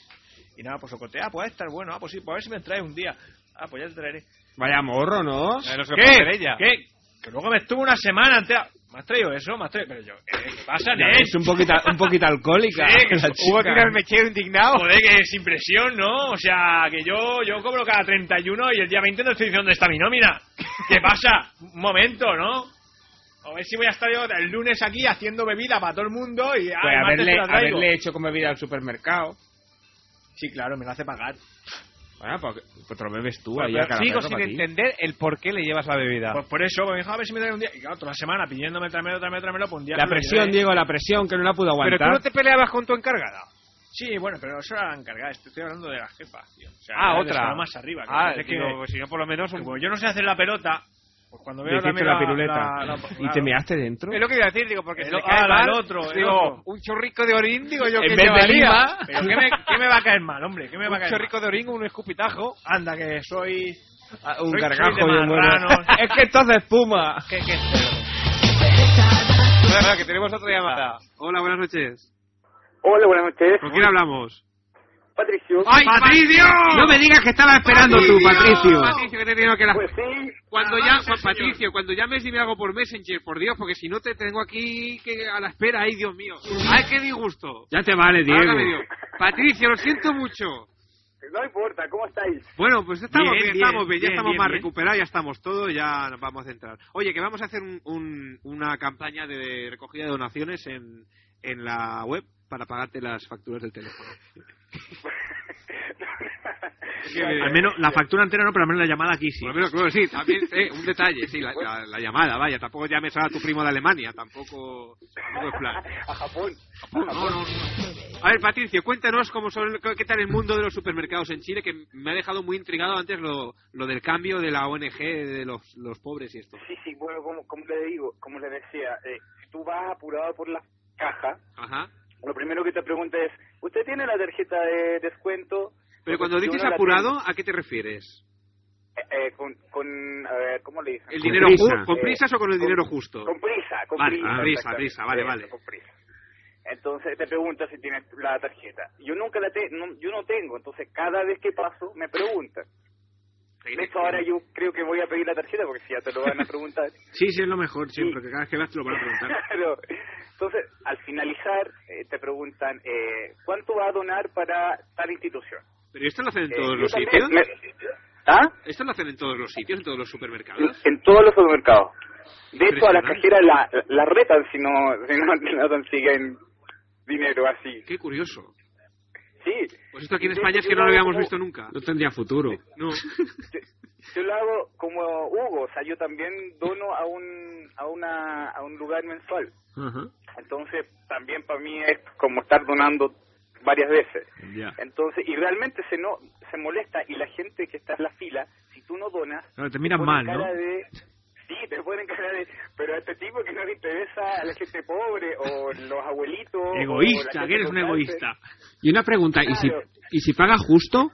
Y nada, pues socotea, ah, pues estar bueno, ah, pues sí, pues a ver si me traes un día. Ah, pues ya te traeré. Vaya morro, ¿no? ¿Qué? ¿Qué? Que luego me estuvo una semana entera. ¿Me has traído eso? ¿Me has traído? Pero yo, eh, ¿qué pasa, Ya Nen? ves, un poquito, un poquito alcohólica. Sí, que la hubo que chica. ir al mechero indignado. Joder, que sin presión, ¿no? O sea, que yo, yo cobro cada 31 y el día 20 no estoy diciendo dónde está mi nómina. *laughs* ¿Qué pasa? Un momento, ¿no? A ver si voy a estar yo el lunes aquí haciendo bebida para todo el mundo y ah, Pues el martes haberle, te la traigo. haberle hecho con bebida al supermercado. Sí, claro, me lo hace pagar. Bueno, pues, pues te lo bebes tú. Bueno, ahí pero a cara sigo perro sin para ti. entender el por qué le llevas la bebida. Pues por eso, me dijo, a ver si me trae un día. Y claro, toda la semana pidiéndome tráemelo, tráemelo, tráemelo, pues un día La me lo presión, llevé. Diego, la presión, que no la pudo aguantar. te peleabas con tu encargada. Sí, bueno, pero eso era la encargada, estoy estoy hablando de la jefa, tío. O sea, Ah, era de otra. estar más arriba. que Ah, parece digo, que, pues si no, por lo menos un- que como yo no sé hacer la pelota, pues cuando Le veo hiciste también la *laughs* piruleta. la- pues, ¿Y te claro. measte dentro? Es lo que iba a decir, digo, porque El si le o- cae ah, mal, el otro, el digo, otro. un chorrico de orín, digo yo en que vez de llevaría. lima, pero ¿qué me, qué me va a caer mal, hombre? *laughs* ¿Qué me va a un caer chorrico de orín, un escupitajo. Anda, que soy... Ah, Un soy- gargajo soy de y un bueno. marranos. *laughs* Es que esto hace *laughs* espuma. que, que- Espera, que tenemos otra llamada. Hola, buenas noches. Hola, buenas noches. ¿Con quién hablamos? Patricio. ¡Ay, Patricio! No me digas que estaba esperando tú, Patricio. Patricio, que te digo que la... Pues sí. Cuando Alabado ya, sea el Señor. Patricio, cuando llames dime algo por Messenger, por Dios, porque si no te tengo aquí que a la espera, ay Dios mío. Ay, qué disgusto. Ya te vale, Diego. Válgame Dios. Patricio, lo siento mucho. No importa, ¿cómo estáis? Bueno, pues estamos Bien, bien, bien, estamos bien, ya bien, estamos bien, más bien. recuperados, ya estamos todo, ya nos vamos a centrar. Oye, que vamos a hacer un- un- una campaña de recogida de donaciones en, en la web para pagarte las facturas del *laughs* teléfono. Al menos la factura entera no, pero al menos la llamada aquí sí. Por lo menos, claro, sí, también, eh, un detalle, sí, la, la- la llamada, vaya, tampoco llames a tu primo de Alemania, tampoco, tampoco es plan. *laughs* A Japón. No, no, no. A ver, Patricio, cuéntanos cómo son, qué tal el mundo de los supermercados en Chile, que me ha dejado muy intrigado antes lo, lo del cambio de la ONG de los, los pobres y esto. Sí, sí, bueno, como, como le digo, como le decía, eh, si tú vas apurado por la caja, Ajá. lo primero que te pregunta es, ¿usted tiene la tarjeta de descuento? Pero Porque cuando si dices uno la apurado, ¿a qué te refieres? tiene, eh, eh, con, con, a ver, ¿cómo le dicen? ¿El dinero ju- con prisas o con el dinero justo? Con prisa, con Vale, prisa. ah, prisa, exactamente. prisa, vale, Sí, vale. Con prisa. Entonces te pregunta si tienes la tarjeta. Yo nunca la te, no, yo no tengo, entonces cada vez que paso me preguntan. De hecho ahora yo creo que voy a pedir la tarjeta porque si ya te lo van a preguntar. Sí, sí, es lo mejor siempre, que cada vez que vas te lo *laughs* van a *laughs* preguntar. Claro. Entonces al finalizar eh, te preguntan eh, cuánto va a donar para tal institución. ¿Pero esto lo hacen en Eh, todos yo los también sitios? ¿Ah? ¿Esto lo hacen en todos los sitios, en todos los supermercados? En todos los supermercados. De hecho, a la Impresionante. cajera la, la retan si no, si no, no consiguen dinero así. Qué curioso. Sí. Pues esto aquí en De España hecho, es que yo no lo hago habíamos como- visto nunca. No tendría futuro. No. *laughs* Yo lo hago como Hugo, o sea, yo también dono a un, a una, a un lugar mensual. Entonces, también para mí es como estar donando varias veces. Ya. Entonces, y realmente se no se molesta y la gente que está en la fila, si tú no donas, Claro, te miran ponen mal, ¿no? cara de- sí, te ponen cara de, pero a este tipo que no le interesa a la gente pobre o los abuelitos. o la Egoísta, gente que eres un con cáncer, egoísta. Y una pregunta, ¿y si, Claro. ¿y si paga justo?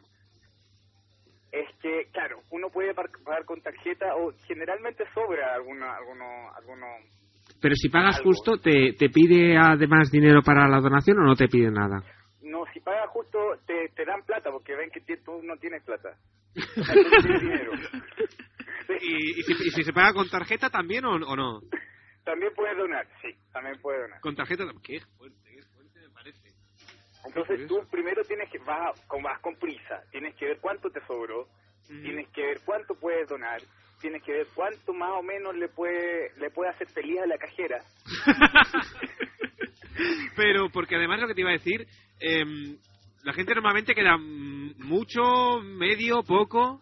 Es que, claro, uno puede par- pagar con tarjeta o generalmente sobra alguna, alguno, alguno. Pero si pagas justo, ¿te, ¿te pide además dinero para la donación o no te pide nada? si pagas justo, te, te dan plata, porque ven que ti- tú no tienes plata. Entonces, *laughs* tienes dinero. *laughs* ¿Y, y si, y si se paga con tarjeta también o, o no? También puedes donar, sí, también puedes donar. Con tarjeta tam- ¿Qué? fuerte, qué fuerte me parece. Entonces tú curioso. primero tienes que, vas, a- con, vas con prisa, tienes que ver cuánto te sobró, tienes que ver cuánto puedes donar, tienes que ver cuánto más o menos le puede, le puede hacer feliz a la cajera. *laughs* Pero porque además lo que te iba a decir, em, la gente normalmente queda mm, mucho, medio, poco.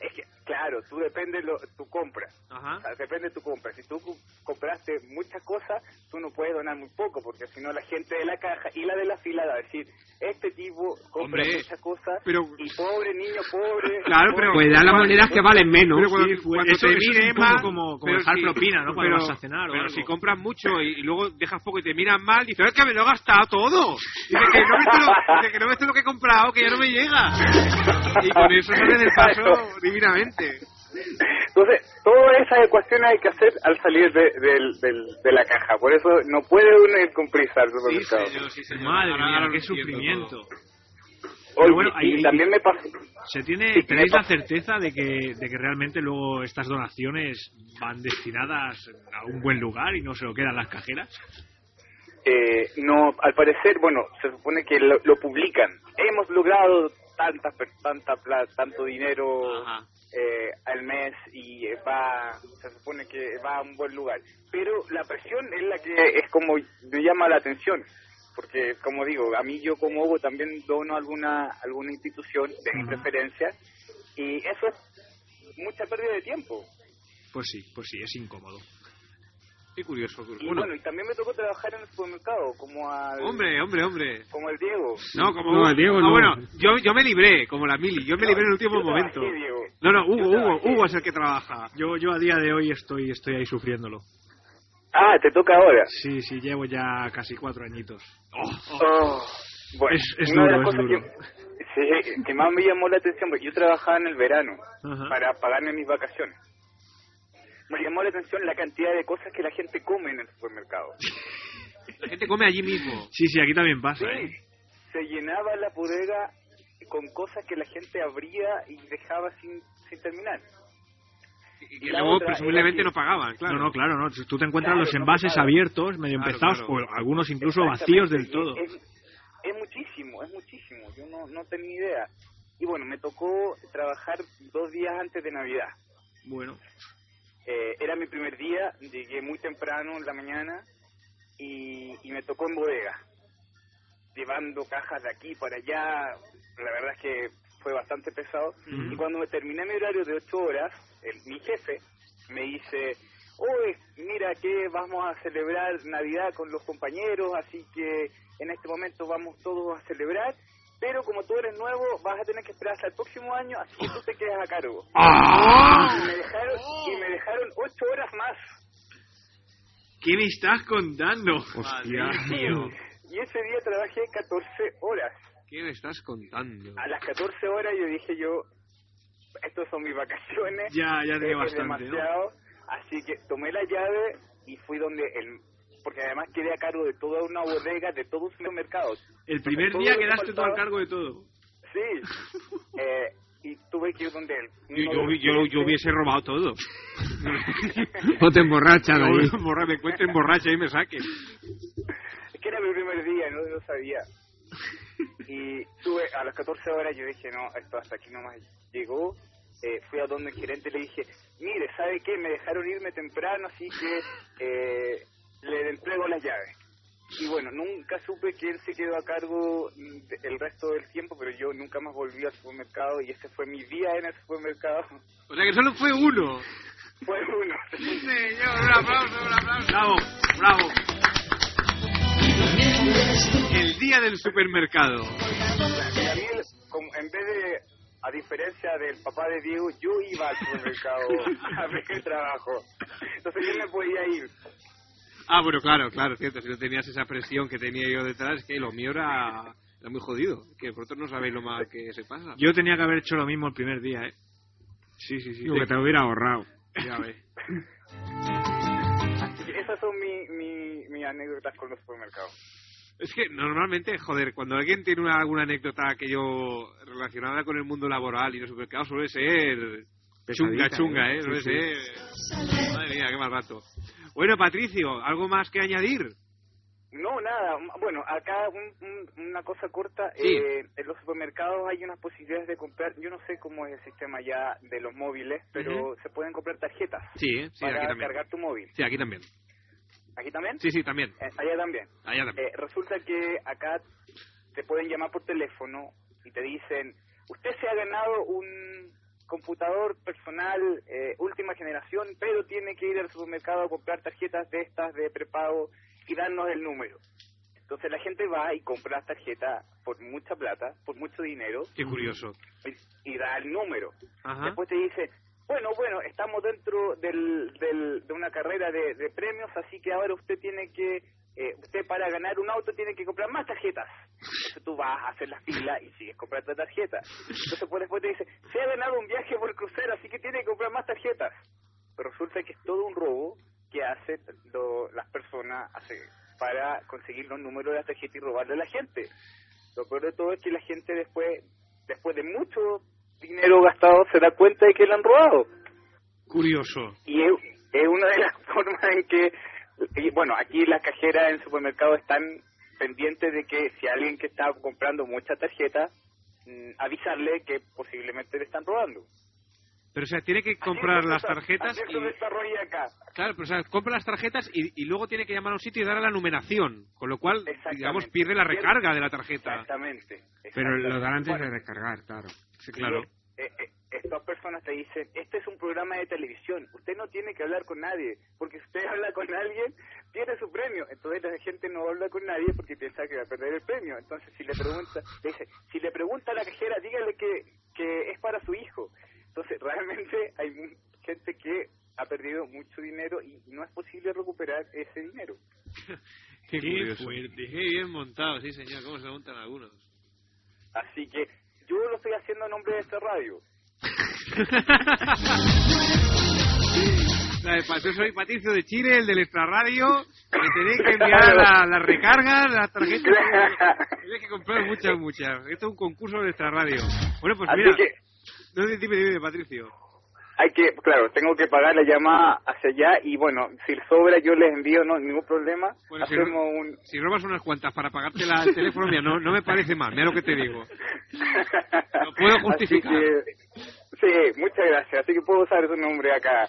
Es que, claro, tú depende lo, tu compra. Ajá. O sea, depende de tu compra. Si tú cu- compraste muchas cosas, tú no puedes donar muy poco, porque si no la gente de la caja y la de la fila va a decir, este tipo compra Hombre, muchas cosas pero- y pobre niño, pobre... Claro, pero pobre, Pues da las monedas que valen menos. Pero cuando- Sí, cuando eso te es miden un más, poco como, como pero dejar si- propina, ¿no? Cuando pero- vas a cenar o pero algo. si compras mucho y, luego dejas poco y te miran mal, dices, es que me lo he gastado todo. Dice que no ves *laughs* lo, dice que, no ves todo lo que he comprado, que ya no me llega. Y con eso sales del paso Claro. divinamente. Entonces, todas esas ecuaciones hay que hacer al salir de, del- del- de la caja. Por eso no puede uno ir con prisa al supermercado. Madre Ahora- mía, ahora qué lo entiendo sufrimiento. Oye, bueno, ahí- y también me pasó... ¿Se tiene, Sí, que ¿Tenéis me la certeza de que, de que realmente luego estas donaciones van destinadas a un buen lugar y no se lo quedan las cajeras? Eh, no, al parecer, bueno, se supone que lo, lo publican. Hemos logrado tanta, per- tanta plata, tanto dinero eh, al mes y eh, va, se supone que va a un buen lugar. Pero la presión es la que es como me llama la atención, porque como digo, a mí yo como Hugo también dono a alguna, alguna institución de mi preferencia y eso es mucha pérdida de tiempo. Pues sí, pues sí, es incómodo. Qué curioso. Y bueno, y también me tocó trabajar en el supermercado, como al... Hombre, hombre, hombre. Como el Diego. No, como No, a Diego Ah, no. bueno, yo, yo me libré, como la Mili, yo me libré en el último yo trabajé, momento. Diego. No, no, Hugo, Hugo, Hugo es el que trabaja. Yo, yo a día de hoy estoy, estoy ahí sufriéndolo. Ah, te toca ahora. Sí, sí, llevo ya casi cuatro añitos. Oh, bueno, Es- es una de duro, las es cosas duro. que, sí, que más me llamó la atención, porque yo trabajaba en el verano para pagarme mis vacaciones. Me llamó la atención la cantidad de cosas que la gente come en el supermercado. La gente come allí mismo. Sí, sí, aquí también pasa, ¿eh? Sí, se llenaba la bodega con cosas que la gente abría y dejaba sin, sin terminar. Y la luego otra era presumiblemente que- no pagaban, claro. No, no, claro, no. Tú te encuentras Claro, los no envases pagaban. abiertos, medio Claro, empezados, claro. o algunos incluso vacíos del todo. Exactamente, y Es, es muchísimo, es muchísimo. Yo no, no tenía ni idea. Y bueno, me tocó trabajar dos días antes de Navidad. Bueno. Eh, era mi primer día, llegué muy temprano en la mañana y, y me tocó en bodega, llevando cajas de aquí para allá. La verdad es que fue bastante pesado. Y cuando me terminé mi horario de ocho horas, el- mi jefe me dice, oye, mira que vamos a celebrar Navidad con los compañeros, así que en este momento vamos todos a celebrar. Pero como tú eres nuevo, vas a tener que esperar hasta el próximo año, así que tú te quedas a cargo. Ah. ¡Oh! Y me dejaron, y me dejaron ocho horas más. ¿Qué me estás contando? Hostia. Y ese día trabajé 14 horas. ¿Qué me estás contando? A las 14 horas yo dije yo, estas son mis vacaciones. Ya, ya tenía es bastante, ¿no? demasiado. Así que tomé la llave y fui donde el... Porque además quedé a cargo de toda una bodega, de todo un supermercado. El primer Todo día lo que quedaste tú faltaba. al cargo de todo. Sí. Eh, y tuve que ir donde él. Yo, yo, yo, yo hubiese robado todo. O te emborrachan No, ahí. me emborra- me encuentren borracha y me saquen. Es que era mi primer día, no lo sabía. Y tuve, a las 14 horas yo dije, no, esto hasta aquí nomás llegó. Eh, fui a donde el gerente le dije, mire, ¿sabe qué? Me dejaron irme temprano, así que eh, le entrego las llaves. Y bueno, nunca supe que él se quedó a cargo mm, de- el resto del tiempo, pero yo nunca más volví al supermercado y ese fue mi día en el supermercado. *laughs* O sea que solo fue uno. Fue uno. Señor, un aplauso, un aplauso. Bravo, bravo. El día del supermercado. Para mí, como en vez de, a diferencia del papá de Diego, yo iba *laughs* al supermercado a ver qué trabajo. Entonces yo me podía ir. Ah, bueno, claro, claro, cierto. Si no tenías esa presión que tenía yo detrás, que lo mío era, era muy jodido. Que vosotros no sabéis lo mal que se pasa. Yo tenía que haber hecho lo mismo el primer día, ¿eh? Sí, sí, sí. Digo, que te hubiera ahorrado. Ya ves. Así que Esas son mi, mi, mis anécdotas con los supermercados. Es que normalmente, joder, cuando alguien tiene una- alguna anécdota que yo relacionada con el mundo laboral y los supermercados suele ser chunga, Pesadita, chunga, ¿eh? ¿eh? Suele Sí, ser... Madre mía, qué mal rato. Bueno, Patricio, ¿algo más que añadir? No, nada. m- Bueno, acá un- un- una cosa corta. Sí. Eh, en los supermercados hay unas posibilidades de comprar. Yo no sé cómo es el sistema ya de los móviles, pero Ujú. se pueden comprar tarjetas Sí, ¿eh? sí, para aquí también. cargar tu móvil. Sí, aquí también. ¿Aquí también? Sí, sí, también. Eh, allá también. Allá también. Eh, resulta que acá te pueden llamar por teléfono y te dicen, usted se ha ganado un computador personal eh, última generación, pero tiene que ir al supermercado a comprar tarjetas de estas de prepago y darnos el número. Entonces la gente va y compra las tarjetas por mucha plata, por mucho dinero, Qué curioso. y, y da el número. Ajá. Después te dice, bueno, bueno, estamos dentro del, del- de una carrera de, de premios, así que ahora usted tiene que, eh, usted para ganar un auto tiene que comprar más tarjetas. Entonces tú vas a hacer la fila y sigues comprando tarjetas. Entonces pues, después te dice, se ha ganado un viaje por crucero, así que tiene que comprar más tarjetas. Pero resulta que es todo un robo que hacen lo- las personas hace, para conseguir los números de la tarjeta y robarle a la gente. Lo peor de todo es que la gente después, después de mucho dinero gastado, se da cuenta de que le han robado. Curioso. Y es, es una de las *laughs* formas en que, y bueno, aquí las cajeras en supermercados están pendientes de que si alguien que está comprando muchas tarjetas, mm, avisarle que posiblemente le están robando. Pero o sea, tiene que comprar Así es las esto- tarjetas así es y... que se desarrolla acá. Claro, pero o sea, compra las tarjetas y, y luego tiene que llamar a un sitio y dar a la numeración. Con lo cual, digamos, pierde la recarga de la tarjeta. Exactamente. Pero lo dan antes Bueno. de recargar, claro. Sí, claro. eh, eh, estas personas te dicen, este es un programa de televisión, usted no tiene que hablar con nadie, porque si usted *laughs* habla con alguien, tiene su premio. Entonces la gente no habla con nadie porque piensa que va a perder el premio. Entonces si le pregunta, le dice, si le pregunta a la cajera, dígale que, que es para su hijo. Entonces *laughs* realmente hay mu- gente que ha perdido mucho dinero y no es posible recuperar ese dinero. Qué, Qué curioso. fuerte, qué bien montado, sí señor, cómo se montan algunos. Así que yo lo estoy haciendo en nombre de esta radio. Yo soy Patricio de Chile, el del extrarradio. Me tenéis que enviar la- las recargas, las *laughs* tarjetas. Tenéis que comprar muchas, muchas. Esto es un concurso del extrarradio. Bueno, pues Así mira. que- No, dime, dime, Patricio. hay que, claro, tengo que pagar la llamada hacia allá y bueno, si sobra yo les envío, no ningún problema. Bueno, si, Hacemos un... si robas unas cuantas para pagarte la, el teléfono, mira, no, no me parece mal, mira lo que te *laughs* digo. Lo puedo justificar. sí, muchas gracias. Así que puedo usar su nombre acá.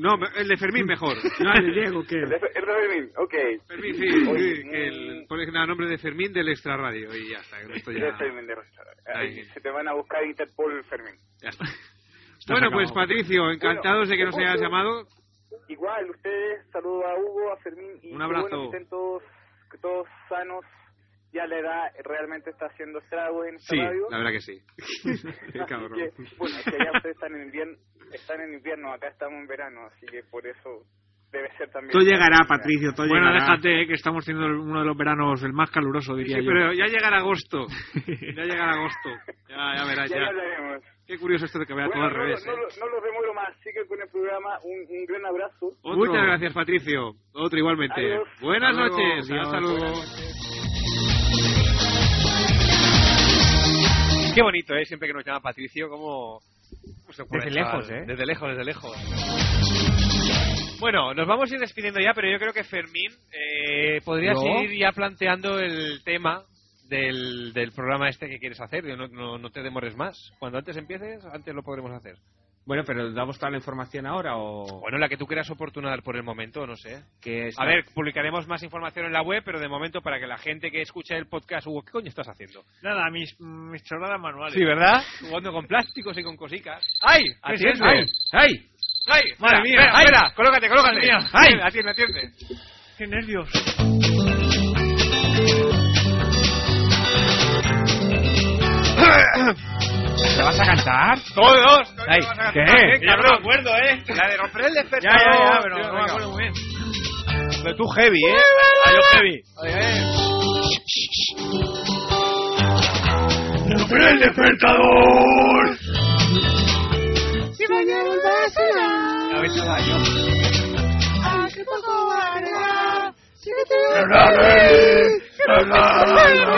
No, me- el de Fermín mejor. No, el de Diego, ¿qué? El de Fer- el de Fermín, ok. Fermín, sí, Oye, sí, que el, pones nada, nombre de Fermín del extrarradio y ya está, que esto yo ya... soy Fermín de Rosada. Ahí Ahí. Se te van a buscar Interpol Fermín. Bueno, acabado. pues Patricio, encantados Bueno, de que nos un hayas gusto. llamado. Igual, ustedes, saludo a Hugo, a Fermín y Un abrazo. qué bueno que estén todos, que todos sanos. Ya la edad realmente está haciendo estragos en esta Sí, radio. la verdad que *laughs* sí. Qué Así *laughs* cabrón. que, bueno, es que *laughs* allá ustedes están en invierno, están en invierno, acá estamos en verano, así que por eso debe ser también. Todo llegará, Patricio, todo Bueno, llegará. déjate, Eh, que estamos teniendo el- uno de los veranos el más caluroso, Sí, diría yo. pero ya *laughs* llegará agosto. Ya llegará agosto. Ya, ya verás, Ya, ya. ya hablaremos. Qué curioso esto de que vaya Bueno, todo al no, revés. no, ¿eh? no, no los demoro más, sigue con el programa, un, un gran abrazo. Muchas gracias, Patricio. Otro igualmente. Adiós. Buenas Hasta luego. noches. Hasta Adiós. luego. Qué bonito, ¿eh? Siempre que nos llama Patricio, como... Desde lejos, ¿eh? Desde lejos, desde lejos. Bueno, nos vamos a ir despidiendo ya, pero yo creo que Fermín eh, podrías ¿No? ir ya planteando el tema del, del programa este que quieres hacer. No, no, no te demores más. Cuando antes empieces, antes lo podremos hacer. Bueno, pero ¿damos toda la información ahora o...? Bueno, la que tú creas oportuna por el momento, no sé. Que está- A ver, publicaremos más información en la web, pero de momento para que la gente que escucha el podcast, Hugo, ¿qué coño estás haciendo? Nada, mis, mis chorradas manuales. Sí, ¿verdad? Jugando con plásticos y con cositas. ¡Ay! ¡Atiende! ¡Ay! ¡Ay! ¡Ay! ¡Madre Espera, mía! Espera, ¡Ay! espera, colócate, colócate. ¡Madre mía! ¡Ay! ¡Ay! Atiende, atiende. ¡Qué nervios! ¿Te vas a cantar? Todos. Ay, ¿Qué? Ya no me acuerdo, ¿eh? La de romper el Ya, despertador. ya, ya, pero tío, no me venga. acuerdo muy bien. Pero tú heavy, ¿eh? Ay, yo heavy. ¡Pero el despertador! Si mañana vas a A ver, caballo. ¡Ay, qué poco hará! ¡Si no te ¡Pero la vez! ¡Qué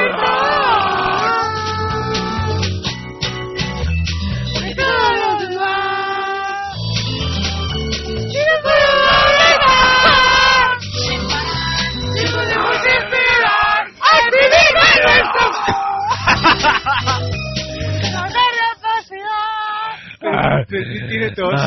Tiene tos.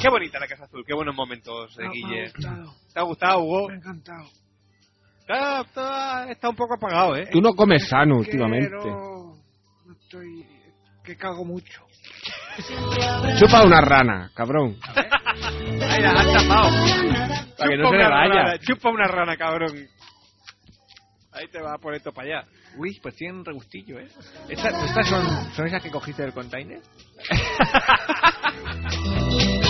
Qué bonita la Casa Azul, qué buenos momentos, eh, Guille. ¿Te ha gustado, Hugo? Me ha encantado. Ah, está, está un poco apagado, ¿eh? Tú no comes sano últimamente. Pero... No estoy... Que cago mucho. Chupa una rana, cabrón. Mira, has tapado. Para Chupa que no se le una vaya. rana, chupa una rana, cabrón. Ahí te va por esto para allá. Uy, pues tienen regustillo, ¿eh? Estas, estas son, son esas que cogiste del container. *laughs*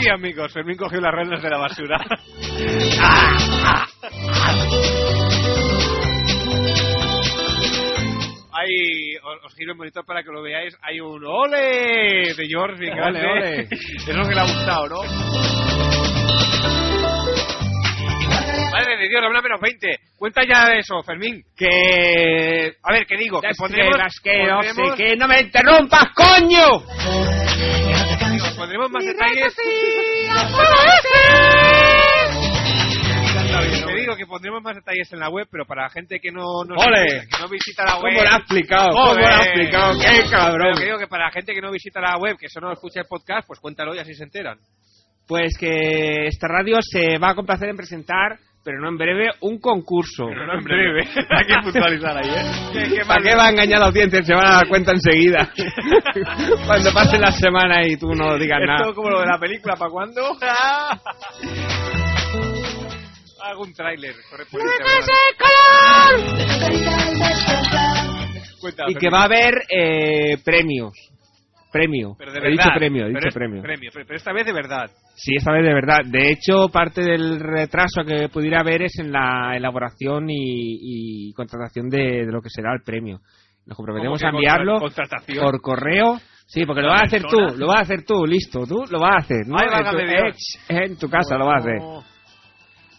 Sí, amigos, Fermín cogió las ranas de la basura. *laughs* Hay, os, os giro el monitor para que lo veáis. Hay un ole de George, bien Ole, grande. ole. *laughs* Es lo que le ha gustado, ¿no? Madre de Dios, habla menos 20. Cuenta ya eso, Fermín. Que... A ver, ¿qué digo? Que pondremos, pondremos- que no me interrumpas, coño. Os pondremos más detalles. Te digo que pondremos más detalles en la web, pero para la gente que no, no, se Ole. interesa, que no visita la web. ¿Cómo lo ha explicado? ¿Cómo Joder. lo ha explicado? ¡Qué cabrón! Pero que digo que para la gente que no visita la web, que solo escucha el podcast, pues cuéntalo y así se enteran. Pues que esta radio se va a complacer en presentar, pero no en breve, un concurso. Pero no en *laughs* breve. Hay que puntualizar ahí, ¿eh? *laughs* ¿Qué, qué ¿Para mal- qué va a engañar a los dientes? Se van a dar cuenta *laughs* enseguida. Cuando pase la semana y tú no digas Esto nada. como lo de la película, ¿para cuándo? *laughs* Hago un tráiler correspondiente. Cuéntalo, Y que Fermín. va a haber eh, premios. Premio. Pero de he verdad. dicho premio, he Pero dicho es premio. pero- pero esta vez de verdad. Sí, esta vez de verdad. De hecho, parte del retraso que pudiera haber es en la elaboración y, y contratación de, de lo que será el premio. Nos comprometemos ¿Cómo a que enviarlo contra- contratación? por correo. Sí, porque lo vas a hacer tú, persona? lo vas a hacer tú, listo, tú lo vas a hacer. ¿no? Ay, en, tu, válgame Dios. eh, en tu casa lo vas a hacer.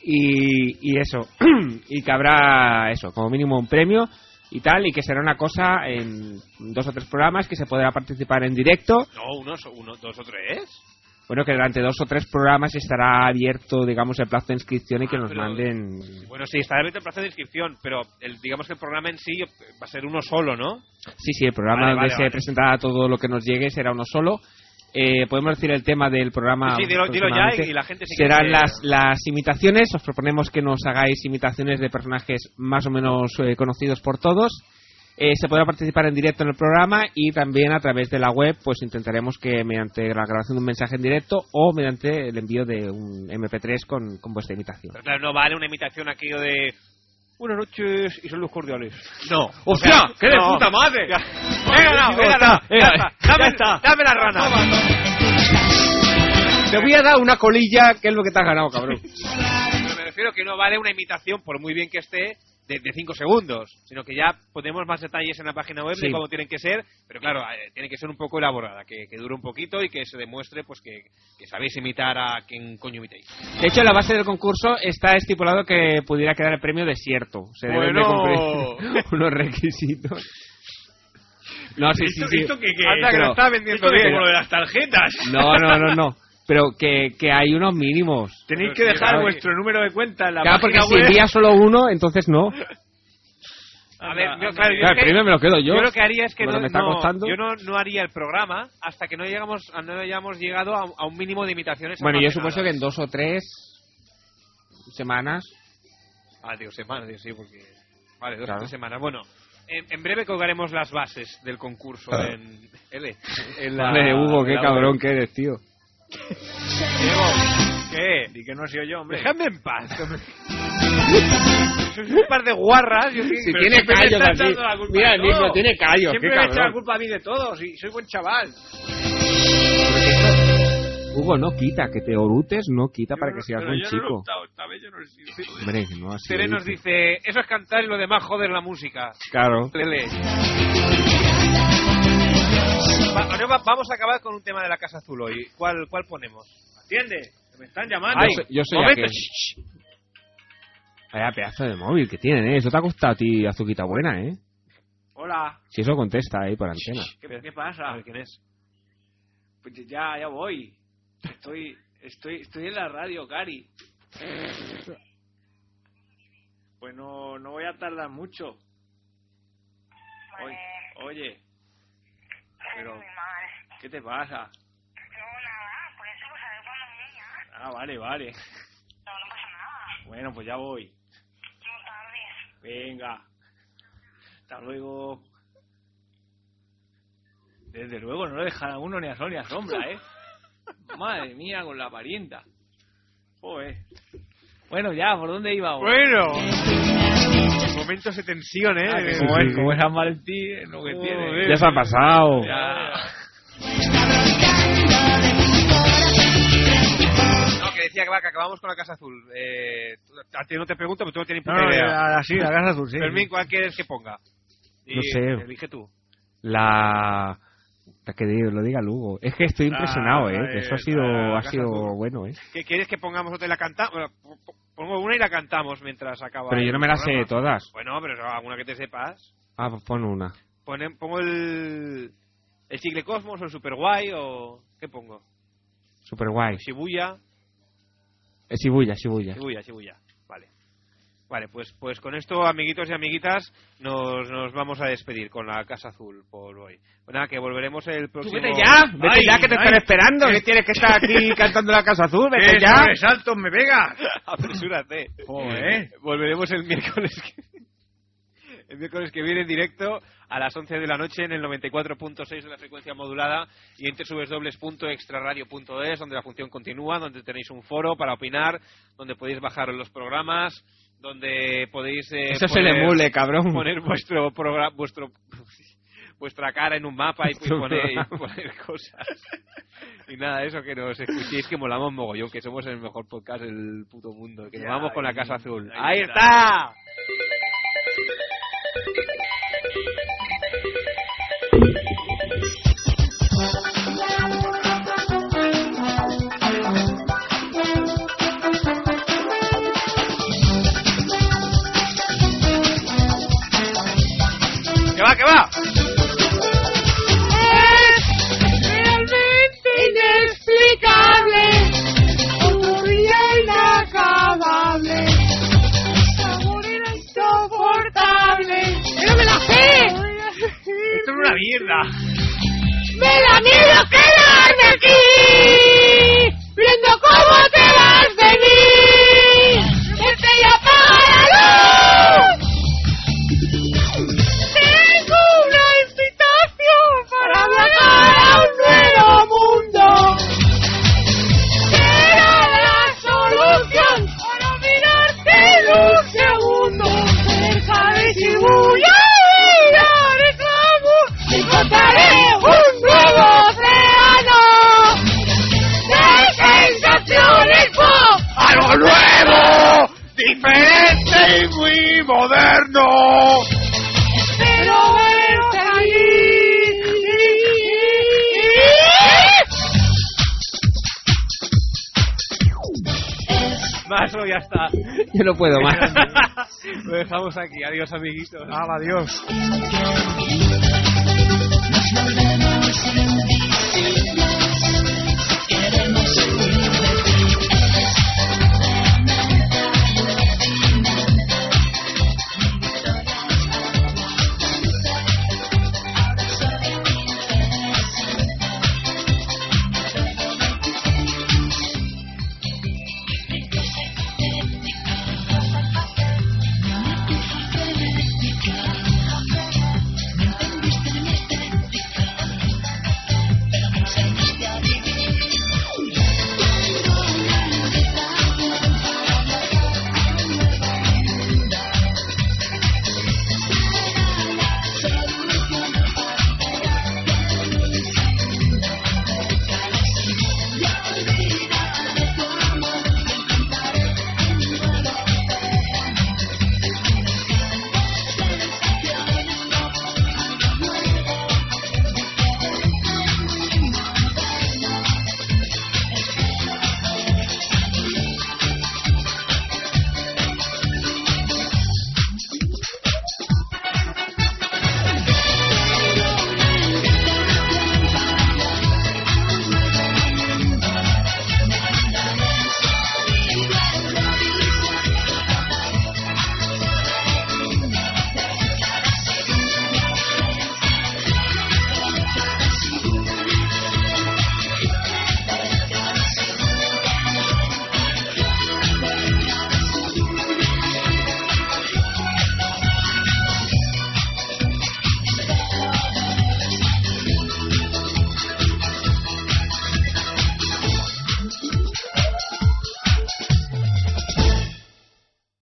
Y, y eso, *clears throat* y que habrá eso, como mínimo un premio y tal, y que será una cosa en dos o tres programas que se podrá participar en directo. No, uno, so- uno, dos o tres. Bueno, que durante dos o tres programas estará abierto, digamos, el plazo de inscripción y que nos Ah, pero- manden. Bueno, sí, está abierto el plazo de inscripción, pero el, digamos que el programa en sí va a ser uno solo, ¿no? Sí, sí, el programa Vale, donde vale, se vale. presentará todo lo que nos llegue será uno solo. Eh, podemos decir el tema del programa. Sí, sí, dilo- dilo ya Ah, aproximadamente. y la gente se Serán quiere- las, las imitaciones. Os proponemos que nos hagáis imitaciones de personajes más o menos eh, conocidos por todos. Eh, se podrá participar en directo en el programa y también a través de la web, pues intentaremos que mediante la grabación de un mensaje en directo o mediante el envío de un MP3 con, con vuestra imitación. Pero claro, no vale una imitación aquello de... Buenas noches y saludos cordiales. No. ¡Hostia! O sea, ¡Qué de no. puta madre! Ya. He ganado, he Ya ganado. está, Ya ya está. Dame, dame la rana. Te voy a dar una colilla, que es lo que te has ganado, cabrón. Pero me refiero que no vale una imitación, por muy bien que esté, de, de cinco segundos, sino que ya ponemos más detalles en la página web Sí. de cómo tienen que ser, pero claro, eh, tiene que ser un poco elaborada, que, que dure un poquito y que se demuestre pues que, que sabéis imitar a quien coño imitéis. De hecho, en la base del concurso está estipulado que pudiera quedar el premio desierto. Se deben de Bueno. cumplir *laughs* unos requisitos. No, sí, sí, ¿Esto- sí. esto qué- qué Anda, que pero- lo está vendiendo esto es bien. como lo de las tarjetas. No, no, no, no. Pero que, que hay unos mínimos. Tenéis que dejar Claro, vuestro número de cuenta en la Claro, porque página si web. envía solo uno, entonces no. A ver, yo, anda. claro, yo Claro, es que- primero me lo quedo yo. lo que haría es que Como no, me está no- costando. yo no, no haría el programa hasta que no llegamos a- no hayamos llegado a, a un mínimo de imitaciones. Bueno, yo almacenadas. supuesto que en dos o tres semanas. Ah, digo, semanas, digo, sí, porque... Vale, dos Claro. o tres semanas. Bueno, en, en breve colgaremos las bases del concurso en... L, en la- Vale, Hugo, qué la- cabrón que eres, tío. Diego, ¿qué? Di que no he sido yo, hombre. *laughs* Déjame en paz. hombre. un par de guarras. Yo, Si tiene callos así. Mira, el mismo tiene callos, Siempre qué me echa la cabrón. culpa a mí de todo. Si soy buen chaval. Hugo, no quita, que te orutes no quita para que seas pero buen yo no lo he chico. optado, esta vez yo no he sido. Hombre, que no ha sido Tere nos eso. dice, eso es cantar y lo demás joder la música. Claro. Lele. Va- ahora va- vamos a acabar con un tema de la Casa Azul hoy. ¿Cuál, cuál ponemos? Atiende, que me están llamando. Yo soy- yo soy momento, aquel. shh, shh. Vaya pedazo de móvil que tienen, ¿eh? Eso te ha costado a ti, Azuquita Buena, ¿eh? Hola. Si eso contesta ahí por antena. ¿Qué, qué pasa? ¿Quién es? Pues ya, ya voy. Estoy, *laughs* estoy, estoy en la radio, Cari. Pues no, no voy a tardar mucho. Oye, oye. Pero, ¿qué te pasa? Ah, vale, vale. Bueno, pues ya voy. Venga. Hasta luego. Desde luego no lo dejará uno ni a sol ni a sombra, *laughs* ¿eh? Madre mía, con la parienta. Joder. Bueno, ya, ¿por dónde iba? Bueno. Momentos de tensión, ¿eh? Ah, que como, es, como es San Valentín, es lo que tiene. Ya se ha pasado. Ya. No, que decía Clark, acabamos con la Casa Azul. Eh, tú- a ti no te pregunto, pero tú no tienes No, puta no, idea. la- sí, la Casa Azul, sí. Fermín, ¿cuál quieres que ponga? Y No sé. Elige tú. La... la que lo diga Lugo. Es que estoy impresionado, ¿eh? Que eso ha sido, ha sido bueno, ¿eh? ¿Qué quieres que pongamos otra y la cantamos? pongo una y la cantamos mientras acaba. Pero yo el no me las sé programa. todas. Bueno, pero alguna que te sepas. Ah, pues pon una. Pone- pongo el. El Chicle Cosmos o el Super Guay o. ¿Qué pongo? Super guay. Shibuya. Es Shibuya, Shibuya. Shibuya, Shibuya. Vale. Vale, pues, pues con esto, amiguitos y amiguitas, nos, nos vamos a despedir con la Casa Azul por hoy. Bueno, nada, que volveremos el próximo... vete ya, vete ya, que te están esperando, que tienes que estar aquí cantando la Casa Azul, vete ya. saltos me pegas! *laughs* Apresúrate. Eh, Joder. Volveremos el miércoles que... *laughs* El miércoles que viene en directo a las 11 de la noche en el 94.6 de la frecuencia modulada y en www.extraradio.es donde la función continúa, donde tenéis un foro para opinar, donde podéis bajar los programas, donde podéis... eh, Eso se le poner- mule, cabrón. Poner vuestro progra- vuestro vuestra cara en un mapa y, y Vuestro poner, y programa. poner *laughs* cosas. Y nada, eso que nos escuchéis, que molamos mogollón, que somos el mejor podcast del puto mundo, que nos Ya, vamos con la ahí- Casa Azul. ahí ¡Ahí está. está! ¡Que va, que va! realmente inexplicable, ocurría inacabable, sabor era insoportable. ¡Pero me la sé! Esto es una mierda. ¡Me da miedo quedarme aquí! ¡Viendo cómo te vas de mí! ¡Vete y apaga la luz! ¡Tengo una invitación para viajar a un nuevo mundo! ¡Será la solución para mirarte en un segundo! ¡Cerca de Shibuya y la reclamo! ¡Encontraré un nuevo océano! ¡De sensaciones pop! ¡Algo nuevo! ¡Diferente y muy moderno! ¡Pero verte allí! Más o ya está. Yo no puedo más. Lo dejamos aquí. Adiós, amiguitos. adiós. Nos volvemos a